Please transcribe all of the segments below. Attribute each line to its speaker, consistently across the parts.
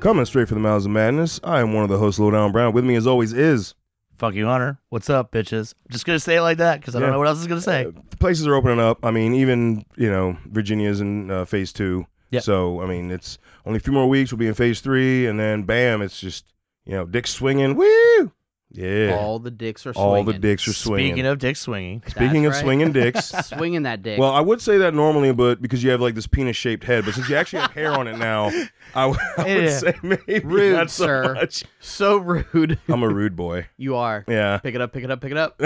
Speaker 1: Coming straight from the Mouths of Madness, I am one of the hosts, Lowdown Brown. With me, as always, is
Speaker 2: Fuck you, Hunter. What's up, bitches? I'm just gonna say it like that because I
Speaker 1: Yeah. Uh,
Speaker 2: don't know what else I was gonna say.
Speaker 1: the places are opening up. I mean, even you know Virginia's in uh, phase two.
Speaker 2: Yep.
Speaker 1: So I mean, it's only a few more weeks. We'll be in phase three, and then bam, it's just you know dicks swinging. Woo! Yeah, all,
Speaker 3: All the dicks are
Speaker 1: the
Speaker 3: swinging.
Speaker 1: dicks are swinging.
Speaker 2: Speaking of dick swinging,
Speaker 1: Speaking of
Speaker 3: That's right.
Speaker 1: swinging dicks.
Speaker 3: swinging that dick.
Speaker 1: Well, I would say that normally, but because you have like this penis-shaped head, but since you actually have hair on it now, I would- I would
Speaker 2: Yeah.
Speaker 1: say maybe
Speaker 3: Rude,
Speaker 1: not so
Speaker 3: sir.
Speaker 1: much.
Speaker 3: so rude.
Speaker 1: I'm a rude boy.
Speaker 3: you are.
Speaker 1: Yeah,
Speaker 3: Pick it up, pick it up, pick it up.
Speaker 2: Oh,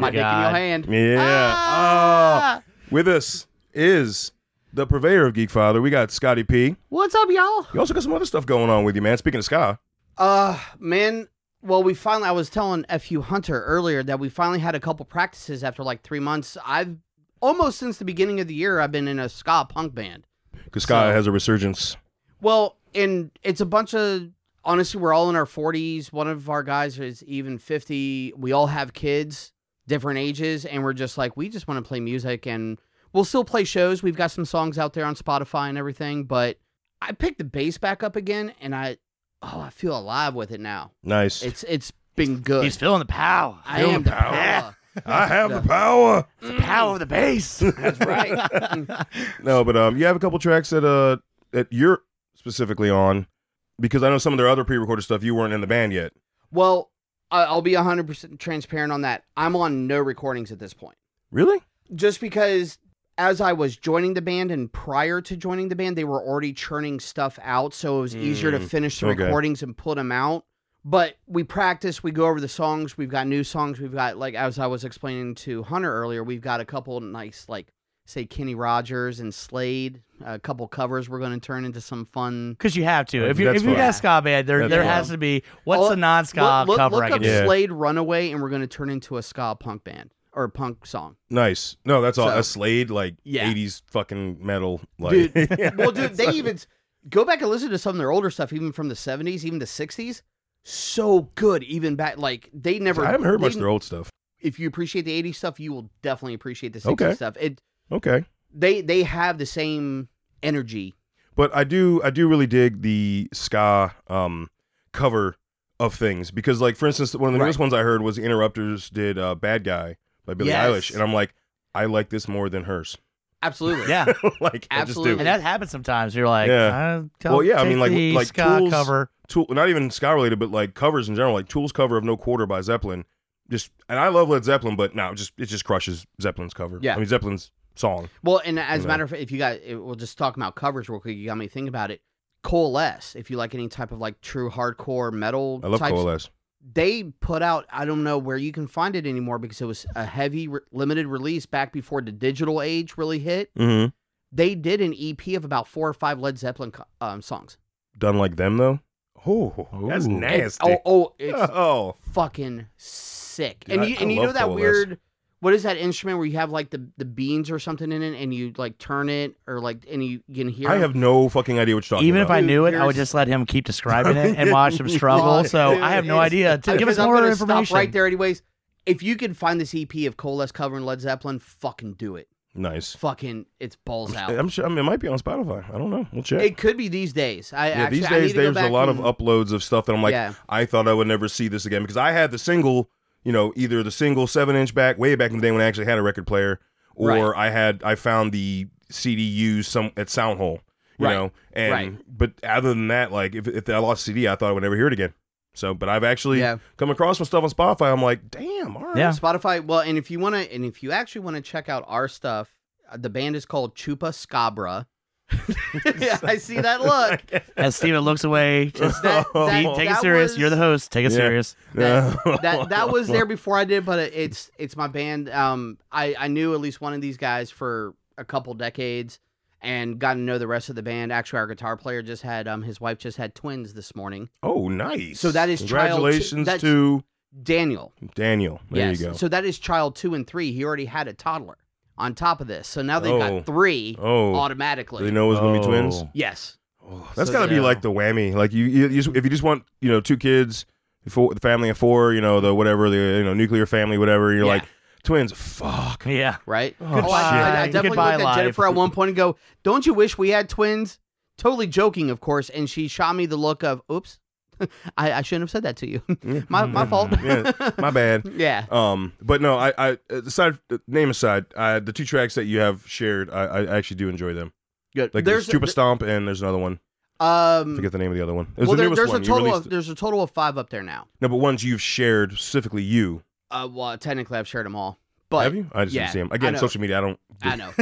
Speaker 3: My dick in your
Speaker 2: God.
Speaker 3: hand.
Speaker 1: yeah.
Speaker 3: Ah!
Speaker 1: Oh. With us is the purveyor of Geek Father. We got Scotty P.
Speaker 3: What's up, y'all?
Speaker 1: You also got some other stuff going on with you, man. Speaking of Sky,
Speaker 3: Uh, man. Well, we finally. I was telling Fu Hunter earlier that we finally had a couple practices after like three months. I've almost since the beginning of the year. I've been in a ska punk band.
Speaker 1: because Sky
Speaker 3: So-
Speaker 1: has a resurgence.
Speaker 3: Well, and it's a bunch of honestly, we're all in our forties. One of our guys is even fifty. We all have kids, different ages, and we're just like, we just want to play music and we'll still play shows. We've got some songs out there on Spotify and everything, but I picked the bass back up again and I oh, I feel alive with it now.
Speaker 1: Nice.
Speaker 3: It's it's been good.
Speaker 2: He's feeling the power.
Speaker 3: I
Speaker 1: feeling
Speaker 3: am the
Speaker 1: power.
Speaker 3: power.
Speaker 1: I have the power.
Speaker 2: the power of the bass.
Speaker 3: That's right.
Speaker 1: No, but um, you have a couple tracks that uh that you're specifically on, because I know some of their other pre-recorded stuff you weren't in the band yet.
Speaker 3: well, I- I'll be 100% transparent on that. I'm on no recordings at this point.
Speaker 1: Really?
Speaker 3: just because as I was joining the band and prior to joining the band, they were already churning stuff out, so it was easier to
Speaker 1: Mm,
Speaker 3: finish the
Speaker 1: okay.
Speaker 3: recordings and put them out. But we practice, we go over the songs, we've got new songs, we've got like as I was explaining to Hunter earlier, we've got a couple nice like say Kenny Rogers and Slade, a couple covers we're going to turn into some fun.
Speaker 2: Because you have to. If you
Speaker 1: That's
Speaker 2: if you
Speaker 1: fine.
Speaker 2: got a ska band, there
Speaker 1: That's
Speaker 2: there
Speaker 1: fine.
Speaker 2: has to be what's
Speaker 3: Oh,
Speaker 2: a non ska
Speaker 3: look, look,
Speaker 2: cover
Speaker 3: look
Speaker 2: I
Speaker 3: up
Speaker 2: can do?
Speaker 1: Yeah.
Speaker 3: Slade Runaway and we're going to turn into a ska punk band or a punk song.
Speaker 1: Nice. No, that's all.
Speaker 3: So-
Speaker 1: That's Slade, like
Speaker 3: Yeah.
Speaker 1: '80s fucking metal. Like,
Speaker 3: Dude, well, dude, they even go back and listen to some of their older stuff, even from the seventies, even the sixties. So good, even back like they never.
Speaker 1: I haven't heard much of
Speaker 3: they-
Speaker 1: their old stuff.
Speaker 3: If you appreciate the '80s stuff, you will definitely appreciate the '60s
Speaker 1: Okay.
Speaker 3: stuff. It
Speaker 1: Okay,
Speaker 3: they they have the same energy.
Speaker 1: but I do, I do really dig the ska um cover of things because, like, for instance, one of the
Speaker 3: Right.
Speaker 1: newest ones I heard was the Interrupters did uh, "Bad Guy" by Billie
Speaker 3: Yes.
Speaker 1: Eilish, and I'm like, I like this more than hers.
Speaker 3: Absolutely.
Speaker 2: Yeah,
Speaker 1: like, I just do.
Speaker 3: Absolutely.
Speaker 2: and that happens sometimes. You're like,
Speaker 1: Yeah.
Speaker 2: yeah. I'll
Speaker 1: Well, yeah, I
Speaker 2: take
Speaker 1: mean, like-
Speaker 2: the
Speaker 1: like
Speaker 2: ska
Speaker 1: Tool's-
Speaker 2: cover.
Speaker 1: Tool, not even Sky related, but like covers in general, like Tool's cover of No Quarter by Zeppelin. Just and I love Led Zeppelin, but no, it just it just crushes Zeppelin's cover.
Speaker 3: Yeah.
Speaker 1: I mean Zeppelin's song.
Speaker 3: Well, and as
Speaker 1: Yeah.
Speaker 3: a matter of fact, if you got, it- we'll just talk about covers real quick. You got me thinking about it. Coalesce, if you like any type of like true hardcore metal,
Speaker 1: I love
Speaker 3: type
Speaker 1: Coalesce.
Speaker 3: they put out i don't know where you can find it anymore because it was a heavy re- limited release back before the digital age really hit
Speaker 1: Mm-hmm.
Speaker 3: they did an ep of about four or five led zeppelin co- um, songs
Speaker 1: Done like them though. Oh, that's
Speaker 2: Ooh.
Speaker 1: nasty.
Speaker 3: oh oh it's
Speaker 1: oh,
Speaker 3: fucking sick
Speaker 1: Dude,
Speaker 3: and
Speaker 1: I-
Speaker 3: you,
Speaker 1: I
Speaker 3: and you
Speaker 1: love
Speaker 3: know that
Speaker 1: Coalesce.
Speaker 3: weird what is that instrument where you have like the, the beans or something in it and you like turn it or like and you can hear
Speaker 1: I
Speaker 3: 'em?
Speaker 1: have no fucking idea what you're talking
Speaker 2: Even if
Speaker 1: about.
Speaker 2: I knew it, I would
Speaker 3: You're-
Speaker 2: just let him keep describing it and watch him struggle.
Speaker 3: Well,
Speaker 2: So I have no
Speaker 3: it's-
Speaker 2: idea.
Speaker 3: I-
Speaker 2: Just Give us
Speaker 3: I'm
Speaker 2: more
Speaker 3: gonna
Speaker 2: information.
Speaker 3: stop right there anyways if you can find this ep of coalesce covering led zeppelin fucking do it
Speaker 1: nice.
Speaker 3: fucking it's balls out
Speaker 1: I'm sure I mean, it might be on Spotify. I don't know. We'll check.
Speaker 3: It could be these days. I
Speaker 1: yeah,
Speaker 3: actually,
Speaker 1: these
Speaker 3: I need
Speaker 1: days
Speaker 3: to go
Speaker 1: there's a
Speaker 3: back
Speaker 1: lot
Speaker 3: and-
Speaker 1: of uploads of stuff that I'm like,
Speaker 3: yeah,
Speaker 1: I thought I would never see this again because I had the single, you know, either the single seven inch back way back in the day when I actually had a record player, or
Speaker 3: Right.
Speaker 1: I had I found the CD used some at Soundhole, you
Speaker 3: Right.
Speaker 1: know, and
Speaker 3: Right.
Speaker 1: but other than that, like if if I lost CD, I thought I would never hear it again. So, but I've actually
Speaker 3: yeah.
Speaker 1: come across some stuff on Spotify. I'm like, damn, all right,
Speaker 2: Yeah.
Speaker 3: Spotify. Well, and if you want to, and if you actually want to check out our stuff, uh, the band is called Chupa Scabra. yeah, I see that look.
Speaker 2: As Steven looks away, just
Speaker 3: That,
Speaker 1: Oh.
Speaker 3: that-
Speaker 2: take it
Speaker 3: that
Speaker 2: serious. You're the
Speaker 3: was-
Speaker 2: host. Take it
Speaker 1: Yeah.
Speaker 2: serious.
Speaker 3: That that was there before I did, but it- it's it's my band. Um, I I knew at least one of these guys for a couple decades, and got to know the rest of the band. Actually, our guitar player just had um his wife just had twins this morning.
Speaker 1: Oh, nice.
Speaker 3: So that is trial two-
Speaker 1: congratulations
Speaker 3: that's-
Speaker 1: to
Speaker 3: Daniel.
Speaker 1: Daniel. There
Speaker 3: yes.
Speaker 1: you go.
Speaker 3: So that is child two and three. He already had a toddler on top of this. So now they've
Speaker 1: Oh.
Speaker 3: got three
Speaker 1: oh,
Speaker 3: automatically.
Speaker 1: they know it's gonna be twins.
Speaker 2: Oh.
Speaker 3: Yes.
Speaker 1: Oh, that's
Speaker 3: So
Speaker 1: got to be
Speaker 3: yeah.
Speaker 1: like the whammy. Like you, you, you just, if you just want, you know, two kids, four, the family of four, you know, the whatever, the you know, nuclear family, whatever. You're
Speaker 3: Yeah.
Speaker 1: like twins. Fuck.
Speaker 2: Yeah.
Speaker 3: Right?
Speaker 1: Oh,
Speaker 3: I, I, I
Speaker 2: shit.
Speaker 3: definitely
Speaker 2: Goodbye,
Speaker 3: looked at
Speaker 2: life.
Speaker 3: Jennifer at one point and go, Don't you wish we had twins? Totally joking, of course. And she shot me the look of, Oops, I, I shouldn't have said that to you.
Speaker 1: Yeah.
Speaker 3: my, my fault.
Speaker 1: Yeah, Mm. My bad.
Speaker 3: Mm-hmm. yeah.
Speaker 1: Um, but no, I, I aside name aside, I, the two tracks that you have shared, I, I actually do enjoy them.
Speaker 3: Good.
Speaker 1: Like there's
Speaker 3: there's
Speaker 1: Chupa Stomp and there's another one. I
Speaker 3: um,
Speaker 1: forget the name of the other one. It was
Speaker 3: well,
Speaker 1: the
Speaker 3: there-
Speaker 1: newest
Speaker 3: there's
Speaker 1: one.
Speaker 3: a
Speaker 1: You
Speaker 3: total
Speaker 1: released
Speaker 3: of
Speaker 1: it.
Speaker 3: there's a total of five up there now.
Speaker 1: no, but ones you've shared specifically you.
Speaker 3: Uh, well, technically I've shared them all, but
Speaker 1: have you? I just
Speaker 3: yeah,
Speaker 1: didn't see them
Speaker 3: I
Speaker 1: again.
Speaker 3: know.
Speaker 1: Social media, I don't.
Speaker 3: I know
Speaker 1: know.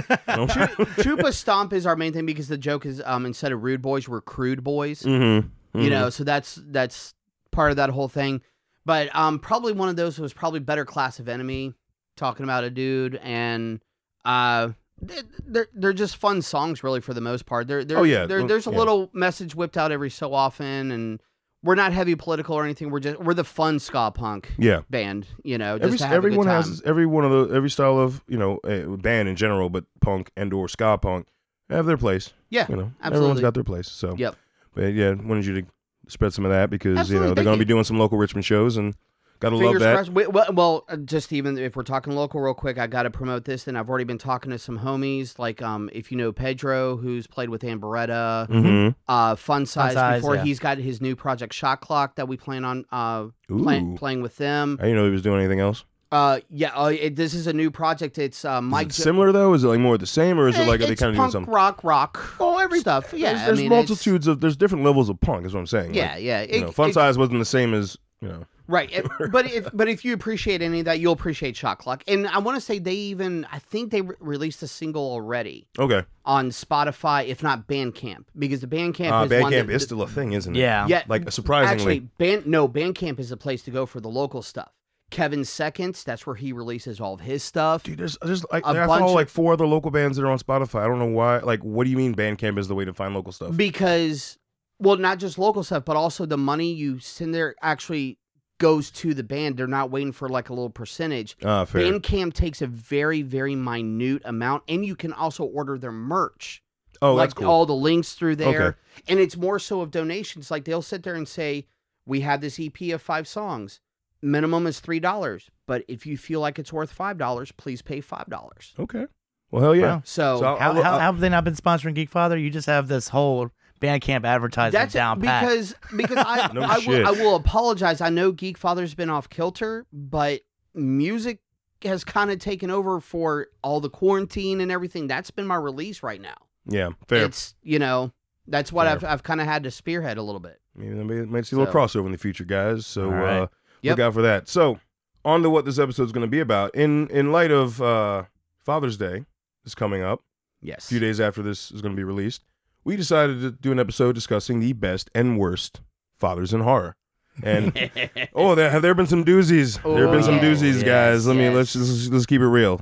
Speaker 3: Chupa Stomp is our main thing because the joke is um instead of rude boys we're crude boys.
Speaker 1: mm-hmm.
Speaker 3: you know so that's that's part of that whole thing but um probably one of those was probably better class of enemy talking about a dude and uh th- they're they're just fun songs really for the most part they're, they're
Speaker 1: Oh, yeah.
Speaker 3: they're-
Speaker 1: Well,
Speaker 3: there's a
Speaker 1: yeah.
Speaker 3: little message whipped out every so often and we're not heavy political or anything we're just we're the fun ska punk
Speaker 1: Yeah.
Speaker 3: band you know just
Speaker 1: every,
Speaker 3: to have a good
Speaker 1: everyone
Speaker 3: time.
Speaker 1: has every one of the every style of you know uh, band in general, but punk and or ska punk have their place.
Speaker 3: Yeah,
Speaker 1: you know everyone's
Speaker 3: absolutely.
Speaker 1: got their place. So
Speaker 3: Yep.
Speaker 1: but yeah, wanted you to spread some of that because
Speaker 3: Absolutely,
Speaker 1: you know they're
Speaker 3: thank
Speaker 1: going to
Speaker 3: you.
Speaker 1: be doing some local Richmond shows and gotta
Speaker 3: Fingers
Speaker 1: love that.
Speaker 3: crossed. We- well, well, uh, just even if we're talking local real quick, I got to promote this. And I've already been talking to some homies, like um, if you know Pedro, who's played with Amberetta,
Speaker 1: Mm-hmm.
Speaker 3: uh, Fun Size,
Speaker 2: Size,
Speaker 3: before
Speaker 2: yeah.
Speaker 3: he's got his new project Shot Clock that we plan on uh,
Speaker 1: Ooh,
Speaker 3: play, playing with them.
Speaker 1: I didn't know he was doing anything else.
Speaker 3: Uh, yeah, uh, it, this is a new project. It's uh,
Speaker 1: Is
Speaker 3: Mike.
Speaker 1: it
Speaker 3: Jo-
Speaker 1: Mm, similar though? Is it like more of the same, or is it
Speaker 3: Eh,
Speaker 1: like are they
Speaker 3: it's
Speaker 1: kind of doing
Speaker 3: punk
Speaker 1: something?
Speaker 3: rock, rock. Oh, every stuff. Yeah,
Speaker 1: there's,
Speaker 3: I
Speaker 1: there's
Speaker 3: mean, it's-
Speaker 1: multitudes of there's different levels of punk. Is what I'm saying.
Speaker 3: Yeah,
Speaker 1: Like,
Speaker 3: yeah.
Speaker 1: you
Speaker 3: It-
Speaker 1: know, fun
Speaker 3: it-
Speaker 1: size wasn't the same as you know.
Speaker 3: Right, if- but if but if you appreciate any of that, you'll appreciate Shot Clock. And I want to say they even I think they re- released a single already
Speaker 1: Okay,
Speaker 3: on Spotify, if not Bandcamp, because the Bandcamp
Speaker 1: uh,
Speaker 3: is one
Speaker 1: Bandcamp
Speaker 3: that,
Speaker 1: is still a thing, isn't it?
Speaker 2: Yeah.
Speaker 3: yeah.
Speaker 1: like surprisingly.
Speaker 3: actually, Band no Bandcamp is the place to go for the local stuff. Kevin Seconds, that's where he releases all of his stuff.
Speaker 1: Dude, there's there's like
Speaker 3: A
Speaker 1: I
Speaker 3: bunch
Speaker 1: follow
Speaker 3: of-
Speaker 1: like four other local bands that are on Spotify. I don't know why. Like, what do you mean Bandcamp is the way to find local stuff?
Speaker 3: because well not just local stuff but also the money you send there actually goes to the band they're not waiting for like a little percentage
Speaker 1: Ah, fair.
Speaker 3: bandcamp takes a very very minute amount and you can also order their merch
Speaker 1: oh,
Speaker 3: like
Speaker 1: that's cool.
Speaker 3: all the links through there
Speaker 1: Okay.
Speaker 3: and it's more so of donations like they'll sit there and say we have this ep of five songs minimum is three dollars but if you feel like it's worth five dollars please pay five dollars
Speaker 1: okay. Well, hell yeah.
Speaker 2: Wow.
Speaker 3: so
Speaker 1: So I'll-
Speaker 2: How,
Speaker 1: I'll-
Speaker 2: how,
Speaker 3: uh,
Speaker 1: I'll-
Speaker 2: how have they not been sponsoring Geek Father? You just have this whole Bandcamp advertisement
Speaker 3: That's
Speaker 2: down pat.
Speaker 3: because because I
Speaker 1: No
Speaker 3: I,
Speaker 1: shit.
Speaker 3: will, I will apologize. I know Geek Father's been off kilter, but music has kind of taken over for all the quarantine and everything. That's been my release right now.
Speaker 1: yeah, fair.
Speaker 3: It's you know that's what
Speaker 1: Fair.
Speaker 3: I've I've kind of had to spearhead a little bit.
Speaker 1: Maybe they may, might see a little
Speaker 3: So-
Speaker 1: crossover in the future, guys. So
Speaker 2: All right.
Speaker 1: uh,
Speaker 3: Yep.
Speaker 1: look out for that. So on to what this episode's going to be about. In in light of uh, Father's Day is coming up
Speaker 3: Yes.
Speaker 1: a few days after this is going to be released, we decided to do an episode discussing the best and worst fathers in horror. And Oh, there, have there been some doozies? there have been some
Speaker 3: Oh,
Speaker 1: doozies,
Speaker 2: yes,
Speaker 1: guys. Let me
Speaker 3: yes.
Speaker 1: let's just let's keep it real.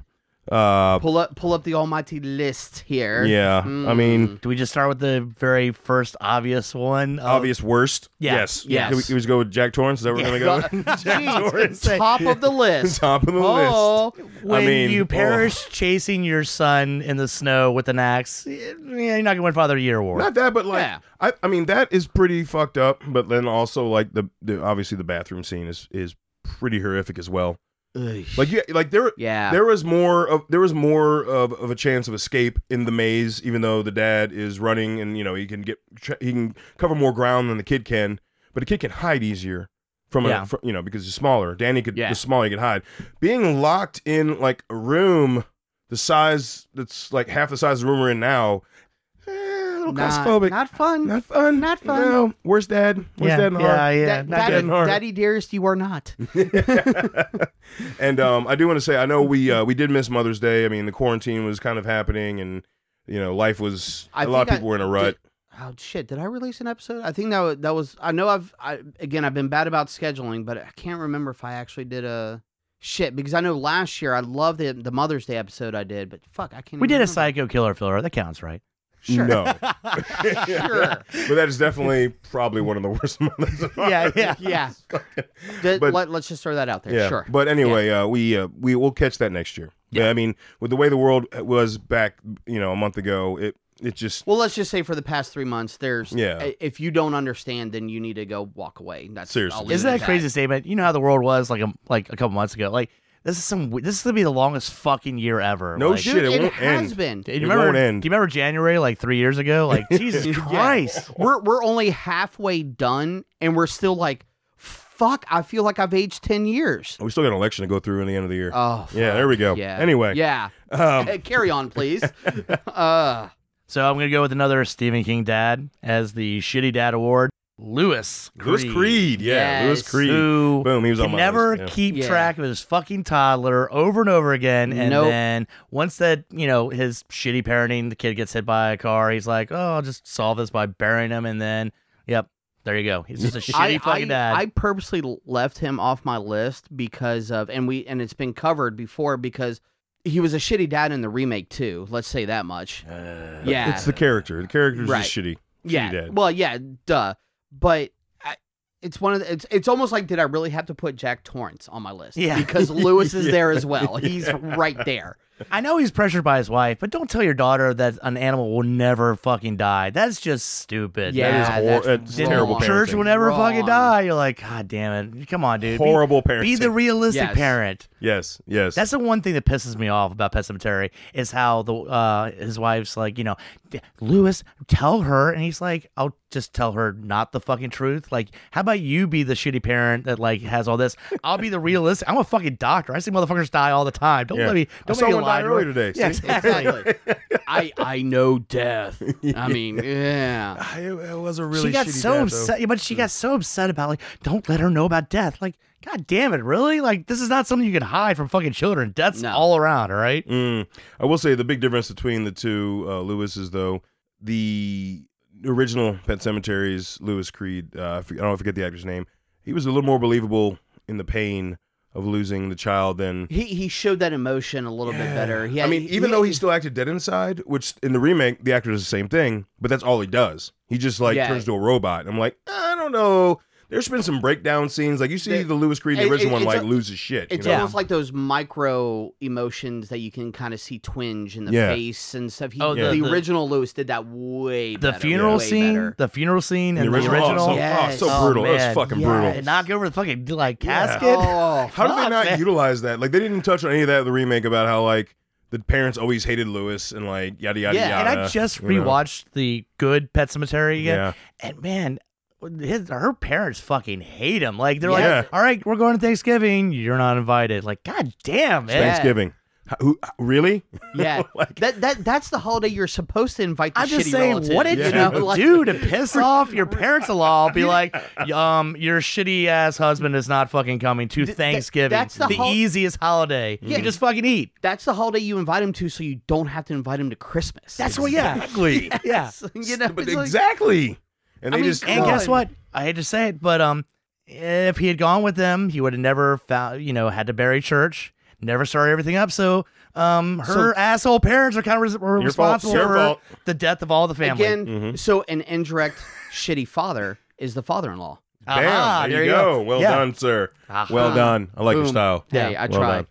Speaker 1: Uh,
Speaker 3: pull up pull up the almighty list here.
Speaker 1: yeah. I mean,
Speaker 3: Mm.
Speaker 2: Do we just start with the very first obvious one? of-
Speaker 1: obvious worst.
Speaker 2: Yeah,
Speaker 1: Yes.
Speaker 3: Oh. yes.
Speaker 1: Can we, can we just go with Jack Torrance? Is that where we're gonna go? with? Jack
Speaker 3: Jeez,
Speaker 1: Torrance.
Speaker 3: top of the list.
Speaker 1: Top of the list.
Speaker 3: Oh,
Speaker 2: When
Speaker 1: I mean,
Speaker 2: you
Speaker 1: oh.
Speaker 2: perish chasing your son in the snow with an axe, eh, you're not going to win Father of the Year award.
Speaker 1: Not that, but like,
Speaker 3: Yeah.
Speaker 1: I, I mean, that is pretty fucked up. But then also, like, the, the obviously the bathroom scene is is pretty horrific as well. Like, you, like there
Speaker 3: yeah.
Speaker 1: there was more of there was more of, of a chance of escape in the maze even though the dad is running and you know he can get tr- he can cover more ground than the kid can but a kid can hide easier from a
Speaker 2: Yeah.
Speaker 1: fr- you know because he's smaller danny could
Speaker 3: Yeah.
Speaker 1: is smaller he could hide being locked in like a room the size that's like half the size of the room we're in now eh, a little claustrophobic
Speaker 3: not, not fun.
Speaker 1: Not fun
Speaker 3: not fun.
Speaker 1: no worse dad worse
Speaker 2: yeah,
Speaker 1: dad in
Speaker 2: yeah, yeah,
Speaker 3: That-
Speaker 2: not
Speaker 1: Daddy-
Speaker 2: good.
Speaker 1: getting hard.
Speaker 3: Daddy dearest, you are not.
Speaker 1: and um, I do want to say I know we uh, we did miss Mother's Day. I mean, the quarantine was kind of happening, and you know, life was
Speaker 3: I
Speaker 1: a lot of
Speaker 3: think I
Speaker 1: people were in a rut.
Speaker 3: Oh shit! Did I release an episode? I think that was, that was. I know I've. I, again, I've been bad about scheduling, but I can't remember if I actually did a shit because I know last year I loved the the Mother's Day episode I did, but fuck, I can't.
Speaker 2: We
Speaker 3: even
Speaker 2: did a
Speaker 3: remember.
Speaker 2: Psycho Killer filler. That counts, right?
Speaker 3: Sure.
Speaker 1: No.
Speaker 3: Sure.
Speaker 1: But that is definitely probably one of the worst mothers. I've
Speaker 2: Yeah, yeah.
Speaker 3: yeah. Th-
Speaker 1: But-
Speaker 3: let, us just throw that out there.
Speaker 1: Yeah.
Speaker 3: Sure.
Speaker 1: But anyway, uh, we uh, we will catch that next year. Yeah. I mean, with the way the world uh, was back, you know, a month ago, it it just
Speaker 3: well, let's just say for the past three months, there's
Speaker 1: Yeah.
Speaker 3: i- If you don't understand, then you need to go walk away. That's
Speaker 1: Seriously.
Speaker 3: I'll leave
Speaker 2: Isn't
Speaker 3: it
Speaker 2: that
Speaker 3: at
Speaker 2: a crazy statement? You know how the world was like a, like a couple months ago. Like this is some we- this is gonna be the longest fucking year ever.
Speaker 1: No
Speaker 2: like,
Speaker 1: shit.
Speaker 3: Dude,
Speaker 1: it
Speaker 3: it,
Speaker 1: won't
Speaker 3: has
Speaker 1: end.
Speaker 3: been.
Speaker 2: Do you
Speaker 1: It
Speaker 2: remember?
Speaker 1: won't end.
Speaker 2: Do you remember January like three years ago? Like Jesus
Speaker 3: Yeah.
Speaker 2: Christ.
Speaker 3: We're we're only halfway done, and we're still like, fuck. I feel like I've aged ten years.
Speaker 1: we still got an election to go through in the end of the year.
Speaker 3: Oh,
Speaker 1: yeah, there we go.
Speaker 3: Yeah.
Speaker 1: Anyway,
Speaker 3: Yeah.
Speaker 1: um,
Speaker 3: Uh, Carry on, please. uh,
Speaker 2: So I'm gonna go with another Stephen King dad as the shitty dad award. Lewis Creed.
Speaker 1: Lewis Creed. Yeah, Lewis
Speaker 3: Yes.
Speaker 1: Creed.
Speaker 2: Who
Speaker 1: Boom, he was on
Speaker 2: can
Speaker 1: my
Speaker 2: never
Speaker 1: list, yeah.
Speaker 2: keep
Speaker 3: Yeah.
Speaker 2: track of his fucking toddler over and over again. And
Speaker 3: Nope.
Speaker 2: then once that, you know, his shitty parenting, the kid gets hit by a car, he's like, oh, I'll just solve this by burying him. And then, yep, there you go. He's just a shitty
Speaker 3: I,
Speaker 2: fucking
Speaker 3: I-
Speaker 2: dad.
Speaker 3: I purposely l- left him off my list because of, and we, and it's been covered before because he was a shitty dad in the remake too. Let's say that much. yeah.
Speaker 1: It's the character. The character's
Speaker 3: Right.
Speaker 1: just shitty.
Speaker 3: yeah.
Speaker 1: dad.
Speaker 3: Well, yeah, duh. But I, it's one of the, it's it's almost like did I really have to put Jack Torrance on my list?
Speaker 2: Yeah.
Speaker 3: because Lewis is
Speaker 1: Yeah.
Speaker 3: there as well. He's right there.
Speaker 2: I know he's pressured by his wife, but don't tell your daughter that an animal will never fucking die. That's just stupid.
Speaker 3: Yeah,
Speaker 1: that is hor-
Speaker 3: that's
Speaker 1: that's
Speaker 2: Then
Speaker 1: terrible
Speaker 3: wrong.
Speaker 2: church
Speaker 1: parenting.
Speaker 2: will never
Speaker 3: Wrong.
Speaker 2: fucking die. You're like, God damn it. Come on, dude. Be-
Speaker 1: Horrible parenting.
Speaker 2: Be, the realistic
Speaker 3: Yes.
Speaker 2: parent.
Speaker 1: yes, yes.
Speaker 2: That's the one thing that pisses me off about Pet Cemetery is how the uh, his wife's like, you know, "D- Lewis, tell her, and he's like, I'll just tell her not the fucking truth. Like, how about you be the shitty parent that like has all this? I'll be the realistic. I'm a fucking doctor. I see motherfuckers die all the time. Don't
Speaker 1: Yeah.
Speaker 2: let me.
Speaker 1: I
Speaker 2: Don't
Speaker 1: saw
Speaker 2: make me
Speaker 1: one die
Speaker 2: lie to her.
Speaker 1: earlier today.
Speaker 2: Yeah,
Speaker 1: see?
Speaker 2: exactly.
Speaker 3: I I know death. I mean, yeah.
Speaker 1: I- Ah, it was a really
Speaker 2: she got
Speaker 1: shitty
Speaker 2: so
Speaker 1: dad, though.
Speaker 2: upset, yeah, but she got so upset about like, don't let her know about death. Like, god damn it, really? Like, this is not something you can hide from fucking children. Death's
Speaker 3: No.
Speaker 2: all around, all right?
Speaker 1: Mm. I will say the big difference between the two uh, Lewises, though, the original Pet Cemeteries Lewis Creed. Uh, I, forget, I don't forget the actor's name. He was a little more believable in the pain of losing the child than.
Speaker 3: He he showed that emotion a little bit better. He
Speaker 1: I
Speaker 3: had-
Speaker 1: mean,
Speaker 3: he-
Speaker 1: even though he still acted dead inside, which in the remake the actor does the same thing, but that's all he does. He just like
Speaker 3: Yeah.
Speaker 1: turns to a robot. I'm like, "Eh, I don't know. There's been some breakdown scenes, like you see
Speaker 3: There-
Speaker 1: the Lewis Creed, in the
Speaker 3: it-
Speaker 1: original
Speaker 3: it-
Speaker 1: one,
Speaker 3: it's
Speaker 1: like
Speaker 3: a-
Speaker 1: loses shit.
Speaker 3: It's
Speaker 1: you know?
Speaker 3: almost like those micro emotions that you can kind of see twinge in the
Speaker 1: Yeah.
Speaker 3: face and stuff. He,
Speaker 2: Oh,
Speaker 3: the,
Speaker 2: the- the-
Speaker 3: original Lewis did that way
Speaker 2: the
Speaker 3: better,
Speaker 2: funeral
Speaker 3: way
Speaker 2: scene,
Speaker 3: better.
Speaker 2: the funeral scene,
Speaker 1: the
Speaker 2: and
Speaker 1: original.
Speaker 2: the
Speaker 1: Oh, so,
Speaker 2: original.
Speaker 3: Yes.
Speaker 1: oh, so
Speaker 2: Oh,
Speaker 1: brutal. It
Speaker 2: man.
Speaker 1: was fucking brutal.
Speaker 3: Yes.
Speaker 2: And knock over the fucking like
Speaker 1: Yeah.
Speaker 2: casket.
Speaker 3: Oh,
Speaker 1: How did they
Speaker 2: Fuck,
Speaker 1: not
Speaker 2: man.
Speaker 1: utilize that? Like they didn't touch on any of that in the remake about how like the parents always hated Lewis and like yada yada
Speaker 3: Yeah,
Speaker 1: yada.
Speaker 2: and I just
Speaker 1: you know?
Speaker 2: rewatched the good Pet Cemetery again,
Speaker 1: Yeah.
Speaker 2: and man, his, her parents fucking hate him. Like they're
Speaker 1: Yeah.
Speaker 2: like, "All right, we're going to Thanksgiving. You're not invited." Like, god damn, man.
Speaker 3: Yeah.
Speaker 1: Thanksgiving. H- Who, really?
Speaker 3: yeah.
Speaker 1: Like-
Speaker 3: that that that's the holiday you're supposed to invite. The
Speaker 2: I'm just
Speaker 3: shitty
Speaker 2: saying,
Speaker 3: relatives,
Speaker 2: what did
Speaker 1: Yeah.
Speaker 2: you
Speaker 1: know,
Speaker 3: Like-
Speaker 2: do to piss off your parents-in-law? Be like, um, your shitty ass husband is not fucking coming to
Speaker 3: Th-
Speaker 2: Thanksgiving.
Speaker 3: that's the hol-
Speaker 2: easiest holiday.
Speaker 3: Yeah.
Speaker 2: You just fucking eat.
Speaker 3: That's the holiday you invite him to, so you don't have to invite him to Christmas.
Speaker 2: That's what. Yeah,
Speaker 1: Exactly.
Speaker 2: yeah.
Speaker 3: you know,
Speaker 1: But
Speaker 3: it's like-
Speaker 1: exactly. and
Speaker 3: I
Speaker 1: they
Speaker 3: mean,
Speaker 1: just oh,
Speaker 2: And
Speaker 3: Come
Speaker 2: guess
Speaker 3: on.
Speaker 2: what? I hate to say it, but um, if he had gone with them, he would have never found, you know, had to bury church, never started everything up. So, um, her asshole parents are kind of res- were
Speaker 1: Your fault.
Speaker 2: responsible
Speaker 1: Your
Speaker 2: for
Speaker 1: fault.
Speaker 2: the death of all the family.
Speaker 3: again.
Speaker 1: Mhm.
Speaker 3: So an indirect shitty father is the father-in-law.
Speaker 1: Bam,
Speaker 3: Uh-huh,
Speaker 2: Aha,
Speaker 1: there, you go. Well
Speaker 2: Yeah.
Speaker 1: done, sir.
Speaker 2: Aha.
Speaker 1: Well done. I like your
Speaker 3: Boom.
Speaker 1: style.
Speaker 3: Hey, I
Speaker 1: Well
Speaker 3: tried.
Speaker 1: done.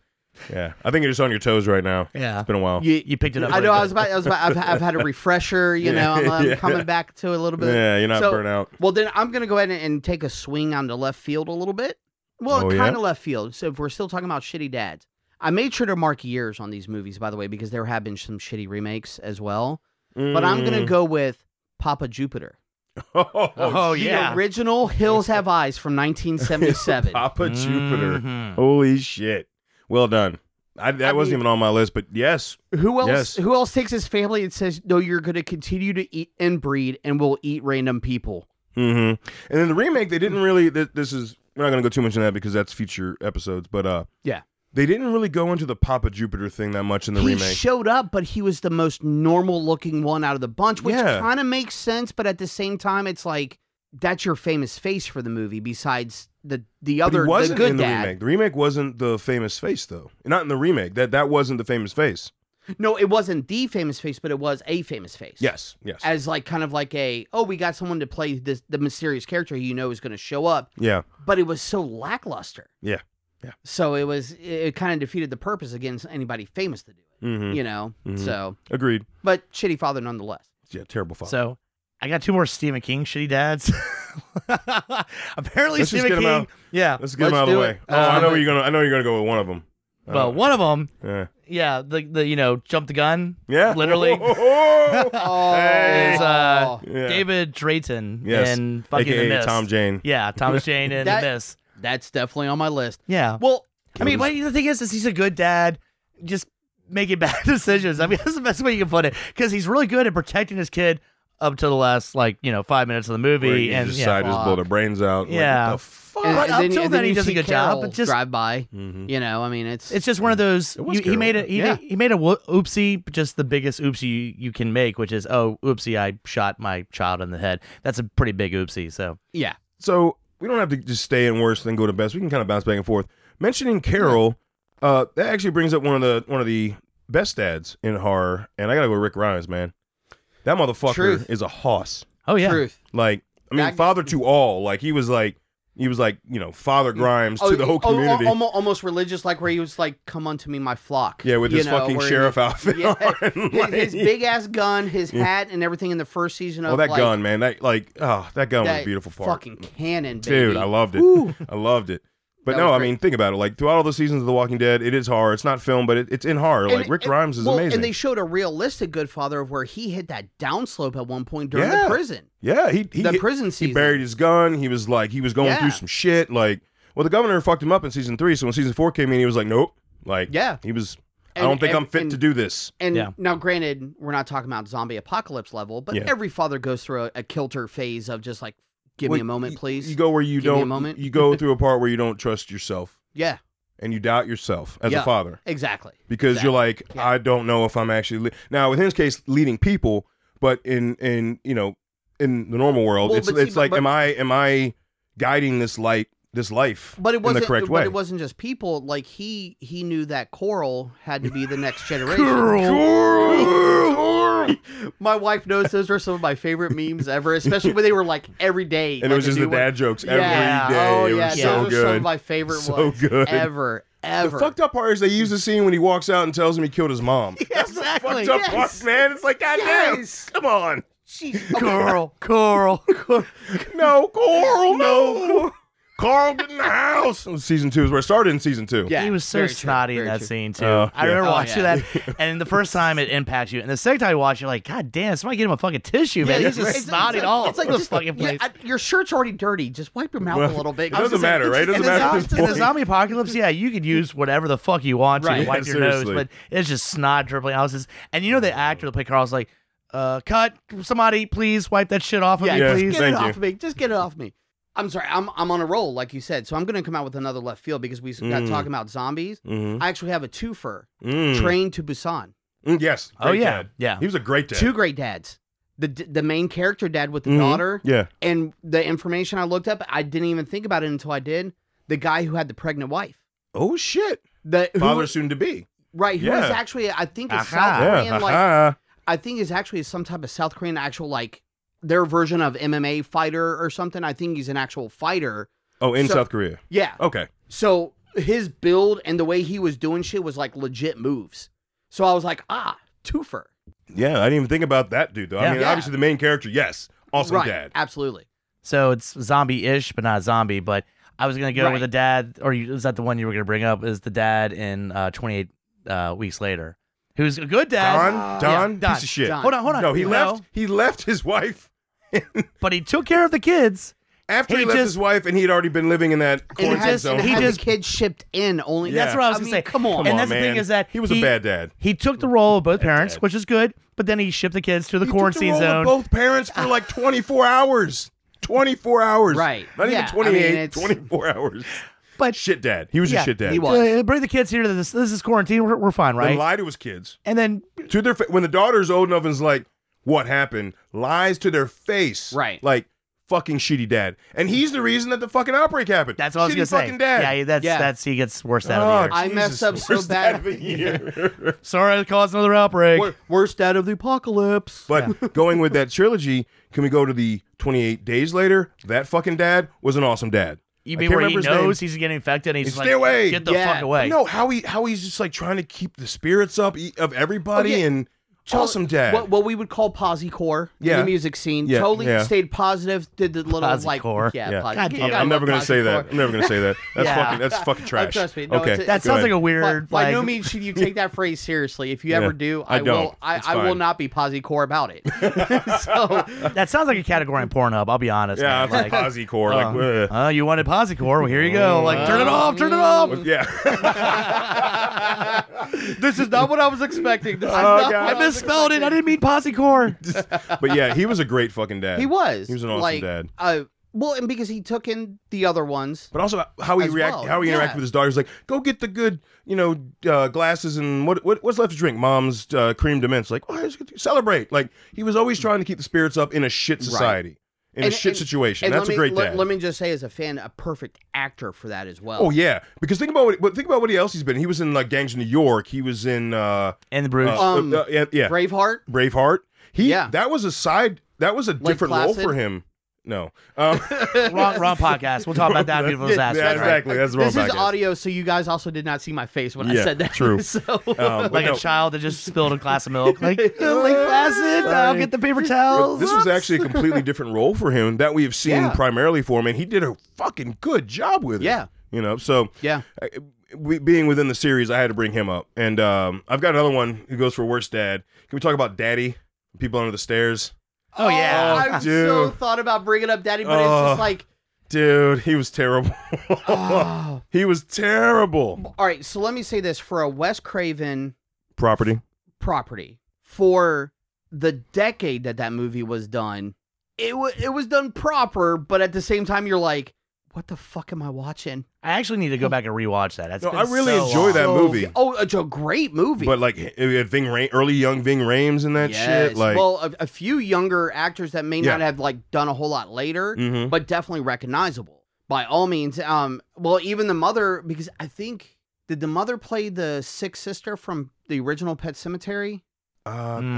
Speaker 1: Yeah. I think you're just on your toes right now.
Speaker 2: Yeah,
Speaker 1: It's been a while.
Speaker 3: You-
Speaker 2: you picked it up.
Speaker 3: I know.
Speaker 2: really
Speaker 3: I was
Speaker 2: good.
Speaker 3: about. I was about. I've, I've had a refresher. You know, I'm, I'm
Speaker 1: Yeah.
Speaker 3: coming back to a little bit.
Speaker 1: Yeah, you're not
Speaker 3: So-
Speaker 1: burnt out.
Speaker 3: Well, then I'm going to go ahead and, and take a swing on the left field a little bit. Well,
Speaker 1: Oh,
Speaker 3: kind
Speaker 1: yeah?
Speaker 3: of left field. So if we're still talking about shitty dads, I made sure to mark years on these movies, by the way, because there have been some shitty remakes as well. But I'm going to go with Papa Jupiter.
Speaker 1: Mm. Oh,
Speaker 2: Oh,
Speaker 1: shit.
Speaker 2: yeah.
Speaker 3: The original Hills Have Eyes from 1977.
Speaker 1: Papa Jupiter.
Speaker 2: Mhm.
Speaker 3: Oh,
Speaker 1: Holy shit! Well done. I, that
Speaker 3: I
Speaker 1: wasn't
Speaker 3: mean-
Speaker 1: even on my list, but yes,
Speaker 3: who else?
Speaker 1: Yes.
Speaker 3: Who else takes his family and says, "No, you're going to continue to eat and breed, and we'll eat random people"?
Speaker 1: hmm And then the remake, they didn't really. th- This is we're not going to go too much into that because that's future episodes. But uh,
Speaker 3: Yeah.
Speaker 1: they didn't really go into the Papa Jupiter thing that much in the
Speaker 3: he
Speaker 1: remake.
Speaker 3: showed up, but he was the most normal looking one out of the bunch, which
Speaker 1: Yeah.
Speaker 3: kind of makes sense. But at the same time, it's like that's your famous face for the movie. Besides the the
Speaker 1: But he
Speaker 3: other the
Speaker 1: wasn't
Speaker 3: good
Speaker 1: in the
Speaker 3: dad,
Speaker 1: remake. The remake wasn't the famous face though. Not in the remake. That that wasn't the famous face.
Speaker 3: No, it wasn't the famous face, but it was a famous face.
Speaker 1: Yes, yes.
Speaker 3: As like kind of like a oh we got someone to play this the mysterious character who you know is going to show up,
Speaker 1: yeah,
Speaker 3: but it was so lackluster.
Speaker 1: Yeah, yeah.
Speaker 3: So it was it, it kind of defeated the purpose against anybody famous to do it.
Speaker 1: hmm
Speaker 3: You know.
Speaker 1: Mhm.
Speaker 3: So,
Speaker 1: agreed.
Speaker 3: but shitty father nonetheless.
Speaker 1: Yeah, terrible father.
Speaker 2: So I got two more Stephen King shitty dads. Apparently
Speaker 1: Let's just
Speaker 2: Stephen
Speaker 1: get 'em
Speaker 2: King.
Speaker 1: out.
Speaker 2: Yeah.
Speaker 1: Let's get him
Speaker 3: Let's
Speaker 1: out of the
Speaker 3: do
Speaker 1: way.
Speaker 3: it.
Speaker 1: Oh, I
Speaker 3: Um,
Speaker 1: know where you're gonna. I know you're gonna go with one of them. Uh,
Speaker 2: But one of them,
Speaker 1: yeah,
Speaker 2: yeah, the the you know, jump the gun.
Speaker 1: yeah,
Speaker 2: Literally.
Speaker 3: Oh,
Speaker 1: Hey.
Speaker 2: Is, uh,
Speaker 1: Yeah.
Speaker 2: David Drayton
Speaker 1: Yes.
Speaker 2: in fucking The
Speaker 1: AKA
Speaker 2: Mist.
Speaker 1: Tom Jane.
Speaker 2: Yeah, Thomas Jane in
Speaker 3: That-
Speaker 2: The Mist.
Speaker 3: that's definitely on my list.
Speaker 2: Yeah.
Speaker 3: Well,
Speaker 2: I mean, but the thing is, is he's a good dad, just making bad decisions. I mean, that's the best way you can put it, because he's really good at protecting his kid up to the last, like you know, five minutes of the movie,
Speaker 1: Where you
Speaker 2: and
Speaker 1: just
Speaker 2: yeah.
Speaker 1: decide to just blow their
Speaker 3: fuck.
Speaker 1: brains out.
Speaker 2: Yeah.
Speaker 1: Like, what the fuck?
Speaker 2: And- But up till then, he
Speaker 3: you
Speaker 2: does a
Speaker 3: see
Speaker 2: good job,
Speaker 3: Carol
Speaker 2: but just-
Speaker 3: drive by.
Speaker 1: Mhm.
Speaker 3: You know, I mean, it's
Speaker 2: It's just one of those.
Speaker 1: It was
Speaker 2: You, he made
Speaker 1: Carol.
Speaker 2: a he,
Speaker 3: Yeah.
Speaker 2: made, he made a wo- oopsie, but just the biggest oopsie you, you can make, which is oh oopsie, I shot my child in the head. That's a pretty big oopsie. So
Speaker 3: yeah.
Speaker 1: So we don't have to just stay in worst then go to best. We can kind of bounce back and forth. Mentioning Carol, uh, that actually brings up one of the one of the best dads in horror, and I gotta go Rick Grimes, man. That motherfucker
Speaker 3: Truth.
Speaker 1: is a hoss.
Speaker 2: oh yeah,
Speaker 3: Truth.
Speaker 1: Like I mean,
Speaker 3: That-
Speaker 1: father to all. Like he was like he was like you know Father Grimes to the whole
Speaker 3: Mm. oh, oh,
Speaker 1: community.
Speaker 3: almo- almost religious, like where he was like, "Come unto me, my flock."
Speaker 1: yeah, with
Speaker 3: you
Speaker 1: his
Speaker 3: know,
Speaker 1: fucking
Speaker 3: where he-
Speaker 1: sheriff outfit.
Speaker 3: Yeah.
Speaker 1: on, like-
Speaker 3: his, his big ass gun, his hat, and everything in the first season of
Speaker 1: oh, that
Speaker 3: like,
Speaker 1: gun, man. That like oh, that gun was
Speaker 3: that
Speaker 1: a beautiful part.
Speaker 3: fucking cannon, baby.
Speaker 1: Dude, I loved it. I loved it. But
Speaker 3: That
Speaker 1: no,
Speaker 3: was
Speaker 1: I
Speaker 3: great.
Speaker 1: mean, think about it. Like throughout all the seasons of The Walking Dead, it is horror. It's not film, but it, it's in horror.
Speaker 3: And-
Speaker 1: like Rick
Speaker 3: and-
Speaker 1: Grimes is
Speaker 3: well,
Speaker 1: amazing.
Speaker 3: And they showed a realistic Godfather of where he hit that downslope at one point during
Speaker 1: Yeah.
Speaker 3: the prison,
Speaker 1: yeah, he he,
Speaker 3: the
Speaker 1: he,
Speaker 3: prison season.
Speaker 1: buried his gun. He was like he was going
Speaker 3: Yeah.
Speaker 1: through some shit. Like, well, the governor fucked him up in season three. So when season four came in, he was like, nope. Like,
Speaker 3: Yeah.
Speaker 1: he was. I
Speaker 3: And
Speaker 1: don't think
Speaker 3: ev-
Speaker 1: I'm fit
Speaker 3: and-
Speaker 1: to do this.
Speaker 3: And
Speaker 2: Yeah.
Speaker 3: now, granted, we're not talking about zombie apocalypse level, but
Speaker 1: Yeah.
Speaker 3: every father goes through a, a kilter phase of just like, give
Speaker 1: Well,
Speaker 3: me a moment,
Speaker 1: you-
Speaker 3: please.
Speaker 1: You go where you
Speaker 3: Give me a
Speaker 1: don't.
Speaker 3: moment.
Speaker 1: You go through a part where you don't trust yourself
Speaker 3: yeah,
Speaker 1: and you doubt yourself as a
Speaker 3: Yeah.
Speaker 1: father.
Speaker 3: exactly.
Speaker 1: because
Speaker 3: Exactly.
Speaker 1: you're like
Speaker 3: Yeah.
Speaker 1: I don't know if I'm actually le-. now in his case leading people, but in in you know in the normal world
Speaker 3: Well,
Speaker 1: it's
Speaker 3: but see,
Speaker 1: it's like
Speaker 3: but-
Speaker 1: am I am I guiding this light this life
Speaker 3: But it
Speaker 1: in the
Speaker 3: wasn't.
Speaker 1: correct
Speaker 3: but
Speaker 1: way?
Speaker 3: it wasn't just people. Like he he knew that Coral had to be the next generation.
Speaker 1: Girl.
Speaker 3: My wife knows those are some of my favorite memes ever, especially when they were like every day.
Speaker 1: and it was just the dad jokes every day.
Speaker 3: yeah. Oh
Speaker 1: it
Speaker 3: yeah,
Speaker 1: was
Speaker 3: those
Speaker 1: so
Speaker 3: are some of
Speaker 1: good.
Speaker 3: my favorite
Speaker 1: So
Speaker 3: ones
Speaker 1: good.
Speaker 3: ever,
Speaker 1: The
Speaker 3: ever.
Speaker 1: fucked up part is they use the scene when he walks out and tells him he killed his mom.
Speaker 2: exactly.
Speaker 1: Fucked up part, man. It's like goddamn.
Speaker 3: Yes.
Speaker 1: Come on.
Speaker 2: Carl, Carl, Carl.
Speaker 1: No, Coral. No. Carl, get in the house. Season two is where it started in season two.
Speaker 3: Yeah,
Speaker 2: he was so
Speaker 3: very true,
Speaker 2: snotty in
Speaker 3: very
Speaker 2: that
Speaker 3: true.
Speaker 2: scene too.
Speaker 1: Oh,
Speaker 2: I
Speaker 1: yeah.
Speaker 2: remember
Speaker 3: Oh,
Speaker 2: watching
Speaker 3: yeah.
Speaker 2: that, and the first time it impacts you, and the second time you watch, it, you're like, God damn, somebody get him a fucking tissue, man. He's just snotting all over the fucking place.
Speaker 3: yeah, I- your shirt's already dirty. Just wipe your mouth
Speaker 1: Well,
Speaker 3: a little bit.
Speaker 1: it
Speaker 3: I was
Speaker 1: doesn't
Speaker 3: gonna say,
Speaker 1: matter, right? It
Speaker 2: in
Speaker 1: doesn't
Speaker 2: the,
Speaker 1: matter at
Speaker 2: zombie,
Speaker 1: this
Speaker 2: in the
Speaker 1: point.
Speaker 2: zombie apocalypse, yeah, you could use whatever the fuck you want
Speaker 3: Right.
Speaker 2: to wipe
Speaker 1: Yeah,
Speaker 2: your nose,
Speaker 1: seriously.
Speaker 2: but it's just snot dribbling. I was just, and you know the actor that played Carl's like, uh, cut, somebody, please wipe that shit off of
Speaker 3: Yeah,
Speaker 2: me,
Speaker 1: Yes,
Speaker 3: just
Speaker 2: please.
Speaker 3: get
Speaker 1: thank
Speaker 3: it
Speaker 1: you.
Speaker 3: off me. Just get it off me. I'm sorry. I'm I'm on a roll, like you said. So I'm gonna come out with another left field because we got
Speaker 1: Mm.
Speaker 3: talking about zombies.
Speaker 1: Mm-hmm.
Speaker 3: I actually have a twofer.
Speaker 1: Mm.
Speaker 3: Train to Busan.
Speaker 1: Mm, yes.
Speaker 2: Oh
Speaker 1: Great
Speaker 2: yeah,
Speaker 1: dad.
Speaker 2: yeah.
Speaker 1: He was a great dad.
Speaker 3: Two great dads. The the main character dad with the
Speaker 1: Mhm.
Speaker 3: daughter.
Speaker 1: Yeah.
Speaker 3: And the information I looked up, I didn't even think about it until I did. The guy who had the pregnant wife.
Speaker 1: Oh shit.
Speaker 3: The who,
Speaker 1: Father soon to be.
Speaker 3: right, who is
Speaker 1: yeah.
Speaker 3: actually I think
Speaker 2: Aha.
Speaker 3: is South
Speaker 1: Yeah.
Speaker 3: Korean Ah, like
Speaker 1: aha.
Speaker 3: I think is actually some type of South Korean actual like their version of MMA fighter or something. I think he's an actual fighter.
Speaker 1: oh, in
Speaker 3: so-
Speaker 1: South Korea.
Speaker 3: Yeah.
Speaker 1: Okay.
Speaker 3: So his build and the way he was doing shit was like legit moves. So I was like, ah, twofer.
Speaker 1: Yeah, I didn't even think about that dude though. I
Speaker 2: Yeah.
Speaker 1: mean,
Speaker 3: Yeah.
Speaker 1: obviously the main character, yes, awesome
Speaker 3: right.
Speaker 1: dad.
Speaker 3: Absolutely.
Speaker 2: So it's zombie-ish, but not zombie. But I was gonna go
Speaker 3: Right.
Speaker 2: with the dad, or you, is that the one you were gonna bring up? Is the dad in uh, 28 uh, weeks later, who's a good dad?
Speaker 1: Don,
Speaker 2: Yeah,
Speaker 1: Don,
Speaker 2: Don,
Speaker 1: piece of shit.
Speaker 3: Don.
Speaker 2: Hold on, hold on.
Speaker 1: No, he left. He left his wife
Speaker 2: but he took care of the kids.
Speaker 1: after he,
Speaker 2: He
Speaker 1: left
Speaker 2: just-
Speaker 1: his wife, and he had already been living in that
Speaker 3: And
Speaker 1: quarantine
Speaker 3: it has,
Speaker 1: zone.
Speaker 3: and it
Speaker 2: He
Speaker 3: has
Speaker 2: just-
Speaker 3: the kids shipped in only.
Speaker 1: Yeah.
Speaker 2: That's what I was
Speaker 3: mean,
Speaker 2: gonna say.
Speaker 3: Come on.
Speaker 2: and
Speaker 1: on,
Speaker 2: that's the
Speaker 1: man.
Speaker 2: thing is that
Speaker 1: he was a bad dad.
Speaker 2: He took the role of both parents,
Speaker 1: dad.
Speaker 2: which is good. But then he shipped the kids to the
Speaker 1: He took
Speaker 2: quarantine
Speaker 1: role of
Speaker 2: zone.
Speaker 1: Both parents for like 24 hours. 24 hours.
Speaker 3: Right.
Speaker 1: Not
Speaker 3: Yeah, I
Speaker 1: even
Speaker 3: mean,
Speaker 1: 28.
Speaker 3: it's-
Speaker 1: 24 hours.
Speaker 2: But-
Speaker 1: shit, dad. He was a
Speaker 2: Yeah,
Speaker 1: shit dad.
Speaker 3: he was.
Speaker 2: Uh, bring the kids here to this. This is quarantine. We're, we're fine,
Speaker 1: Then
Speaker 2: right?
Speaker 1: lie to his kids.
Speaker 2: and then
Speaker 1: to their fa- when the daughter's old enough and's like, "What happened?" lies to their face,
Speaker 3: Right.
Speaker 1: Like, fucking shitty dad, and he's the reason that the fucking outbreak happened.
Speaker 2: That's what I was
Speaker 1: shitty
Speaker 2: gonna
Speaker 1: fucking
Speaker 2: say.
Speaker 1: Dad.
Speaker 2: Yeah, that's
Speaker 3: Yeah.
Speaker 2: that's he gets worse out
Speaker 1: Oh,
Speaker 2: of the year.
Speaker 3: I
Speaker 1: Jesus,
Speaker 3: messed up so
Speaker 1: worst dad
Speaker 3: bad.
Speaker 1: of the year.
Speaker 2: Sorry, I caused another outbreak.
Speaker 3: Wor- worst dad of the apocalypse.
Speaker 1: But going with that trilogy, can we go to the 28 days later? That fucking dad was an awesome dad.
Speaker 2: you
Speaker 1: I
Speaker 2: mean
Speaker 1: can't
Speaker 2: where he
Speaker 1: remember his name.
Speaker 2: knows he's getting infected? and He's
Speaker 1: It's
Speaker 2: just like,
Speaker 1: stay away.
Speaker 2: get the
Speaker 3: Yeah.
Speaker 2: fuck away.
Speaker 1: No, how he how he's just like trying to keep the spirits up e- of everybody
Speaker 3: Oh, yeah.
Speaker 1: and
Speaker 3: To-
Speaker 1: awesome dad.
Speaker 3: What, what we would call posy core in
Speaker 1: Yeah.
Speaker 3: the music scene.
Speaker 1: Yeah,
Speaker 3: totally
Speaker 1: yeah.
Speaker 3: stayed positive. Did the little like
Speaker 2: Posi-core.
Speaker 3: yeah.
Speaker 1: Yeah.
Speaker 3: posi-
Speaker 2: God damn
Speaker 3: you
Speaker 2: it.
Speaker 3: gotta
Speaker 1: I'm never
Speaker 3: love
Speaker 1: gonna say that.
Speaker 3: posi-core.
Speaker 1: I'm never gonna say that. That's
Speaker 2: Yeah.
Speaker 1: fucking that's fucking trash.
Speaker 3: trust me. No,
Speaker 1: okay,
Speaker 3: it's a-
Speaker 2: that
Speaker 1: go
Speaker 2: sounds
Speaker 1: ahead.
Speaker 2: like a
Speaker 3: But
Speaker 2: weird
Speaker 3: by
Speaker 2: like
Speaker 3: no means should you take that phrase seriously. If you
Speaker 1: Yeah.
Speaker 3: ever do,
Speaker 1: I
Speaker 3: I,
Speaker 1: don't.
Speaker 3: will. I,
Speaker 1: It's
Speaker 3: I will
Speaker 1: fine.
Speaker 3: not be posy core about it. so
Speaker 2: that sounds like a category in Pornhub. I'll be honest.
Speaker 1: yeah,
Speaker 2: man.
Speaker 1: it's like,
Speaker 2: like,
Speaker 1: core.
Speaker 2: uh,
Speaker 1: like, uh,
Speaker 2: uh, you wanted Posicore? Well, here you go. Like, turn it off, turn it off.
Speaker 3: uh,
Speaker 1: yeah.
Speaker 3: this is not what I was expecting. This is
Speaker 1: Oh,
Speaker 3: not
Speaker 1: God.
Speaker 3: what
Speaker 2: I misspelled it. I didn't mean Posicore.
Speaker 1: but yeah, he was a great fucking dad.
Speaker 3: He was.
Speaker 1: He was an awesome
Speaker 3: like,
Speaker 1: dad.
Speaker 3: Uh, well, and because he took in the other ones.
Speaker 1: But also how he
Speaker 3: As
Speaker 1: react,
Speaker 3: well,
Speaker 1: how he interacted
Speaker 3: yeah.
Speaker 1: with his daughter. He's like, "Go get the good, you know, uh, glasses and what, what what's left to drink? Mom's uh, cream de menthe." Like, "Why celebrate?" Like he was always trying to keep the spirits up in a shit society, in
Speaker 3: And-
Speaker 1: a shit
Speaker 3: and-
Speaker 1: situation.
Speaker 3: And
Speaker 1: That's
Speaker 3: let me,
Speaker 1: a great
Speaker 3: let,
Speaker 1: dad.
Speaker 3: let me just say, as a fan, a perfect actor for that as well.
Speaker 1: oh yeah, because think about what, but think about what else he's been. He was in like Gangs of New York. He was in uh,
Speaker 2: And the Bruges.
Speaker 1: uh,
Speaker 3: Um,
Speaker 1: uh, yeah, yeah.
Speaker 3: Braveheart.
Speaker 1: Braveheart. He
Speaker 3: Yeah.
Speaker 1: that was a side. That was a different role
Speaker 3: Placid?
Speaker 1: for him. No, um,
Speaker 2: wrong, wrong podcast. We'll talk about that beautiful
Speaker 1: Yeah,
Speaker 2: disaster.
Speaker 1: yeah,
Speaker 2: right?
Speaker 1: exactly. That's the wrong
Speaker 3: This is
Speaker 1: podcast.
Speaker 3: audio, so you guys also did not see my face when
Speaker 1: Yeah,
Speaker 3: I said that.
Speaker 1: true.
Speaker 3: so,
Speaker 1: Um, but
Speaker 2: Like
Speaker 1: no.
Speaker 2: a child that just spilled a glass of milk. Like, like placid. I'll get the paper towels.
Speaker 1: This was actually a completely different role for him that we have seen
Speaker 3: Yeah.
Speaker 1: primarily for him, and he did a fucking good job with it.
Speaker 3: Yeah.
Speaker 1: you know. So
Speaker 3: yeah,
Speaker 1: I- we, being within the series, I had to bring him up, and um, I've got another one who goes for worst dad. Can we talk about Daddy? People under the stairs,
Speaker 2: Oh, yeah.
Speaker 3: I have
Speaker 1: Dude.
Speaker 3: so thought about bringing up Daddy, but it's
Speaker 1: Oh.
Speaker 3: just like,
Speaker 1: dude. He was terrible.
Speaker 3: oh.
Speaker 1: he was terrible.
Speaker 3: all right. So let me say this for a Wes Craven
Speaker 1: Property.
Speaker 3: property for the decade that that movie was done. It wa it was done proper, but at the same time, you're like, what the fuck am I watching?
Speaker 2: I actually need to go back and rewatch that. That's
Speaker 1: No,
Speaker 2: been
Speaker 1: I really
Speaker 2: so
Speaker 1: enjoy
Speaker 2: long.
Speaker 1: that movie.
Speaker 3: Oh, it's a great movie.
Speaker 1: But like it had Ving Ra- early young Ving Rames and that
Speaker 3: Yes.
Speaker 1: shit. Like,
Speaker 3: well, a, a few younger actors that may not
Speaker 1: Yeah.
Speaker 3: have like done a whole lot later,
Speaker 1: Mhm.
Speaker 3: but definitely recognizable by all means. Um, well, even the mother, because I think did the mother play the sick sister from the original Pet Cemetery?
Speaker 1: uh, I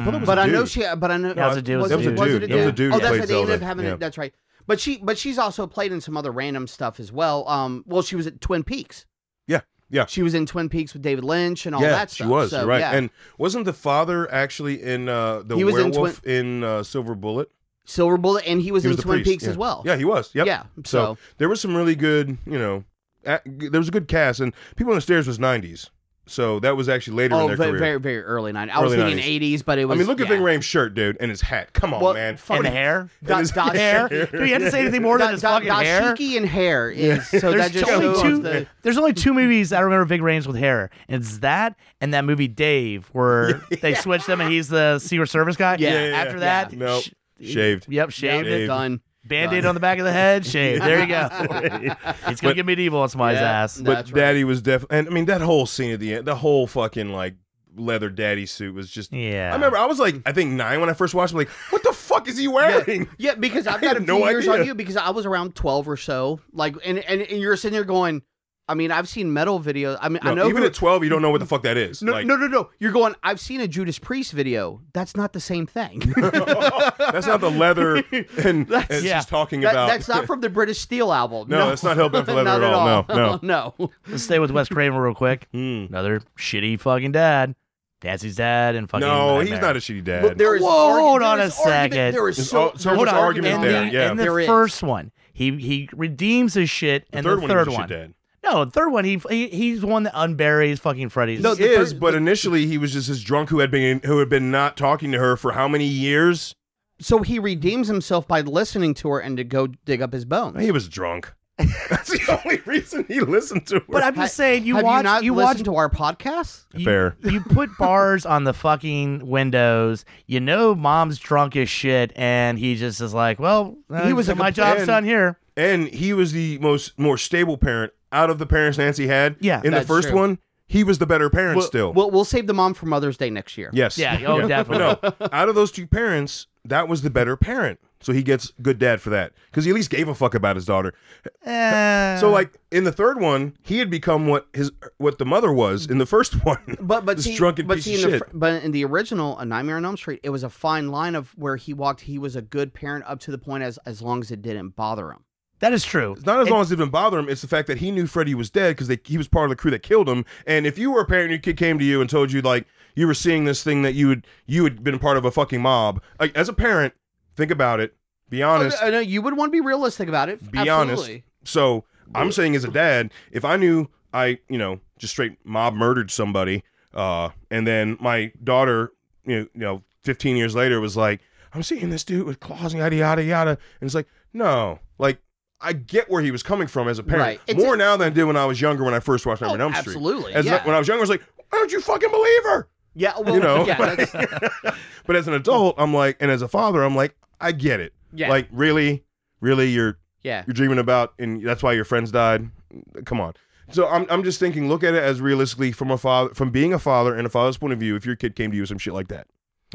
Speaker 1: thought it was
Speaker 3: But
Speaker 1: a
Speaker 3: I know
Speaker 1: dude.
Speaker 3: she. But I know
Speaker 2: Yeah, it was a dude, it was
Speaker 3: Was,
Speaker 2: a
Speaker 3: it-
Speaker 2: dude.
Speaker 3: was it a
Speaker 2: It was a
Speaker 1: dude
Speaker 3: Oh,
Speaker 1: who
Speaker 3: that's
Speaker 1: played
Speaker 3: right. They ended up
Speaker 1: Zelda.
Speaker 3: having.
Speaker 1: Yeah.
Speaker 3: it. That's right. But she. But she's also played in some other random stuff as well. Um. Well, she was at Twin Peaks.
Speaker 1: Yeah, yeah.
Speaker 3: She was in Twin Peaks with David Lynch and all
Speaker 1: yeah,
Speaker 3: that stuff.
Speaker 1: she was
Speaker 3: so,
Speaker 1: right.
Speaker 3: yeah.
Speaker 1: And wasn't the father actually in uh, the
Speaker 3: He was in
Speaker 1: werewolf in, uh, Silver Bullet?
Speaker 3: Silver Bullet, and he was
Speaker 1: He
Speaker 3: in
Speaker 1: was the
Speaker 3: Twin
Speaker 1: priest,
Speaker 3: Peaks
Speaker 1: yeah.
Speaker 3: as well.
Speaker 1: Yeah, he was. Yep.
Speaker 3: Yeah.
Speaker 1: So,
Speaker 3: So,
Speaker 1: there was some really good, you know, a- there was a good cast, and People on the Stairs was '90s, so that was actually later in
Speaker 3: oh,
Speaker 1: their
Speaker 3: very,
Speaker 1: career.
Speaker 3: very, very early nine. I was
Speaker 1: Early
Speaker 3: thinking
Speaker 1: 90s.
Speaker 3: eighties, but it was.
Speaker 1: I mean, look at
Speaker 3: yeah.
Speaker 1: Ving Rhames' shirt, dude, and his hat. Come on,
Speaker 3: Well,
Speaker 1: man.
Speaker 3: fuck
Speaker 2: And the hair.
Speaker 1: And
Speaker 3: Da-
Speaker 1: his
Speaker 3: da-
Speaker 2: Hair. Do you have to say anything more than
Speaker 3: Da,
Speaker 2: his
Speaker 3: da,
Speaker 2: fucking hair?
Speaker 3: dashiki and hair is so
Speaker 2: there's
Speaker 3: that just
Speaker 2: only
Speaker 3: shows
Speaker 2: two.
Speaker 3: the.
Speaker 2: There's only two movies I remember Ving Rhames with hair. It's that and that movie Dave, where they switched them and he's the Secret Service guy.
Speaker 3: Yeah.
Speaker 1: Yeah, yeah,
Speaker 2: After
Speaker 3: yeah.
Speaker 2: that,
Speaker 1: Nope.
Speaker 2: sh-
Speaker 1: Shaved.
Speaker 2: Yep, shaved.
Speaker 1: Shaved.
Speaker 2: it.
Speaker 3: Done.
Speaker 2: Band-aid on the back of the head, shaved. There you go. He's gonna
Speaker 1: But-
Speaker 2: get medieval on somebody's
Speaker 3: Yeah.
Speaker 2: ass.
Speaker 1: But
Speaker 3: That's right.
Speaker 1: Daddy was definitely, and I mean, that whole scene at the end, the whole fucking like leather daddy suit was just.
Speaker 2: Yeah.
Speaker 1: I remember I was like, I think nine when I first watched. it, I'm like, what the fuck is he wearing?
Speaker 3: Yeah, because I've
Speaker 1: I
Speaker 3: got a
Speaker 1: had
Speaker 3: few
Speaker 1: no
Speaker 3: years
Speaker 1: idea.
Speaker 3: on you because I was around twelve or so. Like, and and, and you're sitting there going, I mean, I've seen metal videos. I mean, I
Speaker 1: No,
Speaker 3: know
Speaker 1: even
Speaker 3: who-
Speaker 1: at 12, you don't know what the fuck that is.
Speaker 3: No,
Speaker 1: like,
Speaker 3: no, no, no. You're going. I've seen a Judas Priest video. That's not the same thing.
Speaker 1: that's not the leather and, and
Speaker 2: yeah.
Speaker 1: she's talking
Speaker 3: That-
Speaker 1: about.
Speaker 3: that's not from the British Steel album.
Speaker 1: No, that's not Hellbent for Leather
Speaker 3: Not
Speaker 1: at all. No,
Speaker 3: no.
Speaker 2: Let's stay with Wes Craven real quick.
Speaker 1: Hmm.
Speaker 2: Another shitty fucking dad. Nancy's dad and fucking.
Speaker 1: No, he's
Speaker 2: nightmare.
Speaker 1: not a shitty dad.
Speaker 3: But there is
Speaker 2: Whoa,
Speaker 3: argu-
Speaker 2: hold
Speaker 3: there
Speaker 2: on
Speaker 3: is
Speaker 2: a
Speaker 3: argument-
Speaker 2: second.
Speaker 3: There is
Speaker 1: There's
Speaker 3: so,
Speaker 1: al- so much argument
Speaker 2: and
Speaker 1: there,
Speaker 2: The,
Speaker 1: yeah.
Speaker 2: and the
Speaker 3: There is.
Speaker 2: first one, he he redeems his shit, and the
Speaker 1: third one, he's
Speaker 2: third
Speaker 1: a shit
Speaker 2: one.
Speaker 1: dad.
Speaker 2: No, the third one, he, he he's the one that unburies fucking Freddy's.
Speaker 3: No,
Speaker 1: He
Speaker 3: the
Speaker 1: is,
Speaker 3: third-
Speaker 1: but
Speaker 3: the-
Speaker 1: initially he was just this drunk who had been who had been not talking to her for how many years?
Speaker 3: So he redeems himself by listening to her and to go dig up his bones.
Speaker 1: He was drunk. That's the only reason he listened to her.
Speaker 2: but I'm just saying, you
Speaker 3: Have
Speaker 2: watch
Speaker 3: you not
Speaker 2: watch
Speaker 3: listened to our podcast?
Speaker 2: you-
Speaker 1: Fair.
Speaker 2: You put bars on the fucking windows. You know, mom's drunk as shit, and he just is like, "Well, uh,
Speaker 3: He was a
Speaker 2: my
Speaker 3: compl-
Speaker 2: job's
Speaker 1: and-
Speaker 2: done here."
Speaker 1: and he was the most more stable parent out of the parents Nancy had.
Speaker 2: Yeah.
Speaker 1: in the
Speaker 3: That's
Speaker 1: first
Speaker 3: true.
Speaker 1: one, he was the better parent
Speaker 3: We'll,
Speaker 1: still.
Speaker 3: we'll we'll save the mom for Mother's Day next year.
Speaker 1: yes.
Speaker 2: Yeah, oh,
Speaker 1: But
Speaker 2: definitely.
Speaker 1: no, out of those two parents, that was the better parent. So he gets good dad for that because he at least gave a fuck about his daughter.
Speaker 2: Eh.
Speaker 1: So like in the third one, he had become what his what the mother was in the first one.
Speaker 3: But but
Speaker 1: This
Speaker 3: see,
Speaker 1: drunken
Speaker 3: but
Speaker 1: piece
Speaker 3: see
Speaker 1: of
Speaker 3: in the
Speaker 1: shit.
Speaker 3: fir- but in the original A Nightmare on Elm Street, it was a fine line of where he walked. He was a good parent up to the point as as long as it didn't bother him.
Speaker 2: that is true.
Speaker 1: It's not as long as it didn't bother him. It's the fact that he knew Freddy was dead because he was part of the crew that killed him. And if you were a parent, and your kid came to you and told you like you were seeing this thing that you had you had been part of a fucking mob. Like as a parent, think about it. Be honest.
Speaker 3: I know you would want to be realistic about it.
Speaker 1: be
Speaker 3: Absolutely.
Speaker 1: honest. So I'm saying as a dad, if I knew I, you know, just straight mob murdered somebody, uh, and then my daughter, you know, you know, 15 years later was like, I'm seeing this dude with claws and yada yada yada, and it's like, no, like I get where he was coming from as a parent
Speaker 3: Right. It's
Speaker 1: more now than I did when I was younger when I first watched Nightmare on
Speaker 3: Oh,
Speaker 1: Elm Street.
Speaker 3: absolutely.
Speaker 1: As
Speaker 3: yeah.
Speaker 1: when I was younger, I was like, why don't you fucking believe her?
Speaker 3: yeah. Well,
Speaker 1: you know,
Speaker 3: Yeah. That's,
Speaker 1: but as an adult, I'm like, and as a father, I'm like, I get it.
Speaker 3: yeah.
Speaker 1: Like, really, really, you're
Speaker 3: yeah.
Speaker 1: you're dreaming about and that's why your friends died come on so I'm, I'm just thinking look at it as realistically from a father from being a father and a father's point of view if your kid came to you with some shit like that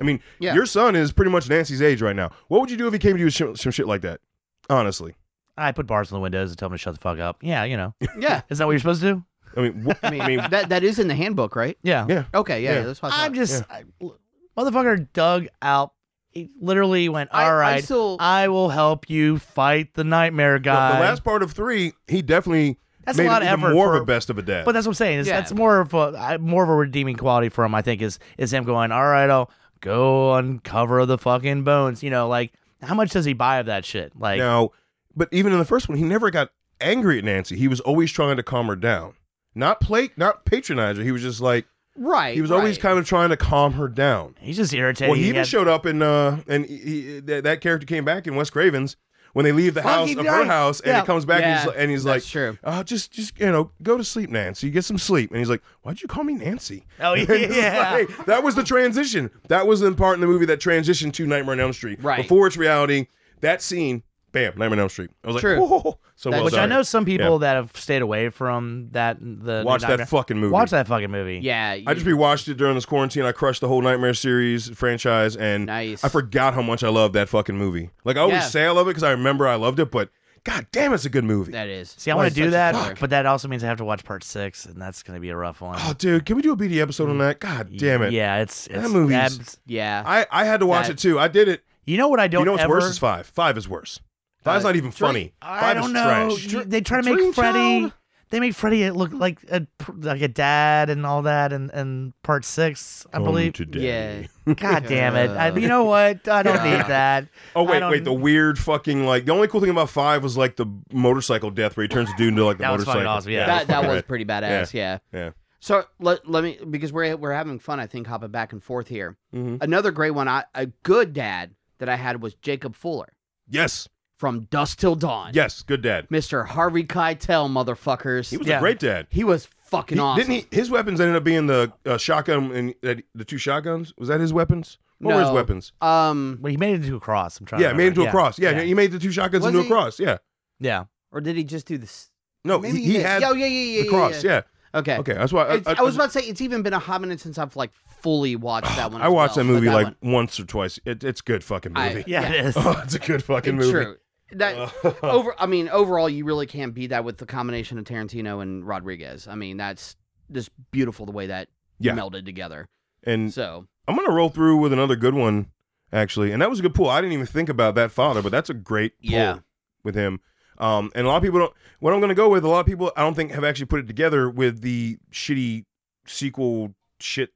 Speaker 1: i mean
Speaker 3: Yeah.
Speaker 1: your son is pretty much nancy's age right now what would you do if he came to you with sh- some shit like that honestly
Speaker 2: I put bars on the windows and tell them to shut the fuck up. Yeah, you know.
Speaker 3: Yeah.
Speaker 2: Is that what you're supposed to do?
Speaker 1: i mean wh-
Speaker 3: I mean, that that is in the handbook, right?
Speaker 2: Yeah.
Speaker 1: Yeah.
Speaker 3: Okay. Yeah.
Speaker 1: Yeah.
Speaker 3: yeah, That's what I thought.
Speaker 2: I'm just I- l- motherfucker dug out. He literally went,
Speaker 3: I-
Speaker 2: All
Speaker 3: I
Speaker 2: right, I, Uh,
Speaker 3: still-
Speaker 2: will help you fight the nightmare
Speaker 1: the
Speaker 2: guy.
Speaker 1: last part of three he definitely
Speaker 2: that's
Speaker 1: made
Speaker 2: a lot
Speaker 1: it
Speaker 2: of
Speaker 1: even
Speaker 2: effort.
Speaker 1: more
Speaker 2: for-
Speaker 1: of a best of a dad
Speaker 2: But that's what I'm saying. Is
Speaker 3: Yeah.
Speaker 2: that's more of a I- more of a redeeming quality for him. I think is is him going, all right, I'll go uncover the fucking bones. You know, like how much does he buy of that shit? Like,
Speaker 1: now but even in the first one he never got angry at nancy he was always trying to calm her down not play not patronize her he was just like
Speaker 3: right.
Speaker 1: he was always
Speaker 3: right.
Speaker 1: kind of trying to calm her down
Speaker 2: he's just irritated.
Speaker 1: Well, he, even
Speaker 2: had-
Speaker 1: showed up in uh, and he, he, that that character came back in Wes Craven's when they leave the house
Speaker 2: Fucking
Speaker 1: of her
Speaker 2: right.
Speaker 1: house, and
Speaker 2: Yeah.
Speaker 1: it comes back, and he's,
Speaker 3: Yeah,
Speaker 1: li- and he's
Speaker 3: That's
Speaker 1: like,
Speaker 3: true.
Speaker 1: "Oh, just just you know, go to sleep, Nancy. Get some sleep." And he's like, "Why'd you call me Nancy?"
Speaker 2: Oh
Speaker 1: And it's
Speaker 2: yeah.
Speaker 1: like, that was the transition. That was the part in the movie that transitioned to Nightmare on Elm Street.
Speaker 3: Right.
Speaker 1: before its reality, that scene, bam, Nightmare on Elm Street. I was like,
Speaker 3: True.
Speaker 1: "Whoa!" So
Speaker 3: That-
Speaker 1: well
Speaker 2: Which I
Speaker 1: done.
Speaker 2: know some people that have stayed away from that. The
Speaker 1: Watch that
Speaker 2: nightmare-
Speaker 1: fucking movie.
Speaker 2: Watch that fucking movie.
Speaker 3: Yeah.
Speaker 1: I just rewatched it during this quarantine. I crushed the whole Nightmare series franchise, and
Speaker 3: nice.
Speaker 1: I forgot how much I love that fucking movie. Like I always
Speaker 3: Yeah.
Speaker 1: say I love it because I remember I loved it, but god damn, it's a good movie.
Speaker 3: That is.
Speaker 2: See, I
Speaker 3: Why
Speaker 2: want
Speaker 3: it's
Speaker 2: to do
Speaker 3: such a
Speaker 2: that,
Speaker 3: killer.
Speaker 2: but that also means I have to watch part six, and that's gonna be a rough one.
Speaker 1: oh, dude, can we do a BD episode on that? God damn it.
Speaker 2: Yeah, it's, it's
Speaker 1: movie's-
Speaker 2: abs-
Speaker 3: Yeah.
Speaker 1: I, I had to watch
Speaker 3: That-
Speaker 1: it too. I did it.
Speaker 2: You know what I don't
Speaker 1: you know what's
Speaker 2: ever.
Speaker 1: worse is five. Five is worse. Five's
Speaker 3: Uh,
Speaker 1: not even
Speaker 3: Dream-
Speaker 1: funny.
Speaker 2: I
Speaker 1: Five
Speaker 2: don't
Speaker 1: is
Speaker 2: know.
Speaker 1: trash.
Speaker 2: You- They try to
Speaker 1: Dream
Speaker 2: make Freddy.
Speaker 1: Child?
Speaker 2: They make Freddy look like a like a dad and all that, and and part six, I believe.
Speaker 3: Yeah.
Speaker 2: God damn it! I, you know what? I don't
Speaker 3: Yeah.
Speaker 2: need that.
Speaker 1: Oh
Speaker 2: I
Speaker 1: wait,
Speaker 2: don't-
Speaker 1: wait. The weird fucking like the only cool thing about five was like the motorcycle death where he turns the dude into like the
Speaker 2: That was
Speaker 1: motorcycle.
Speaker 2: fucking awesome, yeah.
Speaker 3: that that
Speaker 1: fucking
Speaker 3: was
Speaker 1: rad.
Speaker 3: pretty badass. Yeah.
Speaker 1: Yeah.
Speaker 3: So let, let me because we're we're having fun. I think hopping back and forth here.
Speaker 1: Mhm.
Speaker 3: Another great one. I, a good dad that I had was Jacob Fuller
Speaker 1: Yes,
Speaker 3: from Dusk Till Dawn.
Speaker 1: yes, good dad.
Speaker 3: Mr. Harvey Keitel, motherfuckers.
Speaker 1: He was a
Speaker 2: Yeah.
Speaker 1: great dad.
Speaker 3: He was fucking
Speaker 1: He-
Speaker 3: awesome.
Speaker 1: Didn't he? His weapons ended up being the uh, shotgun and uh, the two shotguns. Was that his weapons? What were his
Speaker 3: No.
Speaker 1: weapons?
Speaker 3: Um,
Speaker 2: Well, he made it into a cross. I'm trying.
Speaker 1: Yeah,
Speaker 2: to
Speaker 1: made into a
Speaker 2: remember.
Speaker 1: cross. Yeah,
Speaker 2: yeah,
Speaker 1: he made the two shotguns
Speaker 3: Was
Speaker 1: into a
Speaker 3: he-
Speaker 1: cross. Yeah.
Speaker 2: yeah.
Speaker 3: or did he just do this?
Speaker 1: No,
Speaker 3: Maybe
Speaker 1: he, he
Speaker 3: did.
Speaker 1: had
Speaker 3: Yeah, oh, yeah, yeah, yeah,
Speaker 1: the
Speaker 3: yeah,
Speaker 1: cross.
Speaker 3: yeah.
Speaker 1: Yeah.
Speaker 3: Okay.
Speaker 1: Okay, Uh, that's why I,
Speaker 3: It's- I, was about to say it's even been a hot minute since I've like fully watched that one.
Speaker 1: I
Speaker 3: as
Speaker 1: watched
Speaker 3: well,
Speaker 1: that
Speaker 3: but
Speaker 1: movie like
Speaker 3: one-
Speaker 1: once or twice. It, it's good fucking
Speaker 3: I-
Speaker 1: movie.
Speaker 2: yeah, It is.
Speaker 1: Oh, it's a good fucking
Speaker 3: it's
Speaker 1: movie.
Speaker 3: true. Oh, That over. I mean, overall, you really can't beat that with the combination of Tarantino and Rodriguez. I mean, that's just beautiful the way that
Speaker 1: Yeah. Mm.
Speaker 3: melded together.
Speaker 1: and
Speaker 3: So
Speaker 1: I'm gonna roll through with another good one, actually. And that was a good pull. I didn't even think about that father, but that's a great pull
Speaker 3: Yeah.
Speaker 1: with him. Um, and a lot of people don't. What I'm gonna go with, a lot of people I don't think have actually put it together with the shitty sequel shit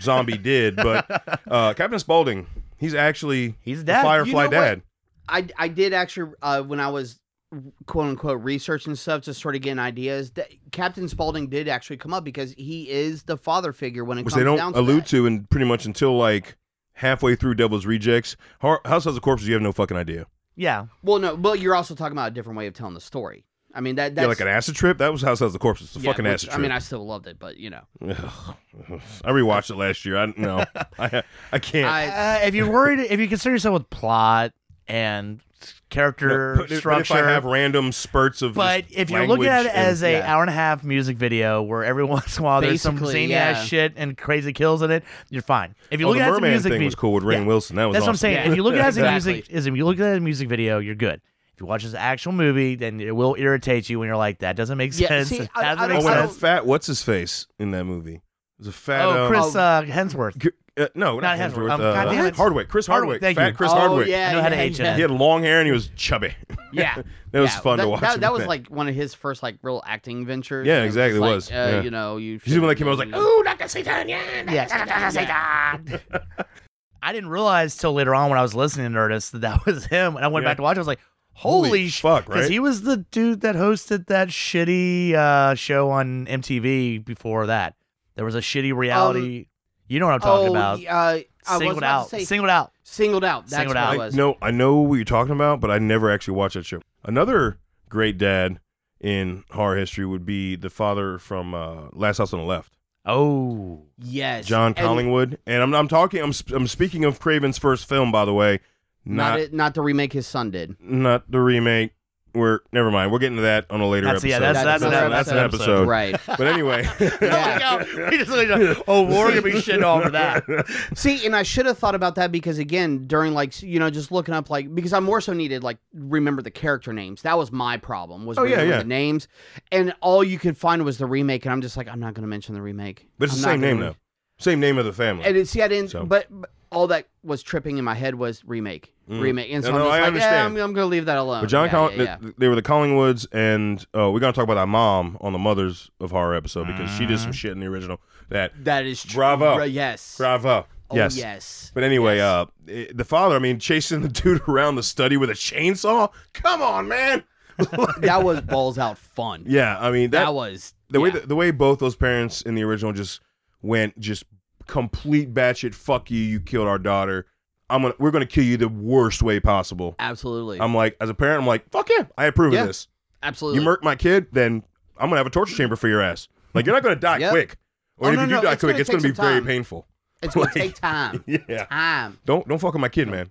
Speaker 1: zombie did. But uh, Captain Spaulding, he's actually
Speaker 2: He's a
Speaker 1: the
Speaker 2: dad.
Speaker 1: Firefly
Speaker 3: you know what?
Speaker 1: Dad.
Speaker 3: I I did actually uh, when I was quote unquote researching stuff, just sort of getting ideas. That Captain Spaulding did actually come up because he is the father figure when it
Speaker 1: which
Speaker 3: comes
Speaker 1: they
Speaker 3: down
Speaker 1: don't
Speaker 3: to
Speaker 1: allude
Speaker 3: that.
Speaker 1: to and pretty much until like halfway through Devil's Rejects. Har- House of the Corpses, you have no fucking idea.
Speaker 2: Yeah,
Speaker 3: Well, no, but you're also talking about a different way of telling the story. I mean that that's
Speaker 1: yeah, like an acid trip. That was House of the Corpses. It's a
Speaker 3: yeah,
Speaker 1: fucking
Speaker 3: which-
Speaker 1: acid trip.
Speaker 3: I mean, I still loved it, but you know,
Speaker 1: Ugh. I rewatched it last year. I no, I I can't.
Speaker 3: I
Speaker 2: uh, if you're worried, if you concern yourself with plot and
Speaker 1: No,
Speaker 2: character
Speaker 1: but if- but
Speaker 2: structure.
Speaker 1: if I have random spurts of
Speaker 2: But
Speaker 1: just
Speaker 2: if you're looking at
Speaker 1: language
Speaker 2: it as
Speaker 1: and-
Speaker 2: a
Speaker 3: and- yeah.
Speaker 2: hour and a half music video where every once in a while there's some
Speaker 3: Basically,
Speaker 2: zany
Speaker 3: yeah.
Speaker 2: ass shit and crazy kills in it, you're fine. If you
Speaker 1: oh,
Speaker 2: look
Speaker 1: the
Speaker 2: at it as a
Speaker 1: Merman
Speaker 2: music
Speaker 1: thing
Speaker 2: video,
Speaker 1: was cool with Rain
Speaker 2: Yeah.
Speaker 1: Wilson. That was
Speaker 2: that's what I'm
Speaker 1: awesome.
Speaker 2: saying.
Speaker 3: Yeah.
Speaker 2: If you look at it as a
Speaker 3: Exactly.
Speaker 2: music, as if you look at it as a music video, you're good. If you watch this actual movie, then it will irritate you when you're like, that doesn't make
Speaker 3: Yeah,
Speaker 2: sense.
Speaker 3: see,
Speaker 2: It
Speaker 3: I-
Speaker 2: doesn't
Speaker 3: I
Speaker 2: make
Speaker 3: don't-
Speaker 1: Oh, and
Speaker 3: I
Speaker 1: that
Speaker 2: sense.
Speaker 3: don't-
Speaker 1: fat what's his face in that movie? It was a fat
Speaker 2: Oh,
Speaker 1: um,
Speaker 2: Chris uh, Hensworth.
Speaker 1: G- uh, no, not,
Speaker 2: Not Hemsworth,
Speaker 1: Hemsworth.
Speaker 2: um,
Speaker 1: uh,
Speaker 2: goddamn it.
Speaker 1: Hardwick. Chris Hardwick.
Speaker 2: Hardwick, thank
Speaker 1: Fat
Speaker 2: you.
Speaker 1: Chris
Speaker 3: oh,
Speaker 1: Hardwick.
Speaker 3: Yeah,
Speaker 2: I know how to
Speaker 3: yeah,
Speaker 2: age
Speaker 3: yeah.
Speaker 2: that.
Speaker 1: He had long hair and he was chubby.
Speaker 3: Yeah.
Speaker 1: that was
Speaker 3: Yeah,
Speaker 1: fun
Speaker 3: that,
Speaker 1: to watch.
Speaker 3: That,
Speaker 1: him
Speaker 3: that was
Speaker 1: back.
Speaker 3: like one of his first like real acting ventures.
Speaker 1: Yeah,
Speaker 3: and
Speaker 1: exactly, it
Speaker 3: like,
Speaker 1: was,
Speaker 3: Uh,
Speaker 1: yeah.
Speaker 3: You know, you.
Speaker 1: He's even like him. I was like,
Speaker 3: shouldn't do-
Speaker 1: "Ooh, Doctor Satan, yeah,
Speaker 2: Yes.
Speaker 1: Doctor Satan."
Speaker 2: I didn't realize till later on when I was listening to Nerdist that that was him. And I went
Speaker 1: Yeah.
Speaker 2: back to watch. I was like,
Speaker 1: Holy
Speaker 2: "Holy, sh-
Speaker 1: fuck, right?
Speaker 2: he was the dude that hosted that shitty uh, show on MTV before that. There was a shitty reality. you know what I'm talking
Speaker 3: Um, oh,
Speaker 2: about?
Speaker 3: yeah, Uh, I was
Speaker 2: Singled
Speaker 3: about
Speaker 2: out.
Speaker 3: To say,
Speaker 2: Singled out.
Speaker 3: singled out. That's
Speaker 2: Singled
Speaker 3: what
Speaker 2: out.
Speaker 3: it
Speaker 2: I-
Speaker 3: was.
Speaker 1: No, I know what you're talking about, but I never actually watched that show. Another great dad in horror history would be the father from uh, Last House on the Left,
Speaker 2: Oh,
Speaker 3: Yes.
Speaker 1: John
Speaker 3: and
Speaker 1: Collingwood. And I'm, I'm talking. I'm, sp- I'm speaking of Craven's first film, by the way.
Speaker 3: Not
Speaker 1: Not
Speaker 3: it, not the remake his son did.
Speaker 1: not the remake. We're never mind. We're getting to that on a later
Speaker 2: That's-
Speaker 1: episode.
Speaker 2: yeah, that's-
Speaker 3: that's another
Speaker 1: that's an
Speaker 2: episode.
Speaker 1: episode.
Speaker 3: Right.
Speaker 1: But anyway,
Speaker 3: Yeah.
Speaker 2: we just like, oh, we're gonna be shitting over that.
Speaker 3: See, and I should have thought about that because again, during like you know, just looking up like because I more so needed like remember the character names. That was my problem was
Speaker 1: Oh, yeah,
Speaker 3: remember
Speaker 1: yeah.
Speaker 3: the names, and all you could find was the remake, and I'm just like I'm not going to mention the remake.
Speaker 1: But it's the
Speaker 3: I'm
Speaker 1: same
Speaker 3: not
Speaker 1: name
Speaker 3: gonna-
Speaker 1: though. Same name of the family.
Speaker 3: And it's see, I didn't.
Speaker 1: So-
Speaker 3: But, but all that was tripping in my head was remake,
Speaker 1: Mm.
Speaker 3: remake, and so
Speaker 1: No,
Speaker 3: I'm
Speaker 1: no,
Speaker 3: just
Speaker 1: I
Speaker 3: like, yeah,
Speaker 1: understand.
Speaker 3: I'm, I'm going to leave that alone.
Speaker 1: But John,
Speaker 3: yeah,
Speaker 1: Colling
Speaker 3: yeah, yeah.
Speaker 1: th- they were the Collingwoods, and uh, we're gonna talk about our mom on the Mothers of Horror episode because she did
Speaker 2: Mm.
Speaker 1: some shit in the original. That
Speaker 3: that is true.
Speaker 1: Bravo.
Speaker 3: Ra- yes.
Speaker 1: bravo.
Speaker 3: Oh,
Speaker 1: yes.
Speaker 3: yes.
Speaker 1: But anyway, uh, it- the father. I mean, chasing the dude around the study with a chainsaw. Come on, man.
Speaker 3: that was balls out fun.
Speaker 1: Yeah, I mean
Speaker 3: that,
Speaker 1: that.
Speaker 3: was
Speaker 1: the way
Speaker 3: yeah.
Speaker 1: the, the way both those parents in the original just went just complete batshit. Fuck you. You killed our daughter. I'm gonna. We're gonna kill you the worst way possible.
Speaker 3: absolutely,
Speaker 1: I'm like, as a parent, I'm like, fuck yeah, I approve
Speaker 3: Yeah.
Speaker 1: of this.
Speaker 3: absolutely.
Speaker 1: Um, You murk my kid, then I'm gonna have a torture chamber for your ass. Like you're not gonna die
Speaker 3: Yep.
Speaker 1: quick, or
Speaker 3: Oh,
Speaker 1: if
Speaker 3: no,
Speaker 1: you do
Speaker 3: no,
Speaker 1: die
Speaker 3: it's
Speaker 1: quick,
Speaker 3: gonna
Speaker 1: it's
Speaker 3: take
Speaker 1: gonna be
Speaker 3: some
Speaker 1: very
Speaker 3: time.
Speaker 1: painful.
Speaker 3: it's going
Speaker 1: like-
Speaker 3: to take time.
Speaker 1: Yeah.
Speaker 3: Time.
Speaker 1: Don't don't fuck with my kid, man.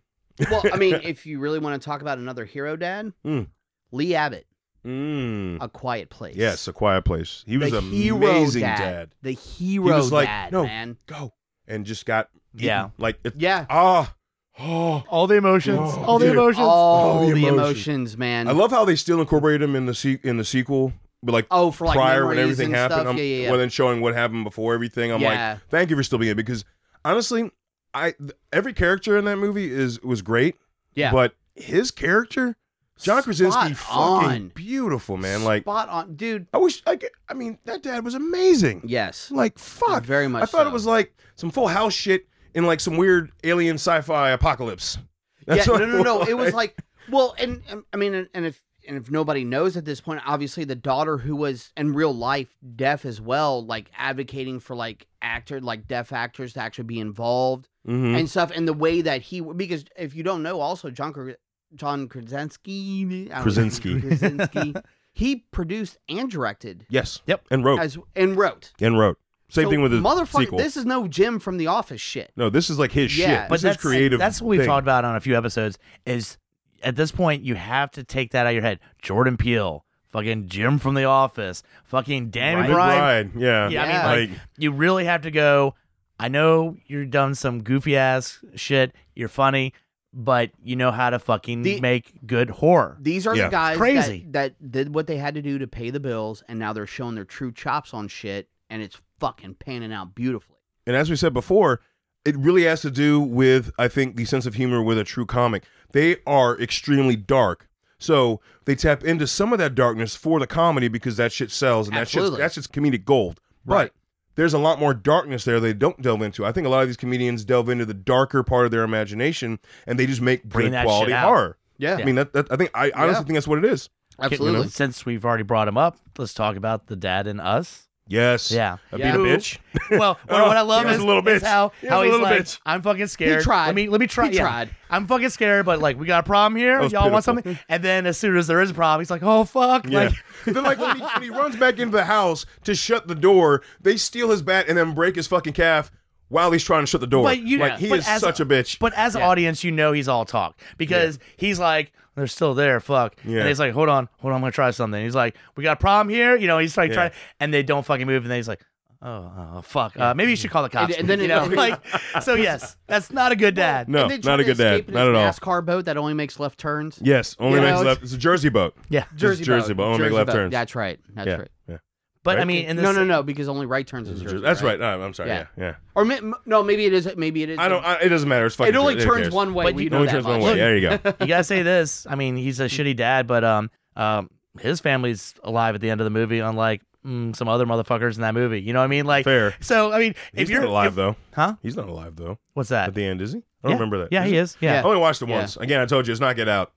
Speaker 3: Well, I mean, if you really want to talk about another hero, Dad,
Speaker 1: Mm.
Speaker 3: Lee Abbott,
Speaker 1: Mm.
Speaker 3: A Quiet Place.
Speaker 1: Yes, a quiet place. He was
Speaker 3: the
Speaker 1: an
Speaker 3: hero
Speaker 1: amazing
Speaker 3: dad,
Speaker 1: dad.
Speaker 3: The hero
Speaker 1: was like,
Speaker 3: dad,
Speaker 1: no.
Speaker 3: man.
Speaker 1: Go and just got eaten.
Speaker 2: Yeah.
Speaker 1: Like it's
Speaker 3: Yeah.
Speaker 1: ah oh.
Speaker 2: All the emotions.
Speaker 1: Oh,
Speaker 2: all the
Speaker 1: dude.
Speaker 2: emotions.
Speaker 3: All
Speaker 1: Oh,
Speaker 3: the
Speaker 1: the
Speaker 3: emotions,
Speaker 1: emotion.
Speaker 3: man.
Speaker 1: I love how they still incorporated him in the se- in the sequel, but like
Speaker 3: oh, for like
Speaker 1: prior
Speaker 3: memories
Speaker 1: when everything
Speaker 3: and
Speaker 1: happened,
Speaker 3: Stuff.
Speaker 1: I'm,
Speaker 3: Yeah, yeah, yeah.
Speaker 1: well, then showing what happened before everything. I'm
Speaker 3: Yeah.
Speaker 1: like, thank you for still being it because honestly, I th- every character in that movie is was great,
Speaker 3: yeah.
Speaker 1: but his character, John Krasinski,
Speaker 3: Spot
Speaker 1: fucking
Speaker 3: on.
Speaker 1: beautiful man. Like
Speaker 3: spot on, dude.
Speaker 1: I wish I could. I mean, that dad was amazing.
Speaker 3: Yes,
Speaker 1: Like fuck,
Speaker 3: very much.
Speaker 1: I thought
Speaker 3: so.
Speaker 1: it was like some Full House shit in like some weird alien sci-fi apocalypse.
Speaker 3: yeah,
Speaker 1: That's
Speaker 3: no,
Speaker 1: what
Speaker 3: no, no. It was like, well, and and- I mean, and, and if and if nobody knows at this point, obviously the daughter who was in real life deaf as well, like advocating for like actor, like deaf actors to actually be involved
Speaker 1: Mhm.
Speaker 3: and stuff, and the way that he because if you don't know, also John Kr- John Krasinski, I don't know,
Speaker 1: Krasinski.
Speaker 3: Krasinski, he produced and directed
Speaker 1: yes.
Speaker 2: Yep.
Speaker 1: And wrote
Speaker 3: as and wrote.
Speaker 1: and wrote. Same
Speaker 3: So,
Speaker 1: thing with the
Speaker 3: motherfucker.
Speaker 1: sequel.
Speaker 3: This is no Jim from The Office shit.
Speaker 1: no, this is like his
Speaker 3: Yeah.
Speaker 1: shit.
Speaker 2: but
Speaker 1: this
Speaker 2: that's
Speaker 1: is creative.
Speaker 2: That's what we've
Speaker 1: thing.
Speaker 2: talked about on a few episodes. Is at this point you have to take that out of your head. Jordan Peele, fucking Jim from The Office, fucking Danny
Speaker 1: Big
Speaker 2: Bryan.
Speaker 1: Ryan, Yeah.
Speaker 2: Yeah,
Speaker 3: Yeah.
Speaker 2: I mean, like, you really have to go. I know you've done some goofy ass shit. You're funny, but you know how to fucking
Speaker 3: The-
Speaker 2: make good horror.
Speaker 3: These are
Speaker 1: Yeah.
Speaker 3: the guys
Speaker 2: Crazy.
Speaker 3: That, that did what they had to do to pay the bills, and now they're showing their true chops on shit, and it's fucking panning out beautifully.
Speaker 1: and as we said before, it really has to do with I think the sense of humor with a true comic. They are extremely dark. So they tap into some of that darkness for the comedy because that shit sells and
Speaker 3: Absolutely.
Speaker 1: that shit's that's just comedic gold.
Speaker 3: Right.
Speaker 1: But there's a lot more darkness there they don't delve into. I think a lot of these comedians delve into the darker part of their imagination and they just make
Speaker 2: Bring
Speaker 1: good
Speaker 2: that shit
Speaker 1: quality
Speaker 2: out.
Speaker 1: horror.
Speaker 3: Yeah,
Speaker 1: I mean that, that I think I honestly
Speaker 3: Yeah.
Speaker 1: think that's what it is.
Speaker 3: absolutely.
Speaker 2: Since we've already brought him up, let's talk about the dad and us.
Speaker 1: Yes.
Speaker 2: Yeah.
Speaker 1: I
Speaker 3: Yeah.
Speaker 1: beat a
Speaker 2: Who-
Speaker 1: bitch.
Speaker 2: Well, what, what I
Speaker 1: Oh,
Speaker 2: love
Speaker 1: he was
Speaker 2: is,
Speaker 1: a little
Speaker 2: is
Speaker 1: bitch.
Speaker 2: how,
Speaker 1: He was
Speaker 2: how
Speaker 1: a
Speaker 2: he's
Speaker 1: little
Speaker 2: like,
Speaker 1: bitch.
Speaker 2: I'm fucking scared.
Speaker 3: tried.
Speaker 2: Let me let me try.
Speaker 3: He
Speaker 2: yeah.
Speaker 3: tried.
Speaker 2: I'm fucking scared, but like we got a problem here.
Speaker 1: That
Speaker 2: Y'all
Speaker 1: was
Speaker 2: want
Speaker 1: pitiful.
Speaker 2: something? And then as soon as there is a problem, he's like, oh fuck.
Speaker 1: Yeah.
Speaker 2: Like
Speaker 1: then, like when he, when he runs back into the house to shut the door, they steal his bat and then break his fucking calf. while he's trying to shut the door.
Speaker 2: But you-
Speaker 1: like
Speaker 2: yeah,
Speaker 1: he
Speaker 2: but
Speaker 1: is
Speaker 2: as-
Speaker 1: such a bitch.
Speaker 2: But as an
Speaker 3: Yeah.
Speaker 2: audience, you know he's all talk because he's like, they're still there, fuck.
Speaker 1: Yeah.
Speaker 2: And he's like, hold on, hold on, I'm gonna try something. He's like, we got a problem here, you know. He's like
Speaker 1: Yeah.
Speaker 2: trying, and they don't fucking move, and then he's like, oh, oh, fuck, uh, maybe you should call the cops.
Speaker 3: and then
Speaker 2: you
Speaker 3: it-
Speaker 2: know, like, so yes, that's not a good dad.
Speaker 1: No,
Speaker 3: And then
Speaker 1: not
Speaker 3: trying
Speaker 1: a
Speaker 3: to
Speaker 1: good dad.
Speaker 3: escape in
Speaker 1: Not at
Speaker 3: his
Speaker 1: all.
Speaker 3: NASCAR boat that only makes left turns.
Speaker 1: yes, only
Speaker 3: You
Speaker 1: makes
Speaker 3: know,
Speaker 1: left. It's a Jersey boat.
Speaker 2: Yeah,
Speaker 3: Jersey,
Speaker 1: It's Jersey boat,
Speaker 3: boat.
Speaker 1: only make left
Speaker 3: boat.
Speaker 1: turns.
Speaker 3: That's right. That's
Speaker 1: yeah,
Speaker 3: right.
Speaker 1: yeah.
Speaker 2: but I
Speaker 1: Right?
Speaker 2: mean, in this,
Speaker 3: No, no, no, because only right turns
Speaker 1: It's
Speaker 3: is
Speaker 1: a
Speaker 3: Jersey.
Speaker 1: Jersey- That's right. No, I'm sorry. Yeah,
Speaker 3: Yeah.
Speaker 1: yeah.
Speaker 3: Or mi- m- no, maybe it is. Maybe it is.
Speaker 1: I don't. I, it doesn't matter. It's fucking.
Speaker 3: it only
Speaker 1: Jersey.
Speaker 3: turns
Speaker 1: cares?
Speaker 3: one way.
Speaker 2: But
Speaker 3: we
Speaker 2: you-
Speaker 1: It
Speaker 3: know
Speaker 1: only
Speaker 3: that
Speaker 1: turns one
Speaker 3: much.
Speaker 1: way. There you go.
Speaker 2: you gotta say this. I mean, he's a shitty dad, but um, um, his family's alive at the end of the movie, unlike mm, some other motherfuckers in that movie. You know what I mean? Like,
Speaker 1: Fair.
Speaker 2: so I mean, if
Speaker 1: He's
Speaker 2: you're
Speaker 1: not alive
Speaker 2: if-
Speaker 1: though.
Speaker 2: Huh?
Speaker 1: He's not alive though.
Speaker 2: What's
Speaker 3: Uh,
Speaker 2: that?
Speaker 1: At the end, is he? I
Speaker 2: yeah.
Speaker 1: don't remember that.
Speaker 2: Yeah, he is. Yeah.
Speaker 1: I only watched it
Speaker 3: Yeah.
Speaker 1: once. Again, I told you it's not Get Out.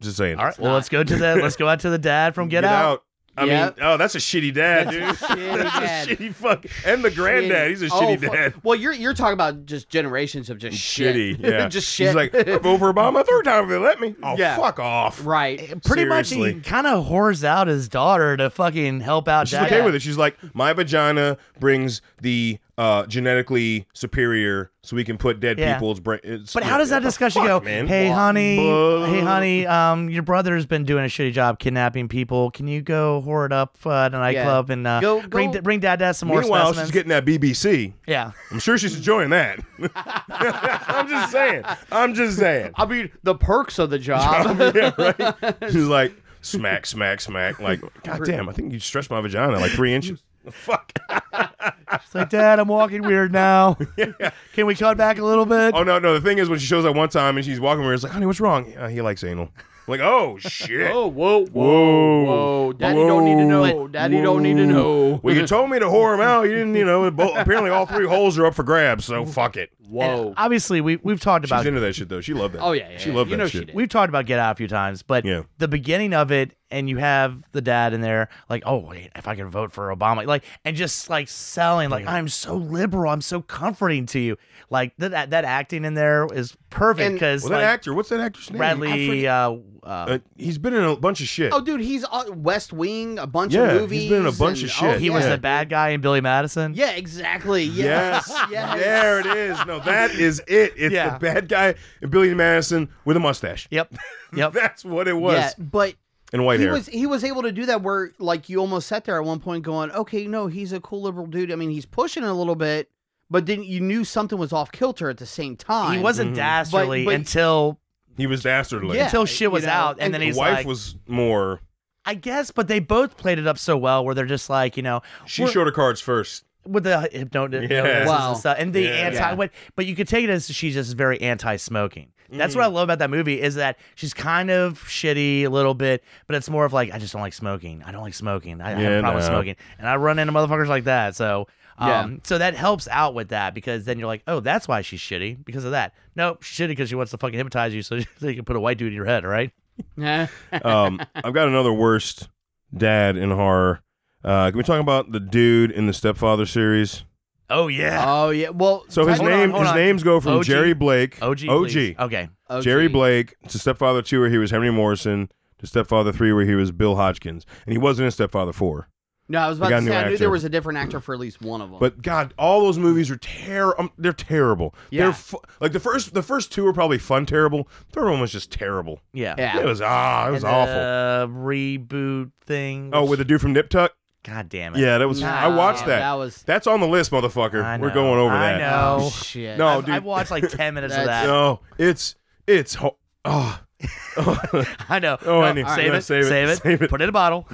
Speaker 1: Just saying.
Speaker 2: All right. Well,
Speaker 3: not.
Speaker 2: let's go to the let's go out to the dad from Get, Out.
Speaker 1: I
Speaker 3: Yep.
Speaker 1: mean, oh, that's a shitty dad, dude.
Speaker 3: Shitty
Speaker 1: that's
Speaker 3: dad.
Speaker 1: a shitty fuck. And the granddad, he's a
Speaker 3: Oh,
Speaker 1: shitty
Speaker 3: fuck.
Speaker 1: dad.
Speaker 3: Well, you're you're talking about just generations of just shit.
Speaker 1: Shitty, yeah.
Speaker 3: just shit.
Speaker 1: He's like, I vote for Obama third time if they let me. Oh,
Speaker 3: Yeah.
Speaker 1: fuck off.
Speaker 3: right.
Speaker 2: Pretty much,
Speaker 1: Seriously.
Speaker 2: he kind of whores out his daughter to fucking help out.
Speaker 1: She's
Speaker 2: dad.
Speaker 1: okay with it. She's like, my vagina brings the uh, genetically superior, so we can put dead
Speaker 2: Yeah.
Speaker 1: people's brain. it's-
Speaker 2: But
Speaker 1: yeah.
Speaker 2: how does that discussion
Speaker 1: fuck,
Speaker 2: go?
Speaker 1: man?
Speaker 2: Hey,
Speaker 3: What?
Speaker 2: honey.
Speaker 1: Bull-
Speaker 2: Hey, honey. Um, your brother's been doing a shitty job kidnapping people. Can you go whore it up uh, at a nightclub and uh,
Speaker 3: Go-
Speaker 2: bring
Speaker 3: go-
Speaker 2: bring dad dad some more
Speaker 1: Meanwhile,
Speaker 2: specimens?
Speaker 1: she's getting that BBC.
Speaker 2: yeah.
Speaker 1: I'm sure she's enjoying that. I'm just saying. I'm just saying.
Speaker 3: I mean, the perks of the job.
Speaker 1: yeah, right. She's like smack, smack, smack. Like, God damn, I think you stretched my vagina like three inches. Fuck.
Speaker 2: It's like, Dad, I'm walking weird now. Can we cut back a little bit?
Speaker 1: Oh no, no. The thing is, when she shows up one time and she's walking around, it's like, honey, what's wrong? Uh, he likes anal. I'm like, oh shit.
Speaker 3: oh, whoa,
Speaker 1: Whoa.
Speaker 3: whoa, whoa! Daddy don't need to know. Daddy don't need to know.
Speaker 1: Well, you told me to whore him out. You didn't, you know. Bo- apparently, all three holes are up for grabs. So fuck it.
Speaker 2: And
Speaker 1: Oh.
Speaker 3: whoa.
Speaker 2: obviously, we we've talked
Speaker 1: She's
Speaker 2: about
Speaker 1: into that shit though. She loved that.
Speaker 3: Oh yeah, yeah
Speaker 1: She
Speaker 3: yeah.
Speaker 1: loved
Speaker 3: you
Speaker 1: that
Speaker 3: know
Speaker 1: shit.
Speaker 3: She did.
Speaker 2: We've talked about Get Out a few times, but
Speaker 1: Yeah.
Speaker 2: the beginning of it, and you have the dad in there, like, oh wait, if I could vote for Obama, like, and just like selling, like, I'm so liberal, I'm so comforting to you, like that that, that acting in there is perfect
Speaker 3: And-
Speaker 2: because
Speaker 1: Well, that
Speaker 2: like
Speaker 1: actor. What's that actor's name?
Speaker 2: Bradley, uh, uh,
Speaker 1: Uh, he's been in a bunch of shit.
Speaker 3: Oh, dude, he's uh, West Wing, a bunch
Speaker 1: Yeah,
Speaker 3: of
Speaker 1: he's
Speaker 3: movies.
Speaker 1: been in a bunch of
Speaker 3: and-
Speaker 1: shit.
Speaker 3: Oh,
Speaker 2: uh, he
Speaker 3: yeah.
Speaker 2: was the bad guy in Billy Madison.
Speaker 3: Yeah, exactly. Yes.
Speaker 1: Yes. There it is. No, that is it. It's
Speaker 2: Yeah.
Speaker 1: the bad guy and Billy Madison with a mustache.
Speaker 2: Yep. Yep.
Speaker 1: That's what it was.
Speaker 3: Yeah, but
Speaker 1: And white
Speaker 3: he
Speaker 1: hair.
Speaker 3: was he was able to do that where like you almost sat there at one point going, okay, no, he's a cool liberal dude. I mean, he's pushing it a little bit, but then you knew something was off kilter at the same time.
Speaker 2: he wasn't
Speaker 1: Mhm.
Speaker 2: dastardly
Speaker 3: But- but-
Speaker 2: until
Speaker 1: he was dastardly.
Speaker 3: Yeah,
Speaker 2: until shit
Speaker 3: you
Speaker 2: was
Speaker 3: know,
Speaker 2: out, and,
Speaker 3: and-
Speaker 2: then
Speaker 1: The
Speaker 2: he's
Speaker 1: wife
Speaker 2: like,
Speaker 1: was more.
Speaker 2: I guess, but they both played it up so well where they're just like, you know,
Speaker 1: She
Speaker 2: we're-
Speaker 1: showed her cards first.
Speaker 2: with the hypnosis
Speaker 1: Yeah.
Speaker 3: Wow.
Speaker 2: and stuff, and the
Speaker 1: Yeah.
Speaker 2: anti.
Speaker 3: Yeah.
Speaker 2: But, but you could take it as she's just very anti-smoking. That's
Speaker 1: Mm.
Speaker 2: what I love about that movie is that she's kind of shitty a little bit, but it's more of like I just don't like smoking. I don't like smoking. I, I have
Speaker 1: Yeah,
Speaker 2: a problem with
Speaker 1: no.
Speaker 2: smoking, and I run into motherfuckers like that. So. Um,
Speaker 3: Yeah.
Speaker 2: So that helps out with that because then you're like, oh, that's why she's shitty because of that. Nope, she's shitty because she wants to fucking hypnotize you so they can put a white dude in your head, all right?
Speaker 3: Yeah.
Speaker 1: Um, I've got another worst dad in horror. Uh, can we talk about the dude in the Stepfather series?
Speaker 2: Oh yeah,
Speaker 3: oh yeah. Well,
Speaker 1: So his
Speaker 2: Hold on,
Speaker 1: name,
Speaker 2: hold
Speaker 1: his
Speaker 2: on.
Speaker 1: names go from
Speaker 2: OG.
Speaker 1: Jerry Blake,
Speaker 3: Oh.
Speaker 2: OG,
Speaker 1: OG,
Speaker 2: please. okay,
Speaker 3: OG.
Speaker 1: Jerry Blake to Stepfather Two, where he was Henry Morrison, to Stepfather Three, where he was Bill Hodgkins, and he wasn't in Stepfather Four.
Speaker 3: No, I was
Speaker 1: We
Speaker 3: about
Speaker 1: got a
Speaker 3: to
Speaker 1: new
Speaker 3: say I knew
Speaker 1: actor.
Speaker 3: there was a different actor for at least one of them.
Speaker 1: But God, all those movies are terrible. Um, they're terrible.
Speaker 3: Yeah.
Speaker 1: They're fu- like the first, the first two are probably fun, terrible. Third one was just terrible.
Speaker 2: yeah,
Speaker 3: yeah, uh,
Speaker 1: It was ah, it was awful.
Speaker 2: The reboot thing.
Speaker 1: oh, with the dude from Nip Tuck.
Speaker 2: God damn it.
Speaker 1: Yeah, that was. I watched
Speaker 3: Nah,
Speaker 1: that.
Speaker 3: That was
Speaker 1: That's on the list,
Speaker 2: I
Speaker 1: motherfucker. We're
Speaker 2: know,
Speaker 1: going over
Speaker 2: I
Speaker 1: that.
Speaker 2: know.
Speaker 3: oh
Speaker 2: No.
Speaker 3: shit.
Speaker 1: No,
Speaker 2: I've,
Speaker 1: dude.
Speaker 2: I've watched like 10 minutes of
Speaker 3: That's-
Speaker 2: that.
Speaker 1: No, it's it's ho- oh.
Speaker 2: I know.
Speaker 1: Oh, I
Speaker 2: No,
Speaker 1: need-
Speaker 2: save,
Speaker 1: yeah,
Speaker 2: it,
Speaker 1: save it, save it.
Speaker 2: Put it in a bottle.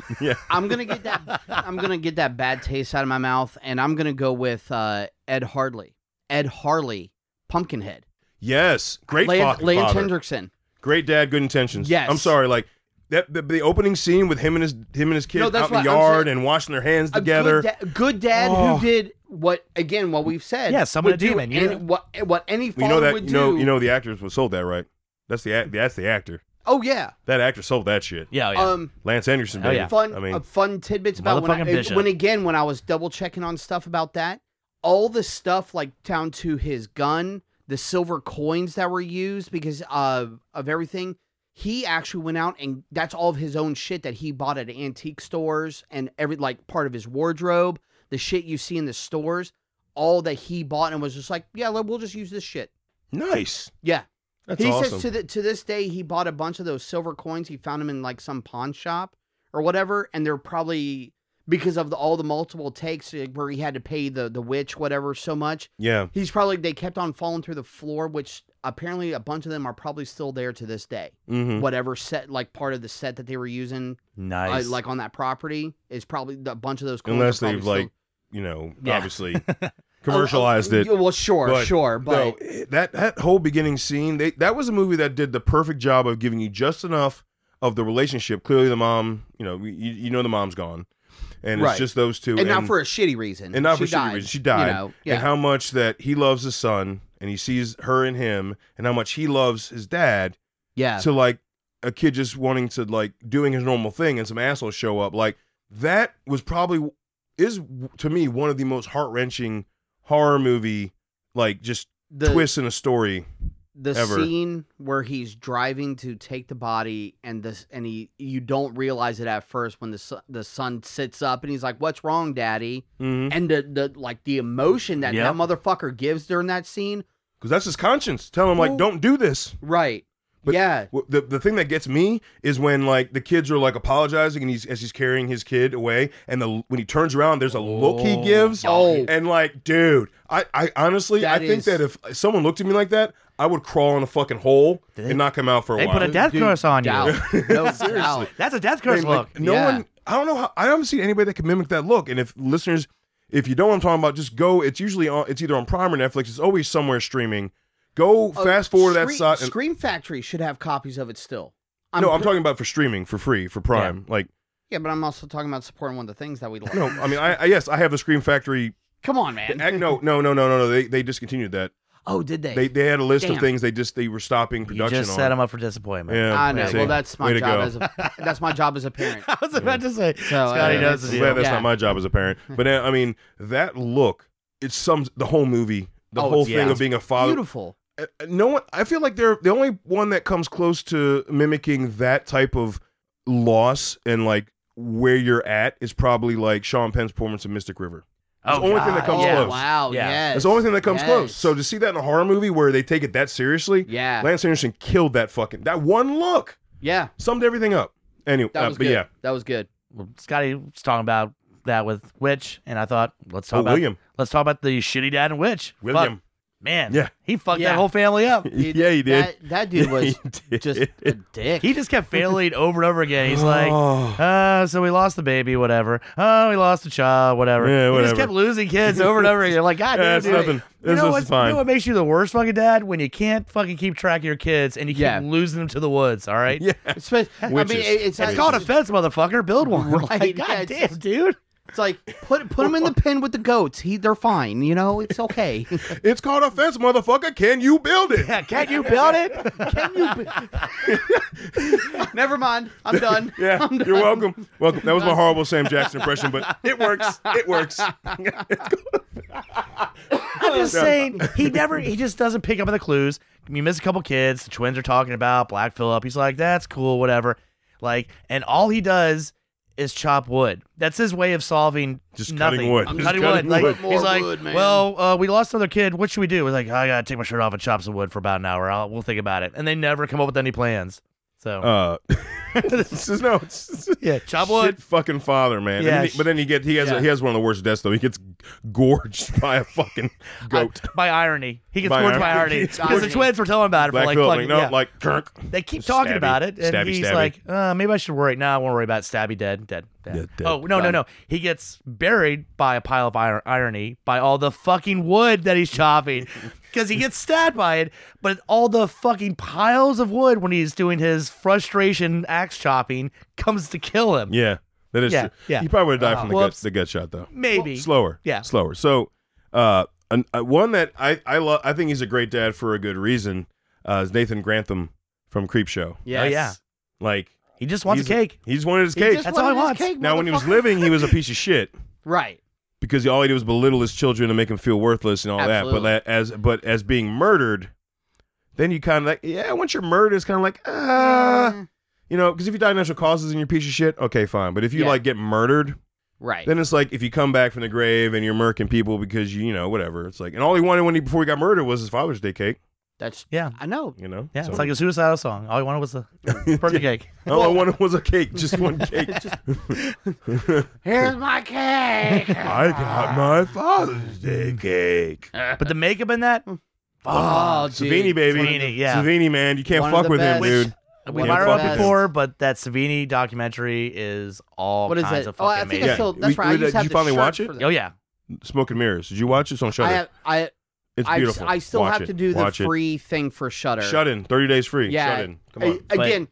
Speaker 3: I'm gonna get that. I'm gonna get that bad taste out of my mouth, and I'm gonna go with uh, Ed Harley. Ed Harley, Pumpkinhead.
Speaker 1: yes, great
Speaker 3: Lan-
Speaker 1: fucking
Speaker 3: Lance
Speaker 1: father.
Speaker 3: Hendrickson.
Speaker 1: Great dad, good intentions.
Speaker 3: Yes.
Speaker 1: I'm sorry, like that the, the opening scene with him and his him and his kid
Speaker 3: No, that's
Speaker 1: out in the
Speaker 3: what I'm
Speaker 1: yard
Speaker 3: saying.
Speaker 1: and washing their hands
Speaker 3: A
Speaker 1: together.
Speaker 3: Good, da- good dad
Speaker 1: Oh.
Speaker 3: who did what again? What we've said.
Speaker 2: Yeah, summon
Speaker 3: would
Speaker 2: a
Speaker 3: do
Speaker 2: demon, you
Speaker 3: and
Speaker 2: know?
Speaker 3: what what any father
Speaker 1: you know that
Speaker 3: would
Speaker 1: you know
Speaker 3: do.
Speaker 1: you know the actors was sold that right. That's the act- that's the actor.
Speaker 3: oh yeah.
Speaker 1: That actor sold that shit.
Speaker 2: Oh, Yeah, yeah.
Speaker 3: Um,
Speaker 1: Lance Anderson,
Speaker 2: Oh,
Speaker 1: baby.
Speaker 2: yeah.
Speaker 3: fun.
Speaker 1: I mean,
Speaker 3: uh, fun tidbits about when,
Speaker 2: Motherfucking
Speaker 3: I,
Speaker 2: bishop.
Speaker 3: when again when I was double checking on stuff about that. All the stuff like down to his gun, the silver coins that were used because of of everything. He actually went out and that's all of his own shit that he bought at antique stores and every like part of his wardrobe, the shit you see in the stores. all that he bought and was just like, yeah, look, we'll just use this shit.
Speaker 1: Nice.
Speaker 3: Yeah.
Speaker 1: That's
Speaker 3: he
Speaker 1: awesome.
Speaker 3: says to the, to this day he bought a bunch of those silver coins. He found them in like some pawn shop or whatever, and they're probably because of the, all the multiple takes uh, where he had to pay the the witch whatever so much.
Speaker 1: yeah.
Speaker 3: He's probably they kept on falling through the floor, which apparently a bunch of them are probably still there to this day.
Speaker 1: Mm-hmm.
Speaker 3: Whatever set like part of the set that they were using, uh,
Speaker 2: Nice.
Speaker 3: like on that property, is probably the- a bunch of those. Coins are
Speaker 1: Unless
Speaker 3: probably
Speaker 1: they've
Speaker 3: still- Oh,
Speaker 1: like, you know,
Speaker 2: Yeah.
Speaker 1: obviously commercialized it.
Speaker 3: Yeah, Well, sure,
Speaker 1: But,
Speaker 3: sure, but
Speaker 1: no, it- that that whole beginning scene, they, that was a movie that did the perfect job of giving you just enough of the relationship. Clearly, the mom, you know, you, you know, the mom's gone, and
Speaker 3: Right.
Speaker 1: it's just those two,
Speaker 3: and, not for a shitty reason.
Speaker 1: and not
Speaker 3: She
Speaker 1: for shitty
Speaker 3: died,
Speaker 1: reason. She
Speaker 3: you
Speaker 1: died.
Speaker 3: know, yeah.
Speaker 1: and how much that he loves his son, and he sees her and him, and how much he loves his dad.
Speaker 3: yeah.
Speaker 1: To like a kid just wanting to like doing his normal thing, and some assholes show up. Like that was probably is to me one of the most heart wrenching horror movie like just
Speaker 3: the,
Speaker 1: twist in a story.
Speaker 3: the
Speaker 1: ever.
Speaker 3: scene where he's driving to take the body and this and he you don't realize it at first when the son, the son sits up and he's like what's wrong daddy
Speaker 1: Because
Speaker 3: and the, the like the emotion that
Speaker 2: Yep.
Speaker 3: that motherfucker gives during that scene
Speaker 1: that's his conscience telling him like,
Speaker 3: Well-
Speaker 1: don't do this.
Speaker 3: right
Speaker 1: But-
Speaker 3: yeah
Speaker 1: Wh- The, the thing that gets me is when like the kids are like apologizing and he's as he's carrying his kid away and the when he turns around there's a look he
Speaker 2: Oh.
Speaker 1: gives
Speaker 3: Oh.
Speaker 1: and like dude I, I honestly I
Speaker 3: That
Speaker 1: think
Speaker 3: is-
Speaker 1: that if someone looked at me like that I would crawl in a fucking hole
Speaker 2: They-
Speaker 1: and knock him out for a
Speaker 2: they
Speaker 1: while
Speaker 2: put a death
Speaker 3: Dude,
Speaker 2: curse on you.
Speaker 3: doubt. no doubt
Speaker 1: Seriously.
Speaker 2: That's a death
Speaker 1: I
Speaker 2: curse
Speaker 1: mean, like,
Speaker 2: look.
Speaker 1: no
Speaker 3: Yeah.
Speaker 1: one I don't know how I haven't seen anybody that can mimic that look and if listeners if you don't know what I'm talking about just go it's usually on it's either on Prime or Netflix it's always somewhere streaming
Speaker 2: Oh,
Speaker 1: go
Speaker 3: Uh,
Speaker 1: fast forward that
Speaker 3: Scream-
Speaker 1: side and
Speaker 3: Scream Factory should have copies of it still
Speaker 1: no, I'm
Speaker 3: pre-
Speaker 1: talking about for streaming for free for Prime. Like,
Speaker 3: yeah but I'm also talking about supporting one of the things that we love
Speaker 1: no, I mean, I, I yes, I have a Scream Factory.
Speaker 3: come on man
Speaker 1: Act, no, no, no, no, no, no. They they discontinued that.
Speaker 3: oh did they,
Speaker 1: They they had a list of
Speaker 3: Damn.
Speaker 1: things they just they were stopping
Speaker 2: You
Speaker 1: production
Speaker 2: just
Speaker 1: on.
Speaker 2: set him up for disappointment.
Speaker 1: Yeah,
Speaker 3: I know
Speaker 1: see?
Speaker 3: well that's
Speaker 1: Way
Speaker 3: my
Speaker 1: to
Speaker 3: job
Speaker 1: go.
Speaker 3: as a that's my job as a parent uh,
Speaker 2: I was about to say, Scotty
Speaker 1: Yeah,
Speaker 2: knows the
Speaker 1: I'm
Speaker 2: deal.
Speaker 1: glad that's
Speaker 3: Yeah.
Speaker 1: not my job as a parent. But uh, I mean, that look it sums the whole movie, the
Speaker 3: Oh,
Speaker 1: whole
Speaker 2: yeah.
Speaker 1: thing of being a father.
Speaker 3: beautiful.
Speaker 1: Uh, No one. I feel like they're the only one that comes close to mimicking that type of loss and like where you're at is probably like Sean Penn's performance in Mystic River.
Speaker 2: Oh,
Speaker 1: It's the only thing that
Speaker 2: God,
Speaker 1: comes
Speaker 3: oh,
Speaker 2: yeah.
Speaker 1: close.
Speaker 3: Wow,
Speaker 2: Yeah.
Speaker 3: yes.
Speaker 1: It's the only thing that comes
Speaker 3: Yes.
Speaker 1: close. So to see that in a horror movie where they take it that seriously,
Speaker 3: yeah.
Speaker 1: Lance Anderson killed that fucking that one look
Speaker 3: yeah.
Speaker 1: summed everything up. Anyway,
Speaker 3: That
Speaker 1: uh,
Speaker 3: was
Speaker 1: but
Speaker 3: good.
Speaker 1: yeah,
Speaker 3: That was good.
Speaker 2: Well, Scotty was talking about that with Witch, and I thought let's talk
Speaker 1: oh
Speaker 2: about
Speaker 1: William,
Speaker 2: let's talk about the shitty dad and Witch. Fuck,
Speaker 1: William,
Speaker 2: man,
Speaker 1: Yeah.
Speaker 2: he fucked
Speaker 3: Yeah.
Speaker 2: that whole family up.
Speaker 1: yeah, he did.
Speaker 3: That, that dude was
Speaker 1: He
Speaker 3: just
Speaker 1: did.
Speaker 3: a dick.
Speaker 2: He just kept failing over and over again. He's like,
Speaker 1: Oh.
Speaker 2: Uh, so we lost the baby, whatever. Oh, we lost a child, whatever.
Speaker 1: Yeah,
Speaker 2: You
Speaker 1: whatever.
Speaker 2: just kept losing kids over and over again. Like, God
Speaker 1: Yeah,
Speaker 2: damn,
Speaker 1: it's
Speaker 2: dude.
Speaker 1: nothing.
Speaker 2: You
Speaker 1: This
Speaker 2: know,
Speaker 1: is
Speaker 2: what's- you
Speaker 1: fine.
Speaker 2: know what makes you the worst fucking dad? When you can't fucking keep track of your kids and you keep
Speaker 3: Yeah.
Speaker 2: losing them to the woods, all right?
Speaker 1: Yeah,
Speaker 3: It's supposed- I mean,
Speaker 1: Witches.
Speaker 3: it, it's,
Speaker 2: It's
Speaker 1: Witches.
Speaker 2: called a fence, motherfucker. Build one.
Speaker 3: Right,
Speaker 2: Like,
Speaker 3: yeah,
Speaker 2: God
Speaker 3: it's
Speaker 2: damn,
Speaker 3: just-
Speaker 2: dude.
Speaker 3: it's like put put him in the pen with the goats. He they're fine. You know, it's okay.
Speaker 1: it's called a fence, motherfucker. Can you build it?
Speaker 2: Yeah, can't you build it?
Speaker 3: Can you? be- Never mind. I'm done.
Speaker 1: Yeah,
Speaker 3: I'm done.
Speaker 1: you're welcome. Welcome. That was my horrible Sam Jackson impression, but it works. It works.
Speaker 2: I'm just saying, he never, he just doesn't pick up on the clues. You miss a couple kids. The twins are talking about Black Phillip. He's like, that's cool, whatever. Like, and all he does is chop wood. That's his way of solving
Speaker 1: Just
Speaker 2: nothing.
Speaker 1: cutting wood.
Speaker 2: I'm
Speaker 1: Just
Speaker 2: cutting,
Speaker 1: cutting
Speaker 2: wood.
Speaker 1: wood.
Speaker 2: Like,
Speaker 3: More
Speaker 2: he's like,
Speaker 3: wood, man.
Speaker 2: well, uh, we lost another kid. What should we do? He's like, I gotta take my shirt off and chop some wood for about an hour. I'll, we'll think about it. And they never come up with any plans. So
Speaker 1: Uh, this is no. It's, it's,
Speaker 2: yeah, chop wood.
Speaker 1: Shit fucking father, man. And
Speaker 2: Yeah,
Speaker 1: then he-
Speaker 2: sh-
Speaker 1: but then he get he has
Speaker 3: yeah.
Speaker 1: he has one of the worst deaths though. He gets gorged by a fucking goat.
Speaker 2: Uh, by irony, he gets
Speaker 1: By
Speaker 2: scored by
Speaker 1: irony.
Speaker 2: irony
Speaker 1: It's
Speaker 2: because the
Speaker 3: irony.
Speaker 2: twins were telling about it
Speaker 1: Black
Speaker 2: for like
Speaker 1: Phillip,
Speaker 2: fucking
Speaker 1: like, no,
Speaker 2: yeah.
Speaker 1: like Kirk.
Speaker 2: They keep
Speaker 1: Stabby.
Speaker 2: talking about it, and
Speaker 1: Stabby,
Speaker 2: he's
Speaker 1: stabby.
Speaker 2: like, uh, "Maybe I should worry." Now I won't worry about Stabby. Dead, dead, dead.
Speaker 1: Dead, dead.
Speaker 2: oh no, no, no! He gets buried by a pile of ir- irony by all the fucking wood that he's chopping, because he gets stabbed by it. But all the fucking piles of wood when he's doing his frustration axe chopping comes to kill him.
Speaker 1: Yeah, that is
Speaker 2: Yeah,
Speaker 1: true.
Speaker 2: yeah. Uh-huh.
Speaker 1: He probably would have died from the gut,
Speaker 2: Whoops.
Speaker 1: the gut shot though.
Speaker 2: Maybe
Speaker 1: Slower.
Speaker 2: Yeah.
Speaker 1: Slower. So, uh, an, uh, one that I I love. I think he's a great dad for a good reason. Uh, is Nathan Grantham from Creepshow.
Speaker 3: Yes.
Speaker 2: Oh, yeah.
Speaker 1: Like
Speaker 2: he just wants
Speaker 1: he's
Speaker 2: a cake.
Speaker 1: He just wanted his
Speaker 3: He
Speaker 1: cake.
Speaker 3: just
Speaker 2: That's all I
Speaker 3: wanted his
Speaker 2: want.
Speaker 3: cake,
Speaker 1: now, when he was
Speaker 3: motherfucker.
Speaker 1: living, he was a piece of shit.
Speaker 3: right,
Speaker 1: because all he did was belittle his children and make him feel worthless and all
Speaker 3: Absolutely.
Speaker 1: that. But that, as but as being murdered, then you kind of like yeah. Once you're murdered, it's kind of like ah,
Speaker 3: Mm,
Speaker 1: you know, because if you die of natural causes and you're a piece of shit, okay, fine. But if you
Speaker 3: Yeah.
Speaker 1: like get murdered,
Speaker 3: Right.
Speaker 1: Then it's like if you come back from the grave and you're murking people because you, you know, whatever. It's like, and all he wanted when he before he got murdered was his Father's Day cake.
Speaker 3: That's
Speaker 2: Yeah.
Speaker 3: I know.
Speaker 1: You know,
Speaker 2: Yeah,
Speaker 1: So-
Speaker 2: it's like a suicidal song. All I wanted was the birthday cake.
Speaker 1: all I wanted was a cake, just one cake.
Speaker 3: Here's my cake.
Speaker 1: I got my Father's Day cake. Ah,
Speaker 2: But the makeup in that,
Speaker 3: oh, dude.
Speaker 1: Savini, baby,
Speaker 2: Savini, yeah.
Speaker 1: Savini, man, you can't
Speaker 3: One of
Speaker 1: fuck
Speaker 3: the
Speaker 1: with him,
Speaker 3: best.
Speaker 1: dude.
Speaker 2: we
Speaker 1: Yeah,
Speaker 2: brought it
Speaker 1: fuck
Speaker 2: up
Speaker 1: with
Speaker 2: before, but that Savini documentary is all
Speaker 3: What is
Speaker 2: kinds
Speaker 3: it?
Speaker 2: of
Speaker 3: Oh,
Speaker 2: fucking
Speaker 3: I think
Speaker 2: amazing.
Speaker 3: I still.
Speaker 1: Yeah.
Speaker 3: That's
Speaker 1: We-
Speaker 3: right. I
Speaker 1: we-
Speaker 3: just
Speaker 1: did
Speaker 3: have
Speaker 1: you
Speaker 3: the
Speaker 1: finally
Speaker 3: shirt
Speaker 1: watch
Speaker 3: for
Speaker 1: it?
Speaker 3: that.
Speaker 2: Oh yeah,
Speaker 1: Smoke and Mirrors. Did you watch it? It's on Shutter.
Speaker 3: I have, I
Speaker 1: it's
Speaker 3: I,
Speaker 1: beautiful.
Speaker 3: I still
Speaker 1: Watch
Speaker 3: have
Speaker 1: it.
Speaker 3: to do the
Speaker 1: Watch it.
Speaker 3: free thing for Shutter.
Speaker 1: Shut in. Thirty days free.
Speaker 3: Yeah.
Speaker 1: Shut in. Come on.
Speaker 2: But-
Speaker 3: Again,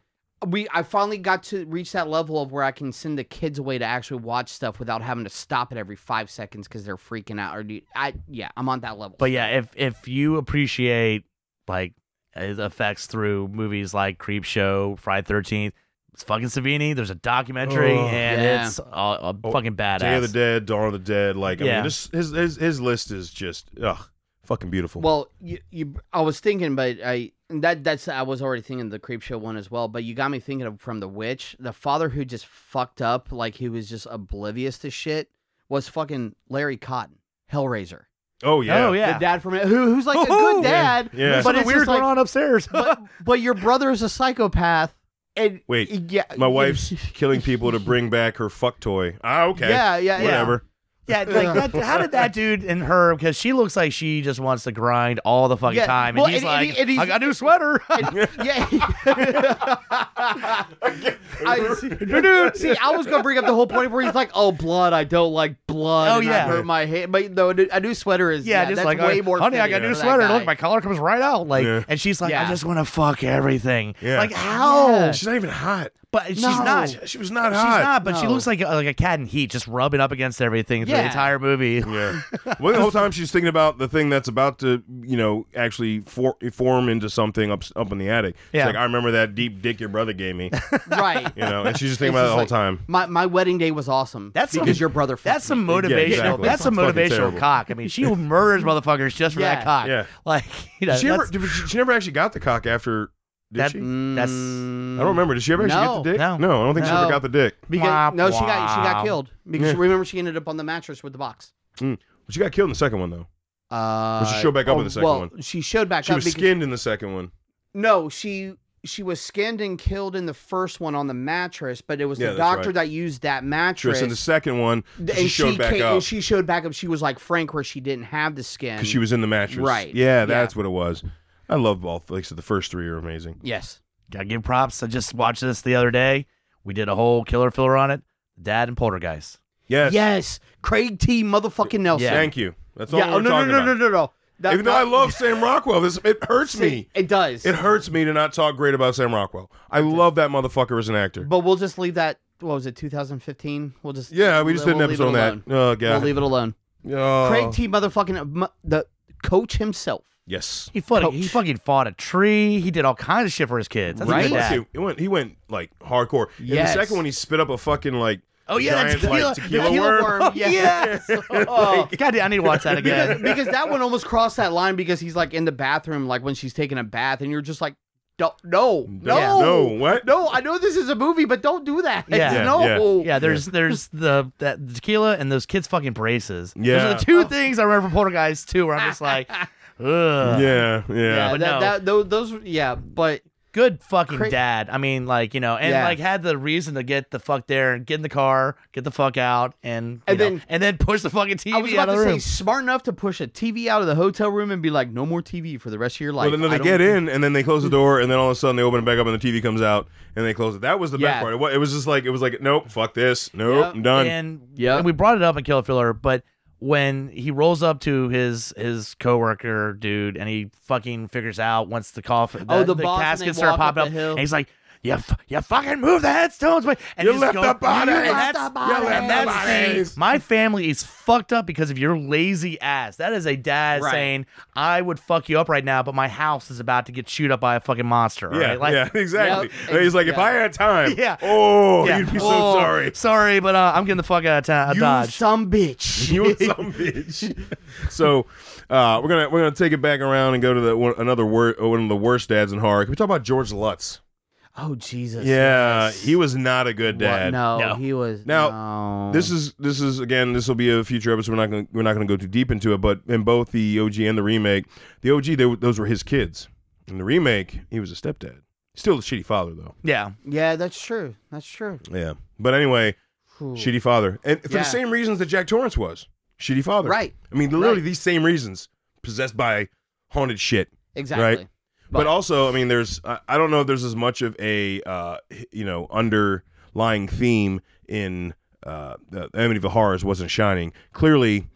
Speaker 3: we I finally got to reach that level of where I can send the kids away to actually watch stuff without having to stop it every five seconds because they're freaking out. Or do I? Yeah, I'm on that level.
Speaker 2: but yeah, if if you appreciate like his effects through movies like Creep Show, Friday Thirteenth, it's fucking Savini. There's a documentary,
Speaker 1: Oh.
Speaker 2: and
Speaker 3: Yeah.
Speaker 2: it's a, a
Speaker 1: Oh,
Speaker 2: fucking badass.
Speaker 1: Day of the Dead, Dawn of the Dead. Like, I
Speaker 2: Yeah.
Speaker 1: mean, this, his his his list is just ugh, fucking beautiful.
Speaker 3: Well, you, you I was thinking, but I that that's I was already thinking the creep show one as well. But you got me thinking of from the witch, the father who just fucked up, like he was just oblivious to shit, was fucking Larry Cotton, Hellraiser,
Speaker 1: oh yeah.
Speaker 2: Oh yeah,
Speaker 3: the dad from who who's like a good dad,
Speaker 1: Yeah. There's
Speaker 3: but
Speaker 2: Something
Speaker 3: it's
Speaker 2: weird
Speaker 3: just
Speaker 2: going
Speaker 3: like,
Speaker 2: on upstairs.
Speaker 3: but, but your brother is a psychopath, and
Speaker 1: Wait,
Speaker 3: yeah,
Speaker 1: My wife's killing people to bring back her fuck toy. Ah, okay.
Speaker 3: yeah, yeah, yeah.
Speaker 1: Whatever.
Speaker 2: yeah, like that, how did that dude and her? Because she looks like she just wants to grind all the fucking
Speaker 3: Yeah,
Speaker 2: time, and
Speaker 3: well,
Speaker 2: he's
Speaker 3: and- and
Speaker 2: like,
Speaker 3: he- and he's-
Speaker 2: I got a new sweater.
Speaker 3: Yeah. I, see, see, I was gonna bring up the whole point where he's like, "Oh, blood! I don't like blood.
Speaker 2: Oh,
Speaker 3: and
Speaker 2: yeah.
Speaker 3: I hurt my hand." But no, a new sweater is
Speaker 2: yeah,
Speaker 3: yeah,
Speaker 2: just
Speaker 3: that's
Speaker 2: like
Speaker 3: way
Speaker 2: uh,
Speaker 3: more.
Speaker 2: honey, I got a
Speaker 3: fitting
Speaker 2: new
Speaker 3: for that
Speaker 2: sweater.
Speaker 3: guy.
Speaker 2: Look, my collar comes right out. Like,
Speaker 1: Yeah.
Speaker 2: and she's like, I
Speaker 3: Yeah.
Speaker 2: just want to fuck everything.
Speaker 1: Ah, Yeah.
Speaker 2: Like how?
Speaker 3: Yeah.
Speaker 1: She's not even hot.
Speaker 2: But she's
Speaker 3: No.
Speaker 2: not.
Speaker 1: She, she was not
Speaker 2: She's
Speaker 1: hot.
Speaker 2: not, but she
Speaker 3: No.
Speaker 2: looks like a, like a cat in heat, just rubbing up against everything through the
Speaker 3: Yeah.
Speaker 2: entire movie.
Speaker 1: Yeah. Well, the whole time she's thinking about the thing that's about to, you know, actually for, form into something up up in the attic. She's
Speaker 2: Yeah.
Speaker 1: like, I remember that deep dick your brother gave me.
Speaker 3: right?
Speaker 1: You know, and she's just thinking
Speaker 3: It's
Speaker 1: about it the whole
Speaker 3: just
Speaker 1: time.
Speaker 3: My my wedding day was awesome.
Speaker 2: That's some-
Speaker 3: because your brother.
Speaker 2: That's
Speaker 3: fucked
Speaker 2: some
Speaker 3: me.
Speaker 2: motivational.
Speaker 1: exactly.
Speaker 2: That's some
Speaker 1: Fucking
Speaker 2: motivational
Speaker 1: terrible.
Speaker 2: cock. I mean, she murders motherfuckers just for that
Speaker 3: Yeah.
Speaker 2: cock.
Speaker 1: Yeah.
Speaker 2: Like you know,
Speaker 1: Did she ever?
Speaker 2: that's-
Speaker 1: Did, she, she never actually got the cock after. Did
Speaker 2: That-
Speaker 1: she?
Speaker 3: Mm.
Speaker 2: That's-
Speaker 1: I don't remember. Did she ever actually get
Speaker 3: No,
Speaker 1: the dick?
Speaker 2: no.
Speaker 1: I don't think she ever
Speaker 3: No.
Speaker 1: got the dick.
Speaker 3: Because,
Speaker 2: Womp
Speaker 3: no, she got she
Speaker 2: womp.
Speaker 3: got killed because
Speaker 1: Yeah.
Speaker 3: remember she ended up on the mattress with the box.
Speaker 1: She got killed in the second one though.
Speaker 3: Uh,
Speaker 1: she showed back up in the second
Speaker 3: well,
Speaker 1: one.
Speaker 3: She showed back
Speaker 1: She
Speaker 3: up
Speaker 1: was
Speaker 3: because
Speaker 1: skinned in the second one.
Speaker 3: No, she she was skinned and killed in the first one on the mattress, but it was
Speaker 1: Yeah,
Speaker 3: the
Speaker 1: that's
Speaker 3: doctor
Speaker 1: right.
Speaker 3: that used that
Speaker 1: She
Speaker 3: mattress.
Speaker 1: was in the second one.
Speaker 3: and
Speaker 1: she showed back
Speaker 3: came,
Speaker 1: up
Speaker 3: And she showed back up. She was like Frank, where she didn't have the skin.
Speaker 1: because she was in the mattress.
Speaker 3: Right.
Speaker 1: Yeah,
Speaker 3: Yeah.
Speaker 1: that's what it was. I love all. Like I said, the first three are amazing.
Speaker 3: Yes.
Speaker 2: Gotta give props. I just watched this the other day. We did a whole killer filler on it. Dad and Poltergeist.
Speaker 1: Yes.
Speaker 3: Yes. Craig T. Motherfucking Nelson.
Speaker 2: Yeah.
Speaker 1: Thank you. That's all
Speaker 3: Yeah.
Speaker 1: we're
Speaker 3: Oh, no, no,
Speaker 1: talking
Speaker 3: no,
Speaker 1: about.
Speaker 3: no, no, no. That-
Speaker 1: Even though
Speaker 3: that-
Speaker 1: I love Sam Rockwell, this it hurts me.
Speaker 3: It does.
Speaker 1: It hurts me to not talk great about Sam Rockwell. I love that motherfucker as an actor.
Speaker 3: But we'll just leave that. What was it? 2015. We'll just.
Speaker 1: Yeah, we just did
Speaker 3: we'll
Speaker 1: an
Speaker 3: leave
Speaker 1: episode on
Speaker 3: it
Speaker 1: that.
Speaker 3: alone.
Speaker 1: Oh
Speaker 3: We'll
Speaker 1: god.
Speaker 3: leave it alone.
Speaker 1: Oh.
Speaker 3: Craig T. Motherfucking mu- the coach himself.
Speaker 1: Yes.
Speaker 2: He fought.
Speaker 3: Coach.
Speaker 2: He fucking fought a tree. He did all kinds of shit for his kids. That's a
Speaker 3: Right?
Speaker 2: good
Speaker 1: Plus,
Speaker 2: dad.
Speaker 1: He, he went. He went like hardcore.
Speaker 3: Yes.
Speaker 1: In the second one, he spit up a fucking like.
Speaker 2: Oh yeah,
Speaker 1: giant,
Speaker 2: that's tequila,
Speaker 1: like, tequila,
Speaker 2: tequila Oh,
Speaker 1: worm.
Speaker 3: Yes. Oh.
Speaker 2: God damn, I need to watch that
Speaker 3: because,
Speaker 2: again.
Speaker 3: because that one almost crossed that line because he's like in the bathroom, like when she's taking a bath, and you're just like, no, no, no,
Speaker 1: No, what?
Speaker 3: no. Oh, I know this is a movie, but don't do that.
Speaker 2: Yeah. Yeah,
Speaker 3: no.
Speaker 2: yeah, there's there's the that tequila and those kids fucking braces. those
Speaker 1: Yeah.
Speaker 2: are the two things I remember from Poltergeist too, where I'm just like, ugh,
Speaker 1: Yeah, yeah.
Speaker 3: Yeah,
Speaker 2: But
Speaker 3: that,
Speaker 2: no.
Speaker 3: that- tho- those, yeah, but
Speaker 2: good fucking
Speaker 3: Cra-
Speaker 2: dad. I mean, like you know, and
Speaker 3: Yeah.
Speaker 2: like had the reason to get the fuck there and get in the car, get the fuck out, and you
Speaker 3: And
Speaker 2: know,
Speaker 3: then-
Speaker 2: and then push the fucking TV
Speaker 3: I was
Speaker 2: out
Speaker 3: about
Speaker 2: of
Speaker 3: to
Speaker 2: the
Speaker 3: say
Speaker 2: room.
Speaker 3: smart enough to push a TV out of the hotel room and be like, no more TV for the rest of your life.
Speaker 1: Well, then they
Speaker 3: I don't-
Speaker 1: get in, and then they close the door, and then all of a sudden they open it back up, and the TV comes out, and they close it. That was the
Speaker 3: Yeah.
Speaker 1: best part. It wa- It was just like it was like, nope, fuck this, nope,
Speaker 3: Yeah.
Speaker 1: I'm done.
Speaker 2: And
Speaker 3: Yeah.
Speaker 2: and we brought it up in Killer Filler, but when he rolls up to his his coworker dude, and he fucking figures out once the coffin,
Speaker 3: Oh, the boss, and they
Speaker 2: caskets start
Speaker 3: walk up
Speaker 2: popping up,
Speaker 3: the hill.
Speaker 2: and he's like. You, f- you fucking move the headstones, but and
Speaker 1: You
Speaker 2: he's
Speaker 1: left
Speaker 2: going-
Speaker 1: the bodies.
Speaker 2: And
Speaker 1: You
Speaker 2: that's,
Speaker 1: left
Speaker 3: the bodies.
Speaker 2: and
Speaker 3: You
Speaker 2: that's
Speaker 3: left the
Speaker 2: saying,
Speaker 1: bodies.
Speaker 2: my family is fucked up because of your lazy ass. That is a dad
Speaker 3: Right.
Speaker 2: saying, I would fuck you up right now, but my house is about to get chewed up by a fucking monster.
Speaker 1: yeah,
Speaker 2: right? Like,
Speaker 1: yeah, exactly.
Speaker 3: Yep.
Speaker 1: And he's like, if
Speaker 3: Yeah.
Speaker 1: I had time,
Speaker 2: Yeah.
Speaker 1: oh,
Speaker 2: yeah.
Speaker 1: you'd be so
Speaker 2: Oh,
Speaker 1: sorry.
Speaker 2: Sorry, but uh, I'm getting the fuck out of town.
Speaker 3: You
Speaker 2: Dodge.
Speaker 3: some bitch.
Speaker 1: You some bitch. so uh, we're gonna we're gonna take it back around and go to the one, another wor- one of the worst dads in horror. Can we talk about George Lutz?
Speaker 3: Oh Jesus.
Speaker 1: yeah,
Speaker 3: yes.
Speaker 1: he was not a good
Speaker 3: What-
Speaker 1: dad.
Speaker 3: No,
Speaker 2: No.
Speaker 3: he was. no.
Speaker 1: This is this is again. This will be a future episode. We're not going. We're not going to go too deep into it. But in both the OG and the remake, the OG they, were- those were his kids. In the remake, he was a stepdad. Still a shitty father though.
Speaker 2: Yeah.
Speaker 3: Yeah, that's true. That's true.
Speaker 1: Yeah. But anyway,
Speaker 3: Whew.
Speaker 1: shitty father, and for
Speaker 3: Yeah.
Speaker 1: the same reasons that Jack Torrance was shitty father.
Speaker 3: Right.
Speaker 1: I mean, literally
Speaker 3: Right.
Speaker 1: these same reasons, possessed by haunted shit.
Speaker 3: Exactly.
Speaker 1: But,
Speaker 3: But-
Speaker 1: also, I mean, there's I, I don't know if there's as much of a uh, you know underlying theme in uh, the Amityville Horrors wasn't shining. Clearly,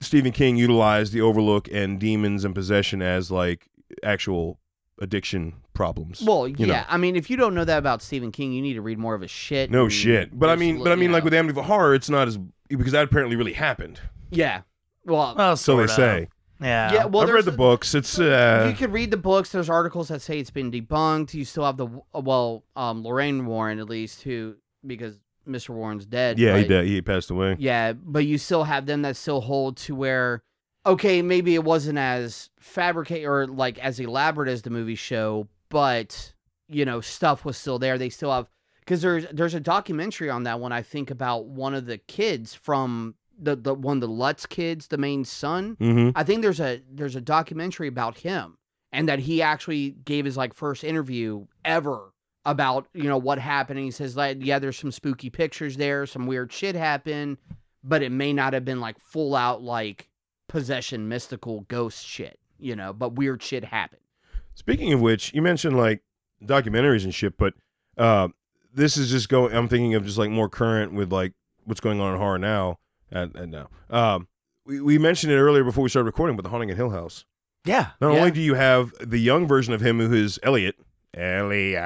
Speaker 1: Stephen King utilized the Overlook and demons and possession as like actual addiction problems.
Speaker 3: Well,
Speaker 1: you know.
Speaker 3: yeah. I mean, if you don't know that about Stephen King, you need to read more of his shit.
Speaker 1: no
Speaker 3: and
Speaker 1: shit. But I
Speaker 3: just
Speaker 1: mean,
Speaker 3: look-
Speaker 1: but I mean,
Speaker 3: you
Speaker 1: like
Speaker 3: know.
Speaker 1: with Amityville Horror, it's not as because that apparently really happened.
Speaker 3: Yeah. Well.
Speaker 2: Well,
Speaker 1: So they
Speaker 2: sorta.
Speaker 1: say.
Speaker 2: Yeah.
Speaker 3: yeah. Well,
Speaker 1: I've read
Speaker 3: there's
Speaker 1: the
Speaker 3: a-
Speaker 1: books. It's uh,
Speaker 3: you could read the books. There's articles that say it's been debunked. You still have the well, um, Lorraine Warren at least, who because Mr. Warren's dead.
Speaker 1: yeah, he
Speaker 3: but-
Speaker 1: did. He passed away.
Speaker 3: Yeah, but you still have them that still hold to where, okay, maybe it wasn't as fabricate or like as elaborate as the movie show, but you know, stuff was still there. They still have because there's there's a documentary on that one. I think about one of the kids from the the one of the Lutz kids, the main son.
Speaker 1: Mm-hmm.
Speaker 3: I think there's a there's a documentary about him and that he actually gave his like first interview ever about you know what happened. And he says like yeah, there's some spooky pictures there, some weird shit happened, but it may not have been like full out like possession, mystical ghost shit, you know. But weird shit happened.
Speaker 1: Speaking of which, you mentioned like documentaries and shit, but uh, this is just going. I'm thinking of just like more current with like what's going on in horror now. And, and now, um, we, we mentioned it earlier before we started recording, but the haunting at Hill House.
Speaker 2: Yeah.
Speaker 1: Not
Speaker 3: Yeah.
Speaker 1: only do you have the young version of him who is Elliot, Elliot,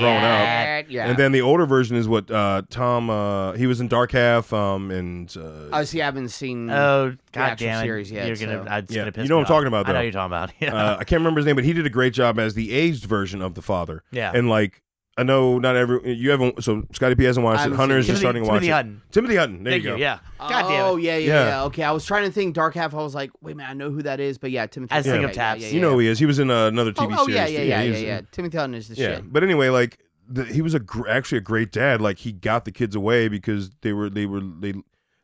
Speaker 1: grown up,
Speaker 3: yeah.
Speaker 1: and then the older version is what uh, Tom. Uh, he was in Dark Half, um, and uh,
Speaker 3: I see. I haven't seen.
Speaker 2: Oh god
Speaker 3: mm, actual
Speaker 2: damn it!
Speaker 3: series yet,
Speaker 2: you're gonna.
Speaker 3: so-
Speaker 2: I'm just
Speaker 1: Yeah,
Speaker 2: gonna
Speaker 1: you
Speaker 2: piss
Speaker 1: know what
Speaker 2: me
Speaker 1: I'm
Speaker 2: off.
Speaker 1: talking about,
Speaker 2: I know
Speaker 1: though.
Speaker 2: what you're talking about. Yeah.
Speaker 1: uh, I can't remember his name, but he did a great job as the aged version of the father.
Speaker 2: yeah.
Speaker 1: And like, I know not every you haven't. So Scotty P hasn't watched
Speaker 3: I
Speaker 1: it.
Speaker 3: haven't
Speaker 1: Hunter
Speaker 3: seen
Speaker 1: is
Speaker 3: it.
Speaker 1: just starting
Speaker 2: Timothy-
Speaker 1: to watch
Speaker 2: Timothy
Speaker 1: it.
Speaker 2: Hutton.
Speaker 1: Timothy Hutton. There
Speaker 2: Thank
Speaker 1: you go.
Speaker 2: you. Yeah. God damn it.
Speaker 3: oh yeah, yeah,
Speaker 1: Yeah.
Speaker 3: yeah, Okay, I was trying to think. Dark half. I was like, wait a minute, I know who that is, but yeah, Timothy.
Speaker 2: I was thinking
Speaker 3: Hutton,
Speaker 2: of
Speaker 3: yeah, yeah,
Speaker 2: Taps.
Speaker 3: yeah,
Speaker 1: You know who he is. He was in another
Speaker 3: Oh,
Speaker 1: TV
Speaker 3: oh,
Speaker 1: series.
Speaker 3: yeah, yeah, yeah,
Speaker 1: he
Speaker 3: yeah,
Speaker 1: was-
Speaker 3: yeah. Timothy Hutton is the
Speaker 1: yeah.
Speaker 3: shit.
Speaker 1: But anyway, like the, he was a gr- actually a great dad. Like he got the kids away because they were they were they.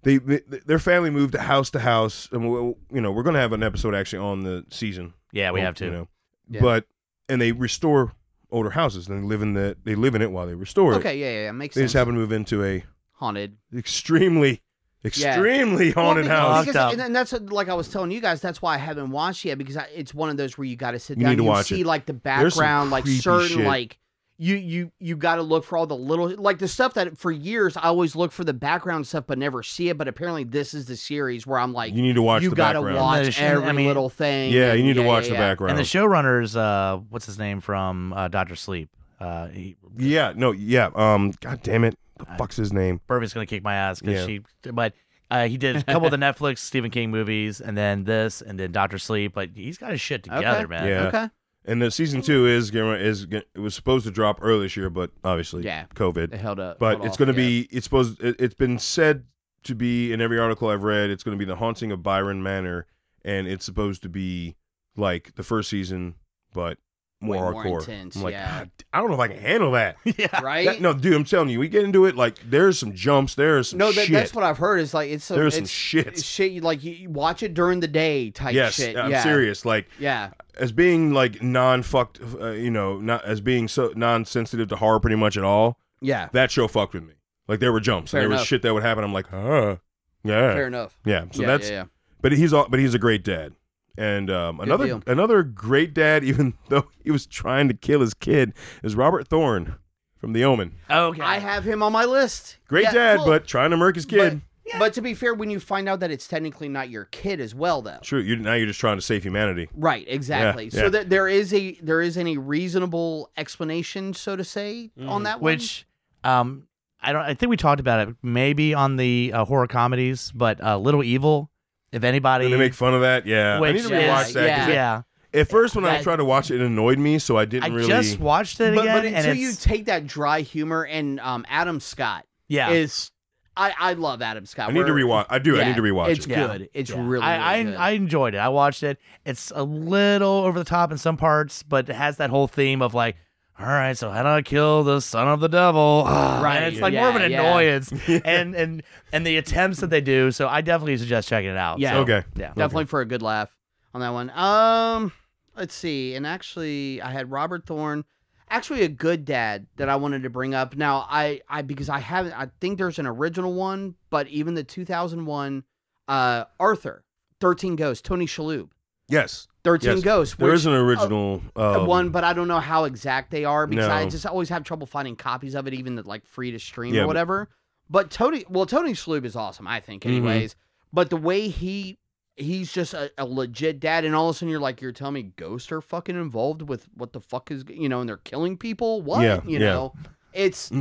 Speaker 1: They, they, their family moved house to house, and we, you know we're gonna have an episode actually on the season
Speaker 2: Yeah, we
Speaker 1: Oh,
Speaker 2: have to.
Speaker 1: You know.
Speaker 3: Yeah.
Speaker 1: But and they restore older houses and they live in the they live in it while they restore it.
Speaker 3: Okay, yeah, yeah, yeah, makes
Speaker 1: They
Speaker 3: sense.
Speaker 1: just happen to move into a
Speaker 3: Haunted.
Speaker 1: extremely extremely haunted
Speaker 3: Well,
Speaker 1: house.
Speaker 3: because-
Speaker 2: Fucked up.
Speaker 3: because- and- and that's what- like I was telling you guys. That's why I haven't watched yet because I, it's one of those where you got to sit
Speaker 1: You
Speaker 3: down.
Speaker 1: need to
Speaker 3: you
Speaker 1: watch
Speaker 3: see
Speaker 1: it.
Speaker 3: like the
Speaker 1: There's some
Speaker 3: background, like
Speaker 1: creepy
Speaker 3: certain
Speaker 1: shit.
Speaker 3: like you you you got to look for all the little like the stuff that for years I always look for the background stuff but never see it. But apparently this is the series where I'm like
Speaker 1: you need to watch
Speaker 3: you
Speaker 1: the
Speaker 3: got to
Speaker 1: background.
Speaker 2: No,
Speaker 3: watch
Speaker 2: sh- I
Speaker 3: every
Speaker 2: mean-
Speaker 3: little thing.
Speaker 1: yeah,
Speaker 3: and-
Speaker 1: you need to watch the
Speaker 3: yeah, yeah.
Speaker 1: background.
Speaker 2: And the showrunner's uh, what's his name from uh, Doctor Sleep? Uh, he,
Speaker 1: yeah, no, yeah. Um god damn it. The fuck's his name?
Speaker 2: Burby's gonna kick my ass because
Speaker 1: Yeah.
Speaker 2: she. But uh, he did a couple of the Netflix Stephen King movies, and then this, and then Doctor Sleep. But he's got his shit together,
Speaker 3: Okay.
Speaker 2: man.
Speaker 1: Yeah.
Speaker 3: Okay.
Speaker 1: And the season 2 is gonna- is gonna- it was supposed to drop early this year, but obviously
Speaker 3: Yeah. It
Speaker 1: COVID.
Speaker 3: held up.
Speaker 1: But
Speaker 3: held
Speaker 1: it's
Speaker 3: off,
Speaker 1: going to
Speaker 3: yeah.
Speaker 1: be it's supposed it, it's been said to be in every article I've read, it's going to be The Haunting of Byron Manor and it's supposed to be like the first season but more
Speaker 3: Way more
Speaker 1: hardcore.
Speaker 3: intense,
Speaker 1: I'm like,
Speaker 3: yeah.
Speaker 1: God, I don't know if I can handle that.
Speaker 2: yeah.
Speaker 3: right.
Speaker 1: That- no, dude, I'm telling you, we get into it like there's some jumps, there's some
Speaker 3: no, that,
Speaker 1: shit.
Speaker 3: that's what I've heard. Is like it's so
Speaker 1: there's
Speaker 3: it's,
Speaker 1: some shit.
Speaker 3: shit you like you, you watch it during the day type
Speaker 1: yes,
Speaker 3: shit.
Speaker 1: I'm
Speaker 3: yeah.
Speaker 1: serious. Like
Speaker 3: Yeah.
Speaker 1: as being like non fucked, uh, you know, not as being so non sensitive to horror pretty much at all.
Speaker 3: Yeah.
Speaker 1: That show fucked with me. Like there were jumps,
Speaker 3: Fair
Speaker 1: and there
Speaker 3: enough.
Speaker 1: was shit that would happen. I'm like, huh, yeah,
Speaker 3: Fair enough.
Speaker 1: yeah. So
Speaker 3: yeah,
Speaker 1: that's,
Speaker 3: yeah,
Speaker 1: but he's all, but he's a great dad, and um, another
Speaker 3: deal.
Speaker 1: another great dad, even though he was trying to kill his kid, is Robert Thorne from The Omen.
Speaker 2: Okay.
Speaker 3: yeah. I have him on my list.
Speaker 1: Great
Speaker 3: Yeah,
Speaker 1: dad,
Speaker 3: well,
Speaker 1: but trying to murk his kid.
Speaker 3: But, but to be fair, when you find out that it's technically not your kid as well, though.
Speaker 1: True. You now you're just trying to save humanity.
Speaker 3: Right, exactly.
Speaker 1: yeah.
Speaker 3: So that there is a there is any reasonable explanation, so to say,
Speaker 1: Mm.
Speaker 3: on that one.
Speaker 2: which um I don't I think we talked about it maybe on the uh, horror comedies, but uh, Little Evil, if anybody
Speaker 1: And they make fun of that. Yeah. I
Speaker 2: Which
Speaker 1: need to
Speaker 3: is-
Speaker 1: rewatch that. 'cause
Speaker 2: yeah.
Speaker 3: yeah.
Speaker 1: it- At first, when I
Speaker 3: Yeah.
Speaker 1: tried to watch it, it annoyed me, so I
Speaker 2: I
Speaker 1: didn't really.
Speaker 2: just watched it
Speaker 3: but,
Speaker 2: again
Speaker 3: but
Speaker 2: and
Speaker 3: until
Speaker 2: it's,
Speaker 3: you take that dry humor and um, Adam Scott
Speaker 2: yeah.
Speaker 3: is I I love Adam Scott.
Speaker 1: I need to
Speaker 3: We're-
Speaker 1: rewatch. I do. I
Speaker 3: yeah,
Speaker 1: need to rewatch
Speaker 3: It's
Speaker 1: it.
Speaker 2: Yeah.
Speaker 3: good. It's
Speaker 2: Yeah.
Speaker 3: really, really
Speaker 2: I,
Speaker 3: good.
Speaker 2: I I enjoyed it. I watched it. It's a little over the top in some parts, but it has that whole theme of like all right, so how do I kill the son of the devil? Ah,
Speaker 3: Right,
Speaker 2: and It's like
Speaker 3: yeah,
Speaker 2: more of an
Speaker 3: yeah.
Speaker 2: annoyance. and and and the attempts that they do. So I definitely suggest checking it out.
Speaker 3: Yeah.
Speaker 2: So,
Speaker 1: Okay.
Speaker 2: Yeah.
Speaker 3: Definitely for a good laugh on that one. Um, let's see. And actually, I had Robert Thorne. Actually, a good dad that I wanted to bring up. Now, I I because I haven't. I think there's an original one, but even the 2001 uh Arthur, 13 Ghosts, Tony Shalhoub,
Speaker 1: Yes,
Speaker 3: 13
Speaker 1: Yes.
Speaker 3: Ghosts.
Speaker 1: there
Speaker 3: which-
Speaker 1: is an original um,
Speaker 3: one, but I don't know how exact they are because I
Speaker 1: No.
Speaker 3: just always have trouble finding copies of it, even that like free to stream
Speaker 1: Yeah,
Speaker 3: or
Speaker 1: but-
Speaker 3: whatever. But Tony, well, Tony Shalhoub is awesome, I think,
Speaker 1: Mhm.
Speaker 3: anyways. But the way he he's just a, a legit dad, and all of a sudden you're like, you're telling me ghosts are fucking involved with what the fuck is you know, and they're killing people. What
Speaker 1: Yeah,
Speaker 3: you
Speaker 1: yeah.
Speaker 3: know. It's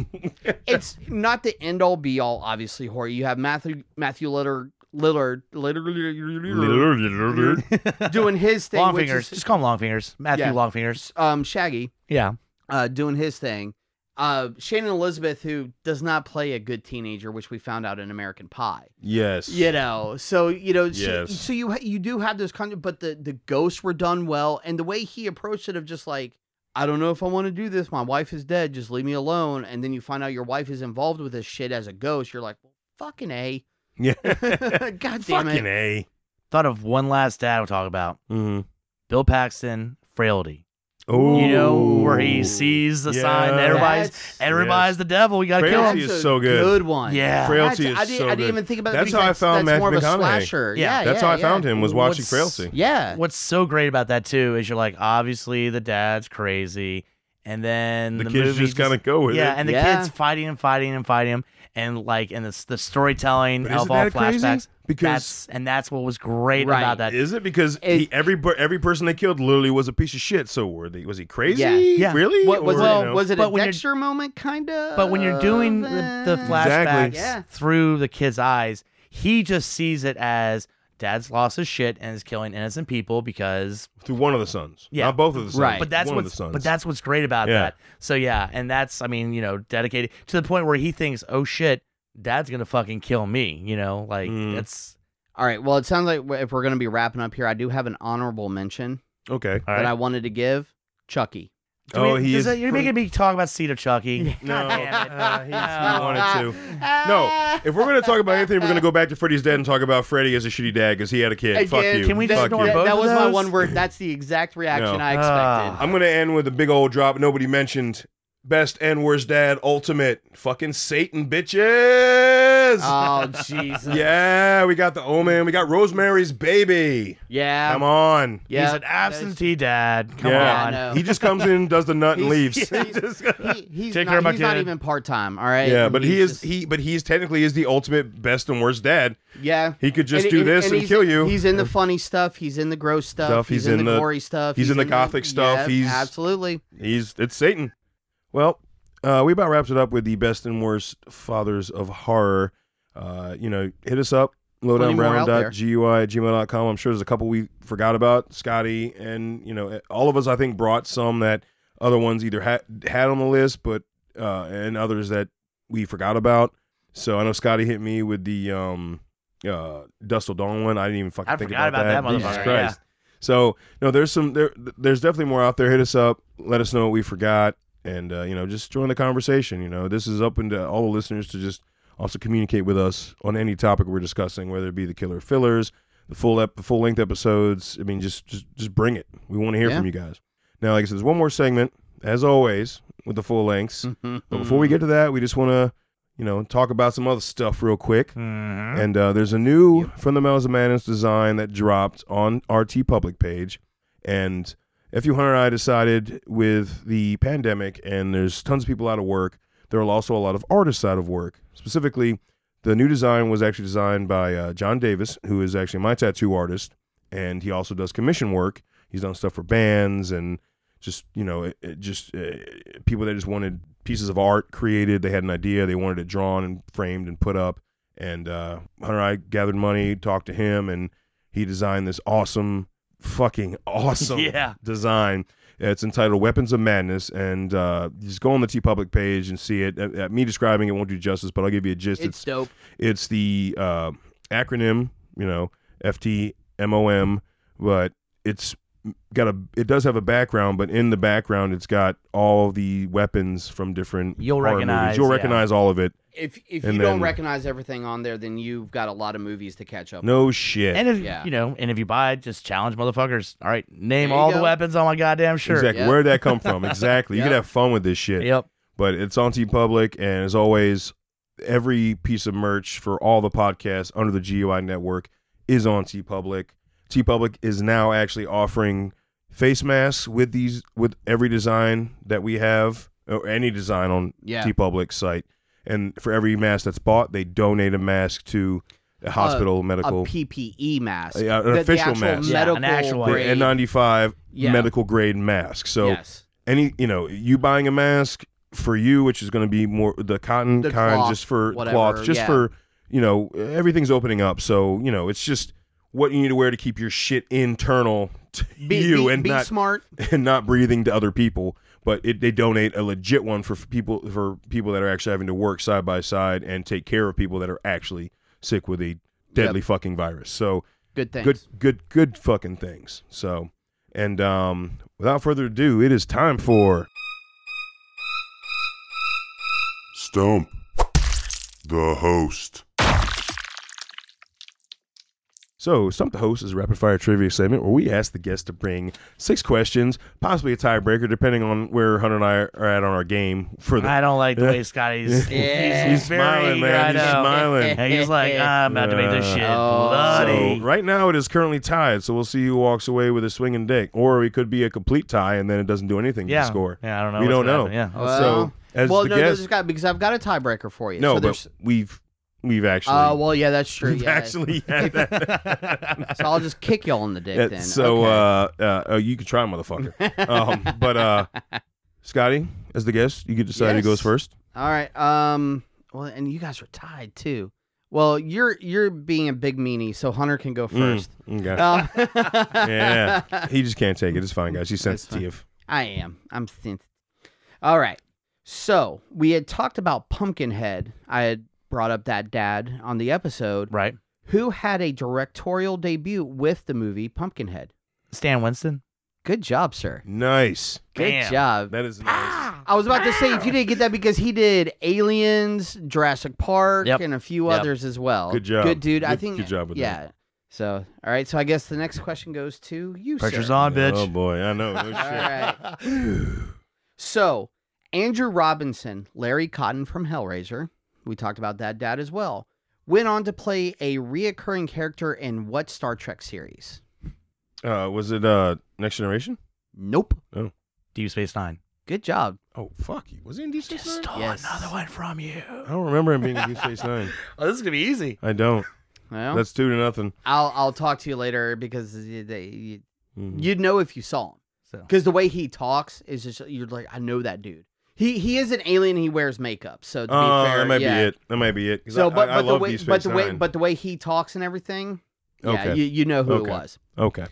Speaker 3: it's not the end all be all, obviously, horror. You have Matthew Matthew Lillard Lillard Lillard doing his thing, which
Speaker 2: Longfingers.
Speaker 3: is
Speaker 2: Just call him Longfingers. Matthew
Speaker 3: Yeah.
Speaker 2: Longfingers.
Speaker 3: um Shaggy.
Speaker 2: Yeah.
Speaker 3: uh, doing his thing. Uh, Shannon Elizabeth, who does not play a good teenager, which we found out in American Pie.
Speaker 1: Yes.
Speaker 3: You know, so you know, she-
Speaker 1: Yes.
Speaker 3: so you ha- you do have those kind of, but the the ghosts were done well, and the way he approached it of just like, I don't know if I want to do this. My wife is dead. Just leave me alone. And then you find out your wife is involved with this shit as a ghost. You're like, well, fucking a.
Speaker 1: Yeah.
Speaker 3: God damn
Speaker 1: Fucking
Speaker 3: it.
Speaker 1: A.
Speaker 2: Thought of one last dad we'll talk about.
Speaker 1: Mm-hmm.
Speaker 2: Bill Paxton, frailty.
Speaker 1: Oh,
Speaker 2: You know, where he sees the sign that
Speaker 1: Yeah.
Speaker 2: everybody's
Speaker 3: That's-
Speaker 2: everybody's the devil. You gotta kill
Speaker 1: Frailty
Speaker 2: him.
Speaker 1: is
Speaker 3: That's a
Speaker 1: so good.
Speaker 3: one.
Speaker 2: Yeah.
Speaker 1: Frailty
Speaker 3: That's- I
Speaker 1: is
Speaker 3: didn't,
Speaker 1: so
Speaker 3: I didn't
Speaker 1: good.
Speaker 3: even think about that
Speaker 1: That's
Speaker 3: because
Speaker 1: how I found
Speaker 3: that's
Speaker 1: Matthew
Speaker 3: more of a
Speaker 1: McConaughey.
Speaker 3: slasher.
Speaker 2: Yeah,
Speaker 3: Yeah,
Speaker 1: That's
Speaker 3: yeah,
Speaker 1: how I
Speaker 3: yeah.
Speaker 1: found him was watching
Speaker 2: What's-
Speaker 1: Frailty.
Speaker 3: Yeah.
Speaker 2: What's so great about that too is you're like, obviously the dad's crazy, and then
Speaker 1: The
Speaker 2: the,
Speaker 1: kids
Speaker 2: movie
Speaker 1: just kind of go with
Speaker 2: yeah,
Speaker 1: it.
Speaker 2: and the
Speaker 3: Yeah.
Speaker 2: kids fighting and fighting and fighting him, and like and the the storytelling
Speaker 1: But
Speaker 2: of
Speaker 1: isn't
Speaker 2: all
Speaker 1: that crazy?
Speaker 2: flashbacks.
Speaker 1: Because-
Speaker 2: that's and that's what was great
Speaker 3: Right.
Speaker 2: about that.
Speaker 1: Is it because
Speaker 3: It-
Speaker 1: he, every per- every person they killed literally was a piece of shit? So were they? Was he crazy?
Speaker 3: Yeah.
Speaker 2: Yeah.
Speaker 1: Really?
Speaker 3: What was
Speaker 1: Or,
Speaker 2: Well,
Speaker 1: you know,
Speaker 3: it? Was it a
Speaker 2: but when you're-
Speaker 3: Dexter moment, kind of?
Speaker 2: But when you're doing the, the
Speaker 3: eh?
Speaker 2: flashbacks
Speaker 1: Exactly.
Speaker 3: Yeah.
Speaker 2: through the kid's eyes, he just sees it as dad's lost his shit and is killing innocent people because
Speaker 1: through one of the sons?
Speaker 2: Yeah.
Speaker 1: Not both of the sons.
Speaker 3: Right.
Speaker 2: but that's
Speaker 1: one of the
Speaker 2: what's
Speaker 1: sons.
Speaker 2: but that's what's great about
Speaker 1: Yeah.
Speaker 2: that. So yeah, and that's I mean, you know, dedicated to the point where he thinks, "Oh shit, dad's going to fucking kill me," you know, like
Speaker 1: Mm.
Speaker 2: that's
Speaker 3: All right. Well, it sounds like if we're going to be wrapping up here, I do have an honorable mention
Speaker 1: okay.
Speaker 2: all
Speaker 3: that I
Speaker 2: right.
Speaker 3: wanted to give Chucky.
Speaker 2: Do
Speaker 1: oh,
Speaker 2: we-
Speaker 1: he
Speaker 2: does
Speaker 1: is.
Speaker 2: that- you're
Speaker 1: pretty-
Speaker 2: making me talk about Cedar Chucky.
Speaker 1: no,
Speaker 2: God damn it.
Speaker 1: uh, he-
Speaker 2: No.
Speaker 1: he wanted to. No, if we're gonna talk about anything, we're gonna go back to Freddy's dead and talk about Freddy as a shitty dad because he had a kid.
Speaker 3: Again,
Speaker 1: Fuck you.
Speaker 2: Can we just
Speaker 1: Fuck
Speaker 2: ignore
Speaker 1: you.
Speaker 3: that,
Speaker 2: both
Speaker 3: that
Speaker 2: of
Speaker 3: was my
Speaker 2: those?
Speaker 3: one word. That's the exact reaction
Speaker 1: No.
Speaker 3: I
Speaker 2: Ah.
Speaker 3: expected.
Speaker 1: I'm gonna end with a big old drop. Nobody mentioned best and worst dad ultimate. Fucking Satan bitches.
Speaker 2: Uh,
Speaker 3: oh Jesus!
Speaker 1: Ah. yeah, we got the Omen. We got Rosemary's Baby.
Speaker 3: Yeah.
Speaker 1: Come on.
Speaker 3: Yeah.
Speaker 2: He's an absentee dad. Come
Speaker 1: Yeah.
Speaker 2: on.
Speaker 3: I know.
Speaker 1: He just comes in, does the nut, and leaves.
Speaker 3: He's- he's- He- he's
Speaker 2: Take
Speaker 3: not,
Speaker 2: care of my
Speaker 3: he's not
Speaker 2: kid.
Speaker 3: even part time. All right.
Speaker 1: yeah, but he is
Speaker 3: just-
Speaker 1: he, but he's technically is the ultimate best and worst dad.
Speaker 3: yeah.
Speaker 1: He could just
Speaker 3: And-
Speaker 1: do
Speaker 3: and-
Speaker 1: this and,
Speaker 3: he's-
Speaker 1: kill you.
Speaker 3: He's in the funny stuff. He's in the gross stuff.
Speaker 1: Stuff,
Speaker 3: He's, in, the gory stuff.
Speaker 1: he's in the gothic stuff,
Speaker 3: yeah,
Speaker 1: he's-
Speaker 3: absolutely.
Speaker 1: He's it's Satan. Well, uh, we about wraps it up with the best and worst fathers of horror. Uh, you know, hit us up
Speaker 3: Plenty more out there.
Speaker 1: lowdownbrown.gui at gmail.com. I'm sure there's a couple we forgot about. Scotty and you know all of us I think brought some that other ones either had had on the list, but uh, and others that we forgot about. So I know Scotty hit me with the um, uh, Dust Till Dawn one. I didn't even fucking
Speaker 2: I
Speaker 1: think
Speaker 2: forgot
Speaker 1: about,
Speaker 2: about that
Speaker 1: Jesus
Speaker 2: motherfucker,
Speaker 1: Christ. So no, there's some there. There's definitely more out there. Hit us up. Let us know what we forgot, and uh, you know, just join the conversation. You know, this is open to all the listeners to just also communicate with us on any topic we're discussing, whether it be the killer fillers, the full ep- full length episodes. I mean, just just just bring it. We want to hear
Speaker 3: Yeah.
Speaker 1: from you guys. Now, like I said, there's one more segment as always with the full
Speaker 3: Mm-hmm.
Speaker 1: lengths. But before we get to that, we just want to you know talk about some other stuff real quick.
Speaker 2: Mhm.
Speaker 1: And uh, there's a new From the Mouths of Madness design that dropped on RT public page. And FU Hunter and I decided with the pandemic, and there's tons of people out of work, there are also a lot of artists out of work. Specifically, the new design was actually designed by uh, John Davis, who is actually my tattoo artist. And he also does commission work. He's done stuff for bands and just, you know, it, it just uh, people that just wanted pieces of art created. They had an idea, they wanted it drawn and framed and put up and uh, Hunter and I gathered money, talked to him, and he designed this awesome, fucking awesome
Speaker 2: Yeah.
Speaker 1: design. It's entitled "Weapons of Madness," and uh, just go on the T Public page and see it. Uh, uh, me describing it won't do justice, but I'll give you a gist.
Speaker 3: It's dope.
Speaker 1: It's the uh, acronym, you know, FTMOM, but it's got a it does have a background, but in the background it's got all the weapons from different
Speaker 2: You'll
Speaker 1: horror
Speaker 2: recognize,
Speaker 1: movies. You'll
Speaker 2: yeah.
Speaker 1: recognize all of it.
Speaker 3: If if
Speaker 1: And
Speaker 3: you
Speaker 1: then-
Speaker 3: don't recognize everything on there, then you've got a lot of movies to catch up.
Speaker 1: No shit.
Speaker 2: And if
Speaker 3: Yeah.
Speaker 2: you know, and if you buy, it, just challenge motherfuckers. All right, name
Speaker 3: There you
Speaker 2: all the
Speaker 3: go.
Speaker 2: weapons on my goddamn shirt.
Speaker 1: Exactly.
Speaker 3: Yeah.
Speaker 1: Where'd that come from? Exactly. You
Speaker 3: Yeah.
Speaker 1: could have fun with this shit.
Speaker 2: Yep.
Speaker 1: But it's on T Public, and as always, every piece of merch for all the podcasts under the GUI network is on T Public. T Public is now actually offering face masks with these with every design that we have or any design on
Speaker 3: Yeah.
Speaker 1: T Public site. And for every mask that's bought, they donate a mask to a hospital,
Speaker 3: a
Speaker 1: medical,
Speaker 3: PPE E mask,
Speaker 1: Yeah, an
Speaker 3: the- the
Speaker 1: official
Speaker 3: actual
Speaker 1: mask.
Speaker 2: Yeah, an
Speaker 3: medical
Speaker 2: actual one.
Speaker 1: the
Speaker 3: grade.
Speaker 1: N95
Speaker 3: Yeah.
Speaker 1: medical grade mask. So
Speaker 3: yes,
Speaker 1: any you know you buying a mask for you which is going to be more the cotton
Speaker 3: The
Speaker 1: kind
Speaker 3: cloth,
Speaker 1: just for
Speaker 3: whatever,
Speaker 1: cloth just
Speaker 3: yeah.
Speaker 1: for you know everything's opening up so you know it's just what you need to wear to keep your shit internal to
Speaker 3: be,
Speaker 1: you
Speaker 3: be-
Speaker 1: and
Speaker 3: be
Speaker 1: not
Speaker 3: smart.
Speaker 1: and not breathing to other people but it, they donate a legit one for f- people for people that are actually having to work side by side and take care of people that are actually sick with a deadly fucking virus so
Speaker 3: Good things.
Speaker 1: good good good fucking things so and um without further ado it is time for
Speaker 4: Stump the host.
Speaker 1: So, Stump the Host is a rapid fire trivia segment where we ask the guest to bring six questions, possibly a tiebreaker, depending on where Hunter and I are at on our game. For the
Speaker 2: I don't like the way Scotty's.
Speaker 3: Yeah.
Speaker 2: He's,
Speaker 1: He's
Speaker 2: very
Speaker 1: smiling, man.
Speaker 2: I
Speaker 1: He's
Speaker 2: know.
Speaker 1: smiling.
Speaker 2: And he's like, "Ah, I'm about to make this shit
Speaker 3: Oh.
Speaker 2: bloody.
Speaker 1: so, right now it is currently tied, so we'll see who walks away with a swinging dick, or it could be a complete tie and then it doesn't do anything
Speaker 2: yeah.
Speaker 1: to score.
Speaker 2: Yeah, I don't know.
Speaker 1: We
Speaker 2: what's
Speaker 1: don't
Speaker 2: gonna
Speaker 1: know.
Speaker 2: happen. Yeah.
Speaker 3: Well,
Speaker 1: so, as
Speaker 3: well,
Speaker 1: the
Speaker 3: no,
Speaker 1: guest,
Speaker 3: there's got because I've got a tiebreaker for you.
Speaker 1: no,
Speaker 3: so
Speaker 1: but
Speaker 3: there's,
Speaker 1: we've we've actually
Speaker 3: uh, well, yeah, that's true.
Speaker 1: we've
Speaker 3: Yeah,
Speaker 1: actually had that.
Speaker 3: so I'll just kick y'all in the dick then.
Speaker 1: so
Speaker 3: okay.
Speaker 1: uh, uh, oh, you can try, motherfucker. um, but uh, Scotty, as the guest, you could decide
Speaker 3: Yes.
Speaker 1: who goes first.
Speaker 3: All right. Um. Well, and you guys are tied too. Well, you're you're being a big meanie, so Hunter can
Speaker 2: Mm.
Speaker 3: go first.
Speaker 1: Okay.
Speaker 3: Um,
Speaker 1: yeah, he just can't take it. It's fine, guys. He's sensitive.
Speaker 3: I am. I'm synth. All right. So we had talked about Pumpkinhead. I had brought up that dad on the episode
Speaker 2: Oh, Right.
Speaker 3: who had a directorial debut with the movie Pumpkinhead.
Speaker 2: Stan Winston.
Speaker 3: Good job, sir.
Speaker 1: Nice.
Speaker 3: Good
Speaker 2: Damn.
Speaker 3: job.
Speaker 1: That is nice.
Speaker 3: I was about to say if you didn't get that because he did Aliens, Jurassic Park,
Speaker 2: Yep.
Speaker 3: and a few
Speaker 2: Yep.
Speaker 3: others as well.
Speaker 1: Good job.
Speaker 3: Good dude. I
Speaker 1: Good-
Speaker 3: think
Speaker 1: good job with
Speaker 3: yeah. So all right. So I guess the next question goes to you.
Speaker 2: Pressure's
Speaker 3: sir.
Speaker 2: on,
Speaker 1: Oh
Speaker 2: bitch.
Speaker 1: boy, I know. No
Speaker 3: All
Speaker 1: shit.
Speaker 3: right. So, Andrew Robinson, Larry Cotton from Hellraiser, we talked about that dad as well, went on to play a reoccurring character in what Star Trek series?
Speaker 1: Uh, was it uh Next Generation?
Speaker 3: Nope.
Speaker 2: Deep Space Nine.
Speaker 3: Good job.
Speaker 1: Oh fuck, he- was he in Deep Space Nine?
Speaker 2: Stole
Speaker 3: Yes.
Speaker 2: another one from you.
Speaker 1: I don't remember him being in Deep Space Nine.
Speaker 2: Oh, this is gonna be easy.
Speaker 1: I don't.
Speaker 3: Well,
Speaker 1: That's two to nothing.
Speaker 3: I'll I'll talk to you later because you- they- you-
Speaker 1: Mhm.
Speaker 3: you'd know if you saw him
Speaker 2: So
Speaker 3: because the way he talks is just you're like I know that dude. He he is an alien. He wears makeup. So to be
Speaker 1: Oh,
Speaker 3: fair,
Speaker 1: that might
Speaker 3: yeah.
Speaker 1: be it. That might be it. 'Cause
Speaker 3: So,
Speaker 1: I-
Speaker 3: but,
Speaker 1: I, I
Speaker 3: but the
Speaker 1: love
Speaker 3: way
Speaker 1: Deep
Speaker 3: but
Speaker 1: Space
Speaker 3: the way
Speaker 1: Nine.
Speaker 3: but the way he talks and everything, yeah,
Speaker 1: Okay.
Speaker 3: you, you know who
Speaker 1: Okay.
Speaker 3: it was.
Speaker 1: okay.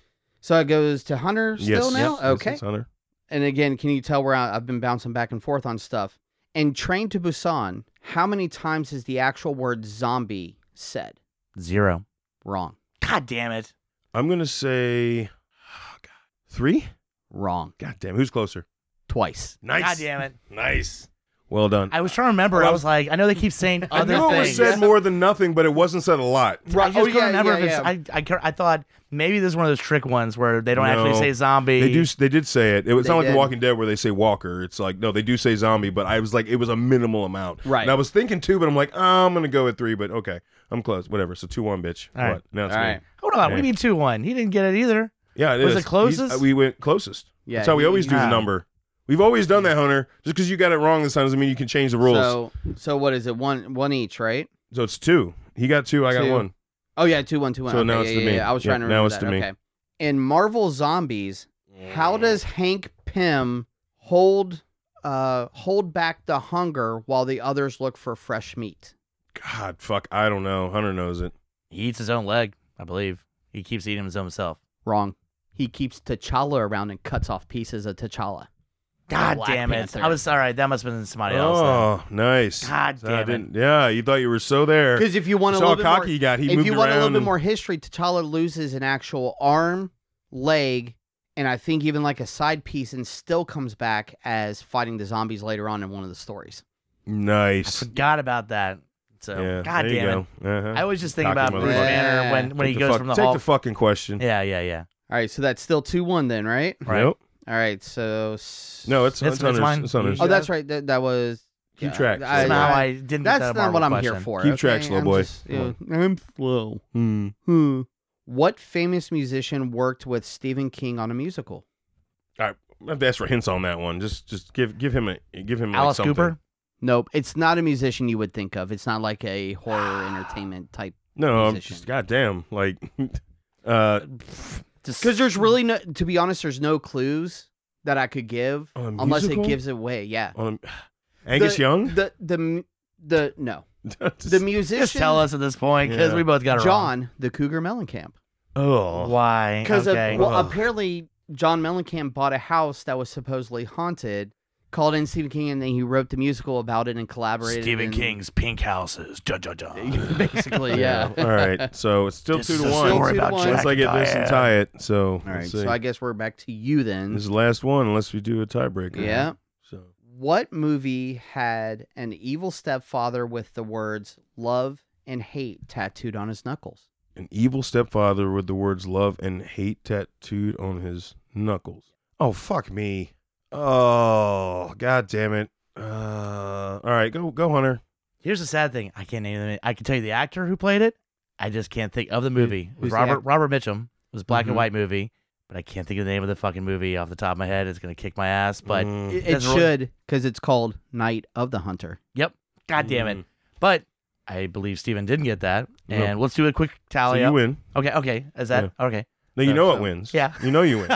Speaker 3: So it goes to Hunter still
Speaker 1: yes.
Speaker 3: now?
Speaker 1: Yes, yes,
Speaker 3: okay.
Speaker 1: yes, Hunter.
Speaker 3: and again, can you tell where I- I've been bouncing back and forth on stuff? In Train to Busan, how many times is the actual word zombie said?
Speaker 2: zero.
Speaker 3: Wrong.
Speaker 2: God damn it.
Speaker 1: I'm gonna say oh, God. three.
Speaker 3: Wrong.
Speaker 1: God damn, who's closer?
Speaker 3: Twice.
Speaker 1: Nice.
Speaker 2: God damn it.
Speaker 1: Nice. Well done.
Speaker 2: I was trying to remember. I
Speaker 1: Well-
Speaker 2: was like, I know they keep saying
Speaker 1: I
Speaker 2: other
Speaker 1: know it was
Speaker 2: things.
Speaker 1: said more than nothing, but it wasn't said a lot.
Speaker 2: I just
Speaker 1: oh,
Speaker 2: couldn't remember if it's. I, I, cou- I thought maybe this is one of those trick ones where they don't actually
Speaker 1: No.
Speaker 2: say zombie.
Speaker 1: They do. They did say it. It was
Speaker 3: They
Speaker 1: not like The
Speaker 3: did.
Speaker 1: Walking Dead where they say Walker. It's like no, they do say zombie, but I was like, it was a minimal amount.
Speaker 3: Right.
Speaker 1: And I was thinking two, but I'm like, ah, I'm gonna go with three. But okay, I'm close. Whatever. So two one, bitch.
Speaker 2: All right.
Speaker 1: What? Now it's
Speaker 3: All
Speaker 1: me.
Speaker 3: right.
Speaker 2: Hold on. What do you
Speaker 1: Yeah.
Speaker 2: mean 2 1? He didn't get it either.
Speaker 1: Yeah, it
Speaker 2: Was
Speaker 1: is.
Speaker 2: it closest?
Speaker 1: He's- uh, we went closest.
Speaker 3: Yeah,
Speaker 1: That's how we
Speaker 3: he-
Speaker 1: always do
Speaker 2: Ah.
Speaker 1: the number. We've always done that, Hunter. Just because you got it wrong this time doesn't mean you can change the rules. So,
Speaker 3: So, so what is it? One one each, right?
Speaker 1: it's two. He got two. I got
Speaker 3: Two.
Speaker 1: one.
Speaker 3: Oh yeah, two one two one.
Speaker 1: So
Speaker 3: okay,
Speaker 1: now it's
Speaker 3: yeah,
Speaker 1: to
Speaker 3: yeah,
Speaker 1: me.
Speaker 3: yeah. I was
Speaker 1: Yeah,
Speaker 3: trying to
Speaker 1: now
Speaker 3: remember
Speaker 1: it's
Speaker 3: that.
Speaker 1: to me.
Speaker 3: Okay. In Marvel Zombies,
Speaker 1: Mm.
Speaker 3: how does Hank Pym hold uh hold back the hunger while the others look for fresh meat?
Speaker 1: God, fuck. I don't know. Hunter knows it.
Speaker 2: He eats his own leg, I believe. He keeps eating his own self.
Speaker 3: Wrong. He keeps T'Challa around and cuts off pieces of T'Challa.
Speaker 2: God
Speaker 3: Black
Speaker 2: damn it.
Speaker 3: Panther.
Speaker 2: I was all right. That must have been somebody else. then.
Speaker 1: Oh, nice.
Speaker 2: God
Speaker 1: So I
Speaker 2: damn it.
Speaker 1: didn't- Yeah, you thought you were so there.
Speaker 3: Because if you want a
Speaker 1: saw
Speaker 3: little
Speaker 1: how cocky
Speaker 3: bit more,
Speaker 1: he got. He
Speaker 3: if
Speaker 1: moved
Speaker 3: you want a
Speaker 1: around
Speaker 3: little bit
Speaker 1: and-
Speaker 3: more history, T'Challa loses an actual arm, leg, and I think even like a side piece and still comes back as fighting the zombies later on in one of the stories.
Speaker 2: I
Speaker 1: Nice.
Speaker 2: forgot about that. So
Speaker 1: Yeah,
Speaker 2: god
Speaker 1: there you
Speaker 2: damn it.
Speaker 1: go. Uh-huh.
Speaker 2: I always just think
Speaker 1: Cocky
Speaker 2: about Bruce
Speaker 3: motherfucker.
Speaker 2: Banner when, when
Speaker 1: Take
Speaker 2: he
Speaker 1: the
Speaker 2: goes
Speaker 1: fuck-
Speaker 2: from the
Speaker 1: take
Speaker 2: Hulk.
Speaker 1: the fucking question.
Speaker 2: yeah, yeah, yeah.
Speaker 3: All right, so that's still 2 1 then, right?
Speaker 2: Right.
Speaker 1: Nope.
Speaker 3: All right, so. s-
Speaker 1: No, it's
Speaker 2: It's-
Speaker 1: it's,
Speaker 2: it's
Speaker 1: under,
Speaker 2: mine.
Speaker 1: it's under.
Speaker 2: You-
Speaker 3: Oh, that's right. That, that was.
Speaker 1: Keep track,
Speaker 3: I-
Speaker 1: slow
Speaker 2: That's
Speaker 1: Yeah.
Speaker 2: not
Speaker 3: I- uh,
Speaker 2: why I didn't. get
Speaker 3: that's
Speaker 2: that
Speaker 3: not
Speaker 2: Marvel
Speaker 3: what I'm here
Speaker 2: question.
Speaker 3: for.
Speaker 1: Keep
Speaker 3: okay?
Speaker 1: track, slow
Speaker 3: I'm
Speaker 1: boy.
Speaker 3: just- yeah, I'm slow.
Speaker 1: Hmm.
Speaker 3: Hmm. What famous musician worked with Stephen King on a musical?
Speaker 1: I have to ask for hints on that one. Just just give give him a give him like
Speaker 2: Alice
Speaker 1: something.
Speaker 2: Cooper.
Speaker 3: Nope, it's not a musician you would think of. It's not like a horror entertainment type.
Speaker 1: No, I'm
Speaker 3: Musician.
Speaker 1: just goddamn like uh
Speaker 3: Because there's really no, to be honest, there's no clues that I could give
Speaker 1: On a
Speaker 3: unless
Speaker 1: musical?
Speaker 3: it gives away. Yeah,
Speaker 1: on Angus
Speaker 3: The-
Speaker 1: Young.
Speaker 3: The the m- the no
Speaker 1: Just-
Speaker 3: the musician
Speaker 2: Just tell us at this point because
Speaker 1: Yeah.
Speaker 2: we both got it wrong.
Speaker 3: John the Cougar Mellencamp
Speaker 1: oh,
Speaker 2: Why?
Speaker 3: because
Speaker 2: Okay.
Speaker 3: well,
Speaker 1: Ugh.
Speaker 3: apparently John Mellencamp bought a house that was supposedly haunted, called in Stephen King, and then he wrote the musical about it and collaborated.
Speaker 2: Stephen
Speaker 3: and-
Speaker 2: King's Pink Houses. Ja, ja, ja.
Speaker 3: basically yeah.
Speaker 1: All right, so it's still
Speaker 2: This
Speaker 1: two
Speaker 2: is
Speaker 1: to
Speaker 2: a
Speaker 1: one.
Speaker 3: Still
Speaker 2: Story
Speaker 3: two to
Speaker 2: about
Speaker 3: one.
Speaker 1: Unless
Speaker 2: Jack
Speaker 1: I get
Speaker 2: and
Speaker 1: this and
Speaker 2: Diane.
Speaker 1: tie it, so
Speaker 3: All right,
Speaker 1: let's
Speaker 3: so
Speaker 1: see.
Speaker 3: I guess we're back to you then.
Speaker 1: this is the last one, unless we do a tiebreaker.
Speaker 3: Yeah.
Speaker 1: So
Speaker 3: What movie had an evil stepfather with the words love and hate tattooed on his knuckles?
Speaker 1: an evil stepfather with the words love and hate tattooed on his knuckles. Oh fuck me. Oh god damn it. Uh, all right, go go Hunter.
Speaker 2: Here's the sad thing. I can't name the. I can tell you the actor who played it. I just can't think of the movie. It
Speaker 3: who's
Speaker 2: was
Speaker 3: the
Speaker 2: Robert
Speaker 3: act-
Speaker 2: Robert Mitchum. It was a black
Speaker 3: Mhm.
Speaker 2: and white movie, but I can't think of the name of the fucking movie off the top of my head. It's gonna kick my ass. But
Speaker 1: Mm.
Speaker 3: It, it
Speaker 2: That's really-
Speaker 3: should, because it's called Night of the Hunter.
Speaker 2: god damn it.
Speaker 3: Mm-hmm.
Speaker 1: Mm.
Speaker 2: But I believe Steven didn't get that.
Speaker 1: No.
Speaker 2: And let's do a quick
Speaker 1: So
Speaker 2: tally.
Speaker 1: you
Speaker 2: up.
Speaker 1: win.
Speaker 2: Okay. Okay. Is that okay?
Speaker 1: No, you
Speaker 3: So-
Speaker 1: know it
Speaker 3: so-
Speaker 1: wins.
Speaker 2: Yeah.
Speaker 1: You know you win.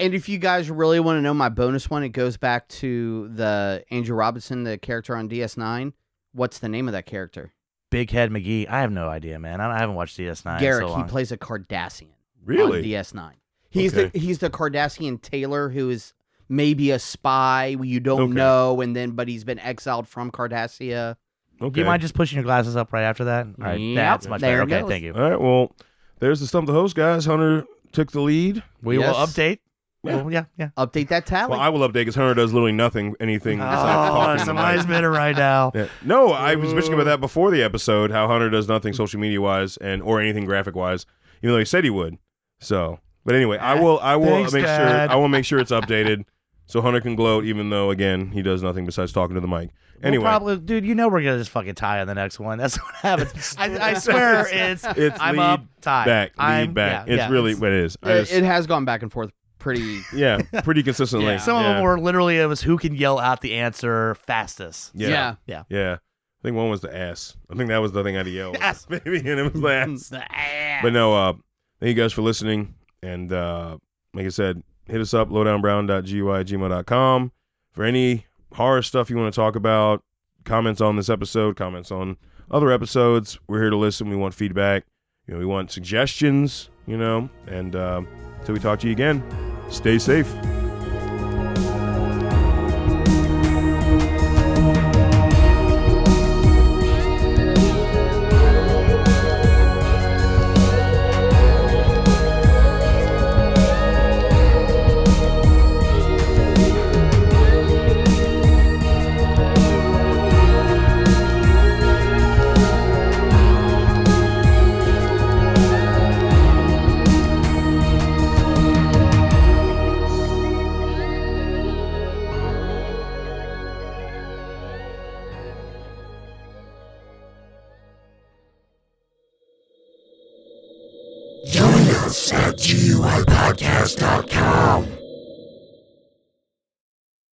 Speaker 3: And if you guys really want to know my bonus one, it goes back to the Andrew Robinson, the character on DS9. What's the name of that character?
Speaker 2: Big Head McGee. I have no idea, man. I I haven't watched DS9 in
Speaker 3: Garrick.
Speaker 2: so
Speaker 3: he
Speaker 2: long.
Speaker 3: plays a Cardassian on
Speaker 1: really?
Speaker 3: DS9. He's
Speaker 1: Okay.
Speaker 3: the he's the Cardassian Taylor who is maybe a spy you don't
Speaker 1: Okay.
Speaker 3: know, and then but he's been exiled from Cardassia.
Speaker 2: Do
Speaker 1: Okay.
Speaker 2: you mind just pushing your glasses up right after that? All right.
Speaker 3: Yep,
Speaker 2: that's much
Speaker 3: there
Speaker 2: better. Okay.
Speaker 3: it goes.
Speaker 2: Thank you.
Speaker 1: All right. Well, there's the stump the host guys. Hunter took the lead.
Speaker 2: We
Speaker 3: Yes.
Speaker 2: will update.
Speaker 1: Yeah.
Speaker 2: Well, yeah. Yeah.
Speaker 3: Update that tally.
Speaker 1: Well, I will update because Hunter does literally nothing, anything. besides talking
Speaker 2: Oh,
Speaker 1: to
Speaker 2: somebody's
Speaker 1: Mike.
Speaker 2: bitter right now.
Speaker 1: Yeah. No, I was bitching
Speaker 2: Uh.
Speaker 1: about that before the episode. How Hunter does nothing social media wise and or anything graphic wise, even though he said he would. So, but anyway, I will. I will
Speaker 2: Thanks,
Speaker 1: make
Speaker 2: Dad.
Speaker 1: sure. I will make sure it's updated so Hunter can gloat, even though again he does nothing besides talking to the mic.
Speaker 2: We'll
Speaker 1: Anyway,
Speaker 2: probably, dude, you know we're gonna just fucking tie on the next one. That's what happens. I, I swear, it's,
Speaker 1: it's
Speaker 2: I'm
Speaker 1: lead
Speaker 2: up tie.
Speaker 1: back,
Speaker 2: I'm
Speaker 1: lead back.
Speaker 2: yeah,
Speaker 1: it's
Speaker 2: yeah,
Speaker 1: really what it is. I
Speaker 3: It-
Speaker 1: just-
Speaker 3: it has gone back and forth pretty.
Speaker 1: yeah, pretty consistently.
Speaker 3: Yeah.
Speaker 2: Some of
Speaker 1: Yeah.
Speaker 2: them were literally it was who can yell out the answer fastest.
Speaker 1: Yeah. yeah, I think one was the ass. I think that was the thing I had to yell.
Speaker 2: Ass.
Speaker 1: baby, and it was the ass.
Speaker 2: But
Speaker 1: But no, uh, thank you guys for listening. And uh, like I said, hit us up, lowdownbrown.gui.gmail.com for any horror stuff you want to talk about, comments on this episode, comments on other episodes. We're here to listen. We want feedback. You know, we want suggestions, you know. And uh, until we talk to you again, stay safe.
Speaker 5: Donuts at GUIPodcast.com.